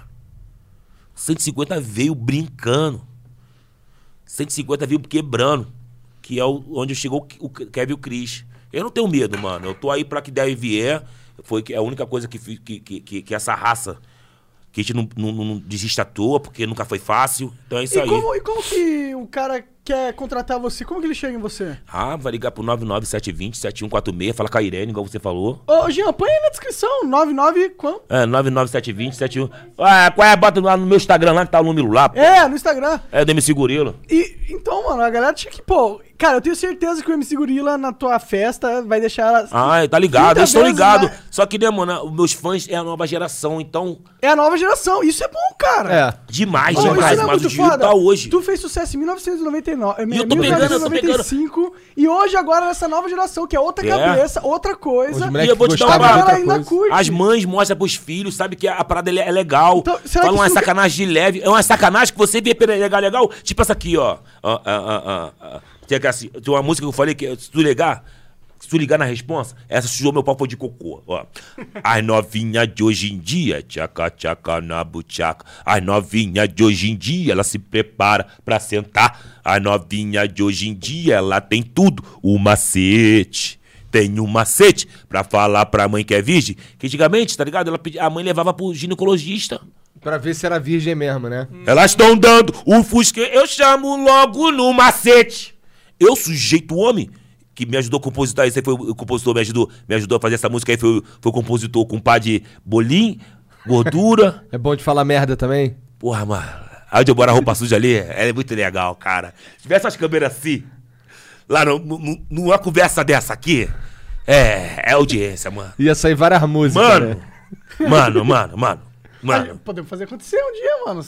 Speaker 3: 150 veio brincando. 150 veio quebrando. Que é o- onde chegou o Kevin e o Chris. Eu não tenho medo, mano. Eu tô aí pra que der e vier. Foi que- é a única coisa que, fi- que, que, que- que essa raça. Que a gente não, não, não desiste à toa, porque nunca foi fácil. Então é isso
Speaker 2: E
Speaker 3: aí.
Speaker 2: como, e como que o cara quer contratar você, como que ele chega em você?
Speaker 3: Ah, vai ligar pro 99720-7146, fala com a Irene, igual você falou.
Speaker 2: Ô, Jean, põe aí na descrição, 99 quanto?
Speaker 3: É, 99720-71... Ah, qual é? Bota lá no meu Instagram lá que tá o número lá, pô.
Speaker 2: É, no Instagram.
Speaker 3: É, do MC Gorila.
Speaker 2: E, então, mano, a galera tinha que, pô... Cara, eu tenho certeza que o MC Gorila na tua festa vai deixar ela...
Speaker 3: Ah, tá ligado,
Speaker 2: Trinta
Speaker 3: eles estão
Speaker 2: vezes
Speaker 3: ligados.
Speaker 2: mais.
Speaker 3: Só que, né, mano, os meus fãs é a nova geração, então...
Speaker 2: É a nova geração, isso é bom, cara.
Speaker 1: É.
Speaker 3: Demais,
Speaker 2: Pô, isso
Speaker 3: demais.
Speaker 2: não é
Speaker 3: Mas o
Speaker 2: muito
Speaker 3: dinheiro
Speaker 2: foda?
Speaker 3: tá hoje.
Speaker 2: Tu fez sucesso em 1999,
Speaker 3: E eu tô pegando, eu tô pegando.
Speaker 2: 1995, e hoje agora nessa nova geração, que é outra
Speaker 3: É.
Speaker 2: cabeça, outra coisa.
Speaker 1: É. Os
Speaker 3: E
Speaker 1: moleque
Speaker 3: eu vou te dar
Speaker 1: gostava
Speaker 3: uma-
Speaker 1: de outra
Speaker 2: Ela ainda
Speaker 1: coisa.
Speaker 2: curte.
Speaker 3: As mães mostram pros filhos, sabe que a parada é é legal.
Speaker 2: Então, será
Speaker 3: Falam
Speaker 2: que
Speaker 3: uma
Speaker 2: isso-
Speaker 3: sacanagem de leve. É uma sacanagem que você vê pela legal, legal. Tipo essa aqui, ó. Ó, ó, ó, ó, ó. Tem, aquela assim, tem uma música que eu falei que se tu ligar. Se tu ligar na responsa, essa sujou meu papo de cocô, ó. As novinha de hoje em dia, tchaca, tchaca, na buchaca. As novinha de hoje em dia, ela se prepara pra sentar. As novinha de hoje em dia, ela tem tudo. O macete. Tem um macete pra falar pra mãe que é virgem. Que antigamente, tá ligado? Ela pedi- a mãe levava pro ginecologista.
Speaker 1: Pra ver se era virgem mesmo, né?
Speaker 3: Elas estão dando o fusque. Eu chamo logo no macete. Eu, sujeito homem, que me ajudou a compositar isso aí, foi o o compositor me ajudou, me ajudou a fazer essa música aí, foi, o- foi o compositor com pá de bolim, gordura.
Speaker 1: É bom de falar merda também?
Speaker 3: Porra, mano. Aí onde eu moro a roupa suja ali, ela é muito legal, cara. Se tivesse umas câmeras assim, lá no- no- no- numa conversa dessa aqui, é, é audiência, mano.
Speaker 1: Ia sair várias músicas.
Speaker 3: Mano,
Speaker 1: né?
Speaker 3: mano, mano, mano, mano.
Speaker 2: Podemos fazer acontecer um dia, mano.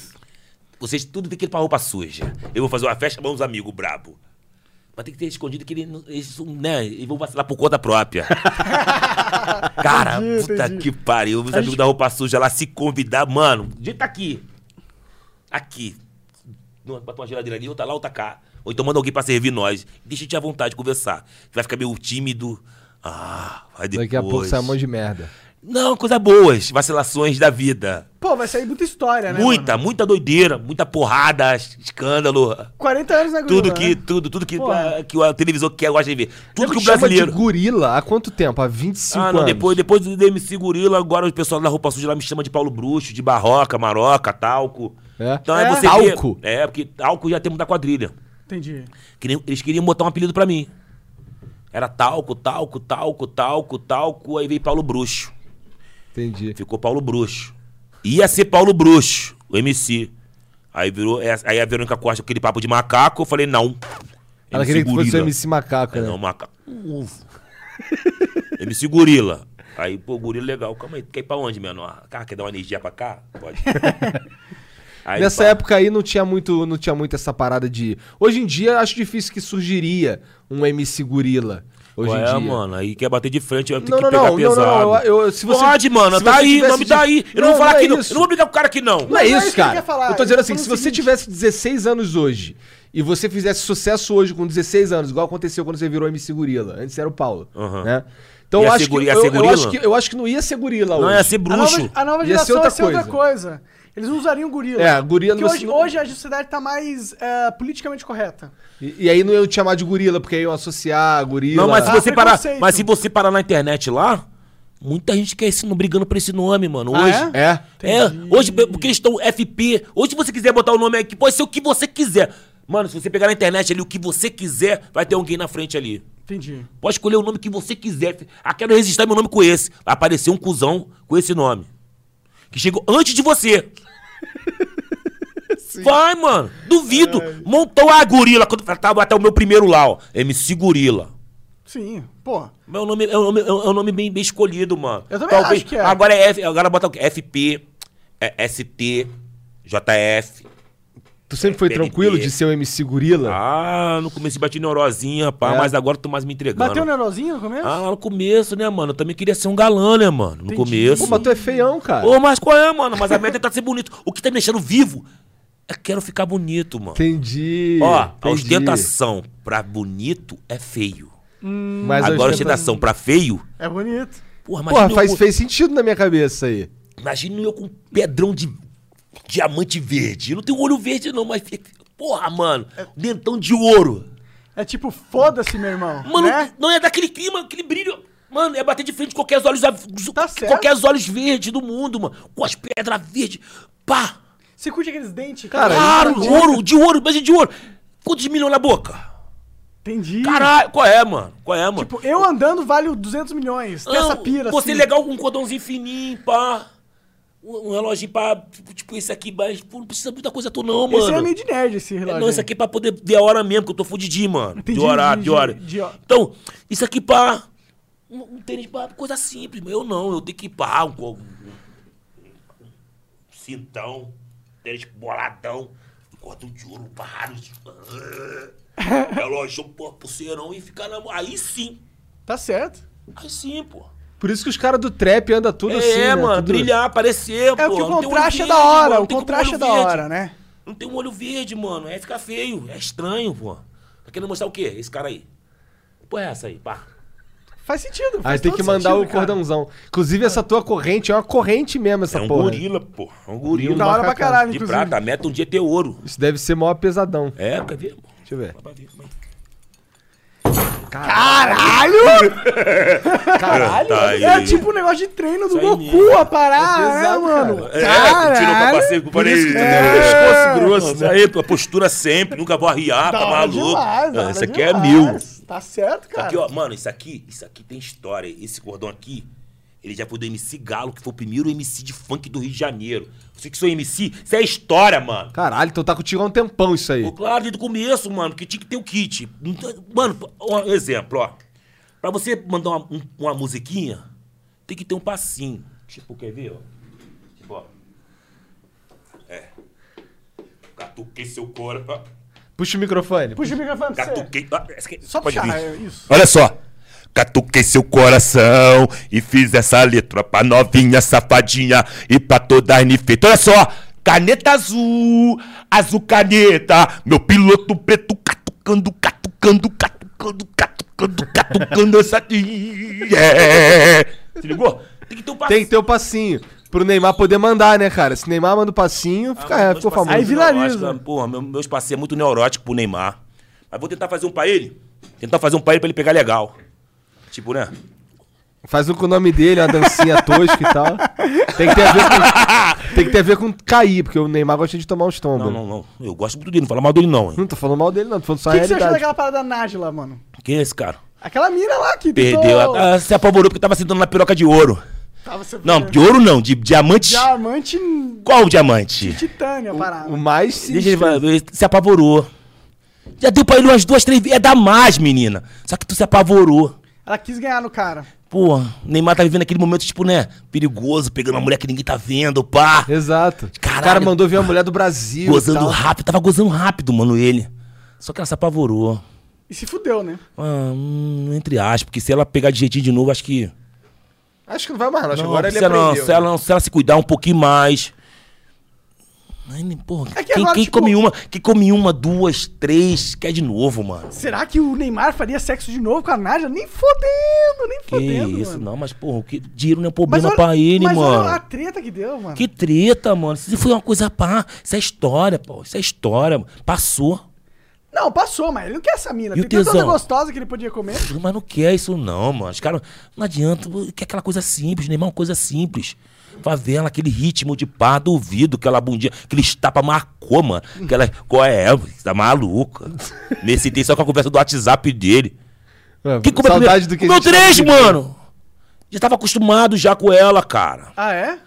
Speaker 3: Vocês tudo tem que ir pra roupa suja. Eu vou fazer uma festa, vamos amigos brabo. Mas tem que ter escondido que ele não- eles, não- né, eles vão vacilar por conta própria. Cara,
Speaker 2: Entendi,
Speaker 3: puta
Speaker 2: entendi.
Speaker 3: que pariu. Os amigos da roupa suja lá se convidar, mano. O jeito tá aqui. Aqui. Não, Bota uma geladeira ali, outra lá, outra cá. Ou então manda alguém pra servir nós. Deixa a gente à vontade de conversar. Vai ficar meio tímido. Ah, vai depois.
Speaker 1: Daqui a pouco sai um monte de merda.
Speaker 3: Não, coisas boas. Vacilações da vida.
Speaker 2: Pô, vai sair muita história, né?
Speaker 3: Muita,
Speaker 2: mano?
Speaker 3: muita doideira, muita porrada, escândalo.
Speaker 2: 40 anos na
Speaker 3: Tudo
Speaker 2: gorila,
Speaker 3: que,
Speaker 2: né?
Speaker 3: tudo, tudo que,
Speaker 2: Porra.
Speaker 3: ah, que o televisor quer, gosta de ver. Tudo que o
Speaker 1: Chama
Speaker 3: brasileiro.
Speaker 1: de gorila há quanto tempo? Há 25
Speaker 3: Ah, não,
Speaker 1: anos.
Speaker 3: depois, depois do MC Gorila, agora o pessoal da roupa suja lá me chama de Paulo Bruxo, de Barroca, Maroca, Talco.
Speaker 1: É?
Speaker 3: Então é,
Speaker 2: É?
Speaker 3: você.
Speaker 1: Talco?
Speaker 3: Que, é, porque Talco já tem muita quadrilha.
Speaker 2: Entendi.
Speaker 3: Que nem- eles queriam botar um apelido pra mim. Era Talco, Talco, Talco, Talco, Talco, aí veio Paulo Bruxo.
Speaker 1: Entendi.
Speaker 3: Ficou Paulo Bruxo. Ia ser Paulo Bruxo, o MC. Aí virou. é, Aí a Verônica Costa, aquele papo de macaco, eu falei, não.
Speaker 1: Ela queria que tu fosse o
Speaker 3: um Gorila.
Speaker 1: MC Macaco,
Speaker 3: É,
Speaker 1: né?
Speaker 3: não, macaco. Uvo. MC Gorila. Aí, pô, gorila legal. Calma aí, tu quer ir pra onde, menor? Cara, quer dar uma energia pra cá? Pode. Aí,
Speaker 1: Nessa
Speaker 3: pá.
Speaker 1: época aí não tinha muito, não tinha muito essa parada de. Hoje em dia acho difícil que surgiria um MC gorila. Hoje
Speaker 3: Qual
Speaker 1: em
Speaker 3: é,
Speaker 1: dia.
Speaker 3: mano, aí quer bater de frente, eu
Speaker 1: Não,
Speaker 3: tenho que
Speaker 1: não,
Speaker 3: pegar
Speaker 1: não, não,
Speaker 3: pesado.
Speaker 1: não, eu- eu- se você-
Speaker 3: Pode, mano,
Speaker 1: se
Speaker 3: tá
Speaker 1: você
Speaker 3: aí, o
Speaker 1: tivesse
Speaker 3: nome tá
Speaker 1: de-
Speaker 3: aí. Eu não,
Speaker 1: Não,
Speaker 3: vou falar
Speaker 1: não é
Speaker 3: aqui, não. Eu
Speaker 1: isso.
Speaker 3: não vou brigar com o cara aqui, não.
Speaker 1: Não é
Speaker 2: Não é
Speaker 1: isso,
Speaker 2: isso que
Speaker 1: cara.
Speaker 2: ele quer falar,
Speaker 1: Eu tô
Speaker 2: ele
Speaker 1: dizendo
Speaker 2: tá
Speaker 1: assim,
Speaker 2: falando
Speaker 1: se
Speaker 2: o
Speaker 1: você
Speaker 2: seguinte.
Speaker 1: tivesse 16 anos hoje e você fizesse sucesso hoje com 16 anos, igual aconteceu quando você virou MC Gorila. Antes era o Paulo,
Speaker 3: Aham.
Speaker 1: né? Então
Speaker 3: Ia
Speaker 1: eu
Speaker 3: ser
Speaker 1: acho, que,
Speaker 3: guri- ia
Speaker 1: eu,
Speaker 3: ser
Speaker 1: eu
Speaker 3: gorila?
Speaker 1: acho que eu acho que não ia ser gorila
Speaker 3: Não
Speaker 1: hoje.
Speaker 3: ia ser
Speaker 2: A
Speaker 3: bruxo.
Speaker 2: nova, a nova
Speaker 1: Ia
Speaker 2: geração
Speaker 1: ser outra
Speaker 2: vai ser outra coisa. Eles não usariam gorila.
Speaker 1: É, gorila
Speaker 2: Porque
Speaker 1: não-
Speaker 2: hoje, hoje a sociedade tá mais é, politicamente correta.
Speaker 1: E, e aí não iam te chamar de gorila, porque aí iam associar gorila.
Speaker 3: Não, mas se
Speaker 2: Ah,
Speaker 3: você parar,
Speaker 2: preconceito.
Speaker 3: mas se você parar na internet lá, muita gente quer esse, brigando por esse nome, mano.
Speaker 2: Ah,
Speaker 3: Hoje.
Speaker 2: é?
Speaker 1: É.
Speaker 3: É, hoje, porque eles estão FP. Hoje, se você quiser botar o nome aqui, pode ser o que você quiser. Mano, se você pegar na internet ali o que você quiser, vai ter alguém na frente ali.
Speaker 2: Entendi.
Speaker 3: Pode escolher o nome que você quiser. Ah, quero registrar meu nome com esse. Vai aparecer um cuzão com esse nome. Que chegou antes de você. Vai, mano. Duvido. Montou a gorila. Quando tava até o meu primeiro lá, ó. MC Gorila.
Speaker 2: Sim, pô.
Speaker 3: É um nome, é um nome, é um nome bem, bem escolhido, mano.
Speaker 2: Eu também acho que é.
Speaker 3: Agora é F, agora bota o quê? FP, é ST, JF.
Speaker 1: Tu sempre foi
Speaker 3: BBB.
Speaker 1: tranquilo de ser um MC gorila?
Speaker 3: Ah, no começo bati neurosinha, pá,
Speaker 1: É.
Speaker 3: mas agora eu tô mais me entregando.
Speaker 2: Bateu o neurozinho no começo?
Speaker 3: Ah, no começo, né, mano? Eu também queria ser um galã, né, mano? No
Speaker 2: Entendi.
Speaker 1: Pô,
Speaker 3: começo.
Speaker 1: mas tu é feião, cara.
Speaker 3: Ô, mas qual é, mano? Mas a meta é tentar ser bonito. O que tá me deixando vivo é que quero ficar bonito, mano.
Speaker 1: Entendi.
Speaker 3: Ó, a
Speaker 1: entendi.
Speaker 3: ostentação pra bonito é feio.
Speaker 1: Mas a
Speaker 3: agora a
Speaker 1: ostentação-
Speaker 3: ostentação pra feio.
Speaker 2: É bonito.
Speaker 3: Porra,
Speaker 1: Porra,
Speaker 3: imagina eu-
Speaker 1: faz, fez sentido na minha cabeça aí.
Speaker 3: Imagina eu com um pedrão de diamante verde. Eu não tenho olho verde, não, mas. Porra, mano. Dentão de ouro.
Speaker 2: É tipo, foda-se, meu irmão.
Speaker 3: Mano,
Speaker 2: né?
Speaker 3: não é daquele clima, aquele brilho. Mano, é bater de frente com qualquer os olhos. av-
Speaker 2: Tá certo.
Speaker 3: Qualquer os olhos verdes do mundo, mano. Com as pedras verdes. Pá!
Speaker 2: Você curte aqueles dentes?
Speaker 1: Cara,
Speaker 2: é
Speaker 3: Claro, ouro, de ouro, imagina de ouro. Quantos milhões na boca?
Speaker 2: Entendi.
Speaker 3: Caralho, qual é, mano? Qual é, mano?
Speaker 2: Tipo, eu andando vale 200 milhões.
Speaker 3: Ah,
Speaker 2: Nessa pira,
Speaker 3: Você
Speaker 2: assim.
Speaker 3: legal com um cordãozinho fininho, pá. Um, um relógio pá, tipo, tipo esse aqui, mas pô, não precisa muita coisa tu não, mano.
Speaker 2: Esse é meio de nerd, esse
Speaker 3: É,
Speaker 2: relógio.
Speaker 3: não, isso aqui é pra poder ver a hora mesmo, que eu tô fudidinho, mano.
Speaker 2: Entendi,
Speaker 3: de
Speaker 2: de-
Speaker 3: horário, de hora.
Speaker 2: de- de ho-
Speaker 3: Então, isso aqui pra. Um, um tênis pra coisa simples, mano. Eu não, eu tenho que ir pra um, co- um, cintão, tênis boladão, cordão de ouro, barro, relógio, pô, pulseirão e ficar na. Aí sim,
Speaker 2: Tá certo.
Speaker 3: aí sim, pô.
Speaker 1: Por isso que os caras do trap andam tudo
Speaker 3: é,
Speaker 1: assim, né?
Speaker 3: mano,
Speaker 1: Tudo-
Speaker 3: brilhar, aparecer, pô.
Speaker 2: É o que o
Speaker 3: não tem um olho
Speaker 2: contraste é da
Speaker 3: verde, mano,
Speaker 2: hora.
Speaker 3: não
Speaker 2: O
Speaker 3: tem como um
Speaker 2: contraste é
Speaker 3: olho
Speaker 2: da
Speaker 3: verde.
Speaker 2: hora, né?
Speaker 3: Não tem um olho verde, mano. Aí fica feio. É estranho, pô. Tá querendo mostrar o quê? Esse cara aí. Pô, é essa aí, pá.
Speaker 2: Faz sentido.
Speaker 1: Aí
Speaker 2: faz
Speaker 1: tem
Speaker 2: todo
Speaker 1: que mandar
Speaker 2: sentido,
Speaker 1: o
Speaker 2: cara.
Speaker 1: cordãozão. Inclusive, essa tua corrente é uma corrente mesmo, essa
Speaker 3: é um
Speaker 1: porra.
Speaker 3: gorila, pô. É um gorila.
Speaker 2: Da hora pra
Speaker 1: Macacão.
Speaker 2: caralho,
Speaker 3: de
Speaker 2: inclusive.
Speaker 3: prata. A meta um dia é ter ouro.
Speaker 1: Isso deve ser maior pesadão.
Speaker 3: É, quer ver? pô?
Speaker 1: Deixa eu ver.
Speaker 3: Dá pra ver, é mano.
Speaker 1: Caralho!
Speaker 3: Tá aí.
Speaker 2: É tipo um negócio de treino do
Speaker 3: Isso aí é
Speaker 2: Goku
Speaker 3: mesmo.
Speaker 2: a parar, né,
Speaker 1: Exato,
Speaker 2: mano?
Speaker 3: É, tu tirou pra passeio com
Speaker 1: Por isso que tu
Speaker 3: é.
Speaker 1: tem o pescoço grosso,
Speaker 3: Isso
Speaker 1: né?
Speaker 3: aí, tua postura sempre, nunca vou arriar, tá maluco.
Speaker 2: Demais, da
Speaker 3: Ah, Isso
Speaker 2: hora
Speaker 3: aqui é
Speaker 2: demais.
Speaker 3: mil.
Speaker 2: Tá certo,
Speaker 3: Isso
Speaker 2: cara.
Speaker 3: aqui, ó, mano, isso aqui, isso aqui tem história. Esse cordão aqui, ele já foi do MC Galo, que foi o primeiro MC de funk do Rio de Janeiro. Você que sou MC, isso é história, mano.
Speaker 1: Caralho, então tá contigo há um tempão isso aí.
Speaker 3: Pô, claro, desde o começo, mano, que tinha que ter o kit. Não tem- Mano, ó, um exemplo, ó. Pra você mandar uma, um- uma musiquinha, tem que ter um passinho. Tipo, quer ver, ó? Tipo, ó. É. Catuquei seu corpo.
Speaker 1: Puxa o microfone.
Speaker 2: Puxa o microfone pra você.
Speaker 3: Catuquei. Ah, essa aqui-
Speaker 2: Só
Speaker 3: pode
Speaker 2: puxar,
Speaker 3: vir.
Speaker 2: é isso.
Speaker 3: Olha só. Catuquei seu coração e fiz essa letra pra novinha safadinha e pra toda a enfeita. Olha só. Caneta azul, azul caneta. Meu piloto preto catucando, catucando, catucando, catucando, catucando essa aqui. É. Se ligou? Tem que ter um passo.
Speaker 1: Tem que ter o passinho. Pro Neymar poder mandar, né, cara? Se Neymar manda o passinho, fica, é, ficou famoso.
Speaker 2: Aí vilariza.
Speaker 3: Porra, meu, meus parceiros é muito neurótico pro Neymar. Mas vou tentar fazer um pra ele. Tentar fazer um pra ele pra ele pegar legal. Tipo, né?
Speaker 1: Faz um com o nome dele, uma dancinha tosca e tal. Tem que ter a ver com, tem que ter a ver com cair, porque o Neymar gosta de tomar uns tombos.
Speaker 3: Não,
Speaker 1: Não,
Speaker 3: não, não. Hum. Eu gosto muito dele, não fala mal dele, não, hein?
Speaker 1: tô falando mal dele, não. Tô falando só
Speaker 2: O
Speaker 1: a
Speaker 2: que, que você achou
Speaker 1: realidade.
Speaker 2: daquela parada da Nájila, mano?
Speaker 3: Quem é esse cara?
Speaker 2: Aquela mina lá que tentou-
Speaker 3: Perdeu. a- a- se apavorou porque tava sentando na piroca de ouro.
Speaker 2: Tava se-
Speaker 3: Não, de ouro não, de diamante.
Speaker 2: Diamante
Speaker 3: Qual diamante?
Speaker 2: titânio a parada.
Speaker 1: O mais se
Speaker 3: Deixa ele falar, ele se apavorou. Já deu pra ele umas duas, três vezes. É da mais, menina. Só que tu se apavorou.
Speaker 2: Ela quis ganhar no cara.
Speaker 3: Pô, o Neymar tá vivendo aquele momento, tipo, né? Perigoso, pegando uma mulher que ninguém tá vendo, pá.
Speaker 1: Exato. O cara
Speaker 3: Caralho.
Speaker 1: mandou ver a mulher do Brasil. e
Speaker 3: Gozando
Speaker 1: tal.
Speaker 3: rápido. Tava gozando rápido, mano, ele. Só que ela se apavorou.
Speaker 2: E se fudeu, né?
Speaker 3: Ah, hum, entre aspas, porque se ela pegar de jeitinho de novo, acho que.
Speaker 1: Acho que não vai mais, não. Acho que
Speaker 3: Não,
Speaker 1: agora ele
Speaker 3: se, ela,
Speaker 1: aprendeu.
Speaker 2: né?
Speaker 1: né?
Speaker 3: se, ela, se ela se cuidar um pouquinho mais. Ai, nem- porra,
Speaker 2: É que
Speaker 3: quem,
Speaker 2: agora,
Speaker 3: quem
Speaker 2: tipo-
Speaker 3: come uma, quem come uma, duas, três, quer de novo, mano.
Speaker 2: Será que o Neymar faria sexo de novo com a Nájila? Nem fodendo, nem
Speaker 3: Que
Speaker 2: fodendo,
Speaker 3: isso,
Speaker 2: mano.
Speaker 3: não, mas porra, que dinheiro não é problema
Speaker 2: olha-
Speaker 3: pra ele,
Speaker 2: mas
Speaker 3: mano.
Speaker 2: olha a treta que deu, mano.
Speaker 3: Que treta, mano. Isso foi uma coisa pá. Isso é história, pô. Isso é história, mano. Passou.
Speaker 2: Não, passou, mas ele não quer essa mina.
Speaker 3: E o
Speaker 2: Tem tanta coisa
Speaker 3: tesão?
Speaker 2: gostosa que ele podia comer.
Speaker 3: Mas não quer isso, não, mano. Os caras. Não adianta. Quer aquela coisa simples, Neymar é uma coisa simples. Favela, aquele ritmo de pá, duvido, aquela bundinha, aquele estapa marcou, mano. Aquela. Qual é? Você tá maluca. Nesse tem só com a conversa do WhatsApp dele.
Speaker 1: É,
Speaker 3: Que comeu
Speaker 1: saudade
Speaker 3: primeiro?
Speaker 1: do que
Speaker 3: Comeu
Speaker 1: a gente
Speaker 3: três,
Speaker 1: tá vivendo.
Speaker 3: mano! Já tava acostumado já com ela, cara.
Speaker 2: Ah, é?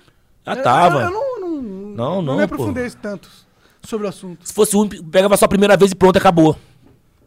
Speaker 3: Já
Speaker 2: Eu-
Speaker 3: tava.
Speaker 2: Eu, eu não, não,
Speaker 3: Não, não,
Speaker 2: me
Speaker 3: pô.
Speaker 2: aprofundei tanto sobre o assunto.
Speaker 3: Se fosse um, pegava só a primeira vez e pronto, acabou.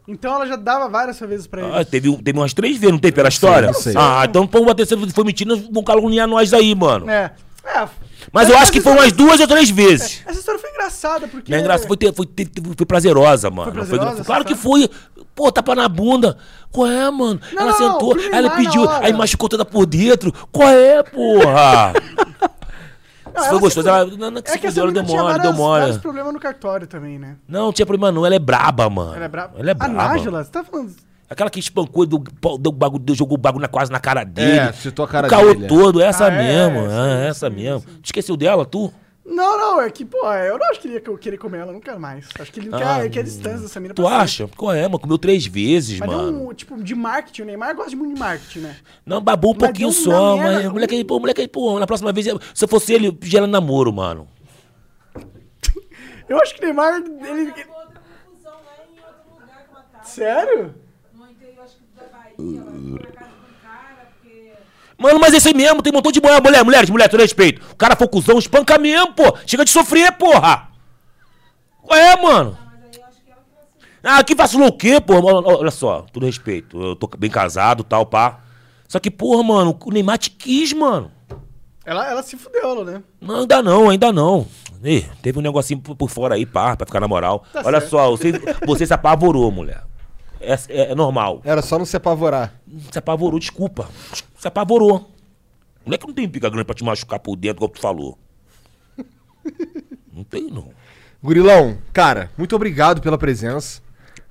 Speaker 2: Então ela já dava várias vezes pra ele.
Speaker 3: Ah, teve, um- teve umas três vezes, não teve pela história?
Speaker 1: sei.
Speaker 3: Ah, então, pô, o terceira foi mentira, vão caluniar nós aí, mano.
Speaker 2: É. É,
Speaker 3: Mas eu acho que
Speaker 2: essa
Speaker 3: foi é umas
Speaker 2: história-
Speaker 3: duas ou três vezes.
Speaker 2: Essa história foi engraçada, porque.
Speaker 3: Minha graça foi, ter- foi, ter- foi prazerosa, mano.
Speaker 2: Foi
Speaker 3: Não
Speaker 2: prazerosa,
Speaker 3: claro que
Speaker 2: safado?
Speaker 3: foi. Pô, tapa na bunda. Qual é, mano?
Speaker 2: Não,
Speaker 3: ela
Speaker 2: não,
Speaker 3: sentou,
Speaker 2: pro
Speaker 3: aí ela
Speaker 2: Neymar
Speaker 3: pediu,
Speaker 2: na hora.
Speaker 3: aí machucou toda por dentro. Qual é, porra?
Speaker 2: Não,
Speaker 3: Se
Speaker 2: ela
Speaker 3: foi gostoso,
Speaker 2: se-
Speaker 3: ela. Não, não, que
Speaker 2: É
Speaker 3: se
Speaker 2: que
Speaker 3: fudeu,
Speaker 2: essa
Speaker 3: ela
Speaker 2: menina tinha
Speaker 3: demora,
Speaker 2: várias, vários
Speaker 3: demora.
Speaker 2: problemas no cartório também, né?
Speaker 3: Não, não tinha problema não, ela é braba, mano.
Speaker 2: Ela é braba.
Speaker 3: Ela é
Speaker 2: A
Speaker 3: braba.
Speaker 2: Nájila, você tá falando.
Speaker 3: Aquela que espancou, deu, deu bagulho, deu, jogou o bagulho na, quase na
Speaker 2: É,
Speaker 3: cara dele.
Speaker 1: chutou a cara
Speaker 3: o caô
Speaker 1: dele, é.
Speaker 3: todo, essa
Speaker 2: Ah, é,
Speaker 3: mesmo,
Speaker 2: sim,
Speaker 3: é, essa mesmo. Tu Esqueceu dela, tu?
Speaker 2: Não, não, é que, pô, eu não acho que ele ia que eu querer comer ela, não quero mais. Acho que ele não
Speaker 3: Ah,
Speaker 2: quer, ele quer distância dessa mina
Speaker 3: Tu
Speaker 2: pra sempre.
Speaker 3: acha? Qual é, mano? Comeu três vezes,
Speaker 2: Mas
Speaker 3: mano.
Speaker 2: deu um, tipo, de marketing, o Neymar gosta muito de marketing, né?
Speaker 3: Não, babou um
Speaker 2: Mas é,
Speaker 3: pouquinho
Speaker 2: deu uma
Speaker 3: só,
Speaker 2: merda.
Speaker 3: mas o moleque, aí, pô, o moleque, aí, pô, na próxima vez, se eu fosse ele, eu pedia ela em namoro, mano.
Speaker 2: Eu acho que o Neymar, ele...
Speaker 4: Outra Tá confusão lá em outro
Speaker 2: Sério?
Speaker 4: No interior, acho que da Bahia, lá, ficou na casa de um cara, porque.
Speaker 3: Mano, mas é isso aí mesmo, tem um montão de mulher, mulher, mulher, mulher, todo respeito. O cara for cuzão, espanca mesmo, pô. Chega de sofrer, porra. Ué, mano.
Speaker 4: Mas aí eu acho que é ela que vacilou.
Speaker 3: Ah, que vacilou o quê, porra? Mano, Olha só, todo respeito. Eu tô bem casado, tal, pá. Só que, porra, mano, o Neymar te quis, mano.
Speaker 2: Ela, ela se fudeu, né?
Speaker 3: Não, ainda não, ainda não. Ih, teve um negocinho por, por fora aí, pá, pra ficar na moral.
Speaker 2: Tá
Speaker 3: Olha
Speaker 2: certo.
Speaker 3: só, você, você se apavorou, mulher. É, é- é normal.
Speaker 1: Era só não se apavorar.
Speaker 3: Se apavorou, desculpa. Se apavorou. Moleque não tem pica grande pra te machucar por dentro, como tu falou. Não tem, não.
Speaker 1: Gurilão, cara, muito obrigado pela presença.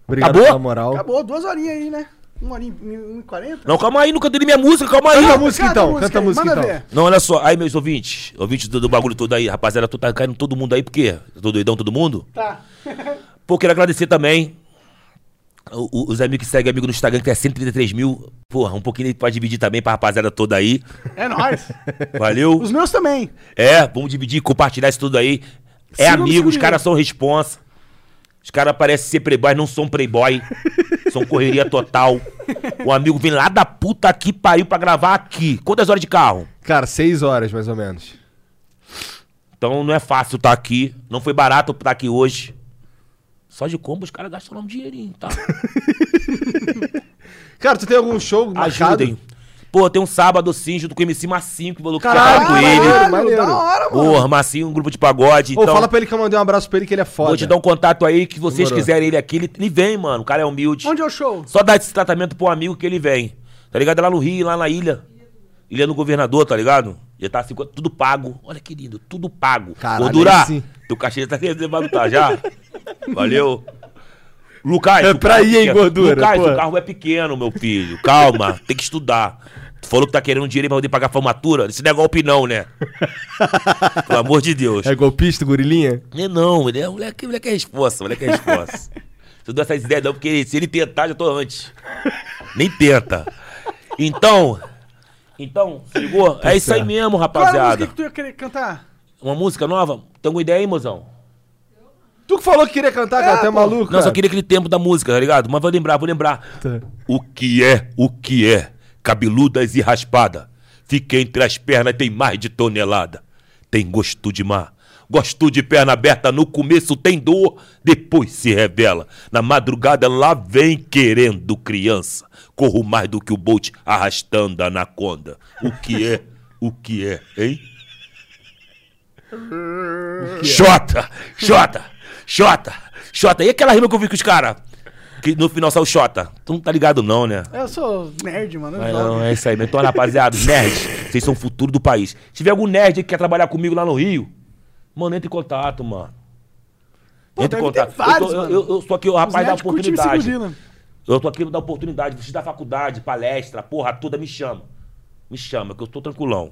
Speaker 1: Obrigado
Speaker 3: Acabou?
Speaker 1: pela moral.
Speaker 2: Acabou, duas horinhas aí, né? Uma horinha e quarenta?
Speaker 3: Não, calma aí, nunca dei minha música, calma aí.
Speaker 1: Canta a música então, canta a música
Speaker 2: Manda
Speaker 1: então.
Speaker 2: ver.
Speaker 3: Não, olha só, aí meus ouvintes, ouvintes do, do bagulho todo aí, rapaziada, tu tá caindo todo mundo aí, por quê? Eu tô doidão todo mundo?
Speaker 2: Tá.
Speaker 3: Pô, quero agradecer também o- o- os amigos que seguem amigo no Instagram, que é 133 mil. Porra, um pouquinho aí pra dividir também pra rapaziada toda aí.
Speaker 2: É nóis.
Speaker 3: Valeu.
Speaker 2: Os meus também.
Speaker 3: É, vamos dividir, compartilhar isso tudo aí. É
Speaker 2: Siga no
Speaker 3: amigo, os
Speaker 2: Instagram.
Speaker 3: caras são responsa. Os caras parecem ser playboy, não são playboy. são correria total. O amigo vem lá da puta que pariu pra gravar aqui. Quantas horas de carro?
Speaker 1: Cara, seis horas mais ou menos.
Speaker 3: Então não é fácil estar aqui. Não foi barato estar aqui hoje. Só de combo os caras gastaram um dinheirinho, tá?
Speaker 1: Cara, tu tem algum show marcado?
Speaker 3: Ajudem. Pô, tem um sábado sim, junto com o MC Massinho, que falou que
Speaker 1: Caralho,
Speaker 3: com ele.
Speaker 2: Caralho,
Speaker 1: maneiro.
Speaker 2: Ah, Da hora, mano.
Speaker 3: Porra, Massinho, um grupo de pagode.
Speaker 1: Ou
Speaker 3: então,
Speaker 1: fala pra ele que eu mandei um abraço pra ele que ele é foda.
Speaker 3: vou te dar um contato aí, que vocês
Speaker 1: Demorou.
Speaker 3: quiserem ele aqui, ele, ele vem, mano. O cara é humilde.
Speaker 2: Onde é o show?
Speaker 3: Só dá esse tratamento pro amigo que ele vem. Tá ligado? É Lá no Rio, lá na ilha. Ilha do Governador, tá ligado? Já tá 50, tudo pago. Olha que lindo, tudo pago.
Speaker 1: Caralho,
Speaker 3: Gordura,
Speaker 1: aí sim.
Speaker 3: teu cachê tá reservado, tá já? Valeu. Lucas,
Speaker 1: É
Speaker 3: o
Speaker 1: pra
Speaker 3: carro
Speaker 1: ir, hein,
Speaker 3: pequeno.
Speaker 1: gordura,
Speaker 3: Lucas,
Speaker 1: pô.
Speaker 3: o carro é pequeno, meu filho. Calma, tem que estudar. Tu falou que tá querendo dinheiro pra poder pagar a formatura? Isso não é golpe, não, né? Pelo amor de Deus.
Speaker 1: É golpista, gorilinha?
Speaker 3: Ele não, ele é moleque, moleque é responsa, moleque é responsa. Você dou essas ideias não, porque se ele tentar, já tô antes. Nem tenta. Então, então, se ligou? é isso aí
Speaker 1: certo.
Speaker 3: mesmo,
Speaker 2: Qual era a música
Speaker 3: rapaziada.
Speaker 2: que tu ia querer cantar?
Speaker 3: Uma música nova? Tem alguma ideia aí, mozão?
Speaker 1: Tu que falou que queria cantar,
Speaker 2: É,
Speaker 1: cara, até maluco.
Speaker 3: Não, só
Speaker 1: cara.
Speaker 3: queria aquele tempo da música, tá ligado? Mas vou lembrar, vou lembrar.
Speaker 1: Tá.
Speaker 3: O que é, o que é? Cabeludas e raspada. Fica entre as pernas, tem mais de tonelada. Tem gosto de mar. Gosto de perna aberta, no começo tem dor, depois se revela. Na madrugada lá vem querendo criança. Corro mais do que o Bolt arrastando a anaconda. O que é, o que é, hein? Xota, Xota, Xota, Xota. E aquela rima que eu vi com os caras? Que no final saiu Xota. Tu não tá ligado não, né?
Speaker 2: Eu sou nerd, mano. eu
Speaker 3: Mas
Speaker 2: jogo.
Speaker 3: não, é isso aí. Então, rapaziada, os nerds, vocês são o futuro do país. Se tiver algum nerd aí que quer trabalhar comigo lá no Rio, mano, entra em contato, mano.
Speaker 2: Pô,
Speaker 3: entra em
Speaker 2: deve ter
Speaker 3: contato.
Speaker 2: vários,
Speaker 3: eu, tô,
Speaker 2: mano.
Speaker 3: eu, eu sou aqui o
Speaker 2: Os
Speaker 3: rapaz da
Speaker 2: nerds curtem esse
Speaker 3: oportunidade.
Speaker 2: Godzilla.
Speaker 3: Eu tô aqui pra dar oportunidade, vocês da faculdade, palestra, porra toda, me chama. Me chama, que eu tô tranquilão.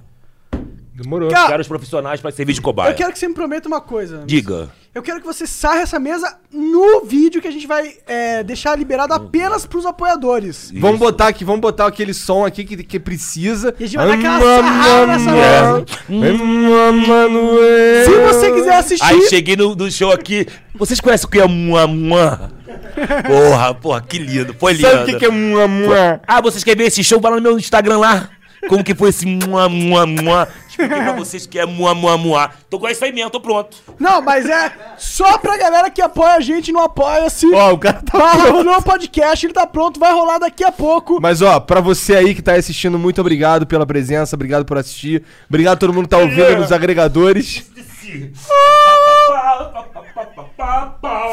Speaker 1: Demorou.
Speaker 2: Cara,
Speaker 3: Quero os profissionais pra servir de cobaia.
Speaker 2: Ah. Eu quero que você me prometa uma coisa.
Speaker 3: Diga.
Speaker 2: Eu quero que você sarre essa mesa no vídeo que a gente vai é, deixar liberado
Speaker 3: Uhum.
Speaker 2: apenas pros apoiadores.
Speaker 1: Vamos botar aqui, vamos botar aquele som aqui que, que precisa.
Speaker 2: E a gente vai dar aquela sarrada nessa
Speaker 1: Mano- Manoel.
Speaker 2: Se você quiser assistir,
Speaker 3: Aí cheguei no, no show aqui. Vocês conhecem o que é mua mua? Porra, porra, que lindo. Foi lindo.
Speaker 1: Sabe o que, que é mua, mua?
Speaker 3: Ah, vocês querem ver esse show? Vai lá no meu Instagram lá. Como que foi esse mua mua mua? Expliquei pra vocês que é mua mua mua. Tô com isso aí mesmo, tô pronto.
Speaker 2: Não, mas é só pra galera que apoia a gente no Apoia-se.
Speaker 1: Ó, o cara tá
Speaker 2: Barra Flow Podcast, ele tá pronto, vai rolar daqui a pouco.
Speaker 1: Mas ó, pra você aí que tá assistindo, muito obrigado pela presença, obrigado por assistir. Obrigado a todo mundo que tá ouvindo nos agregadores.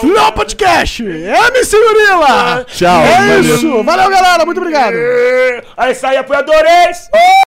Speaker 2: Flow Podcast, MC Gorila!
Speaker 1: Tchau.
Speaker 2: É
Speaker 1: valeu.
Speaker 2: isso, valeu galera, muito obrigado.
Speaker 3: É isso aí, apoiadores!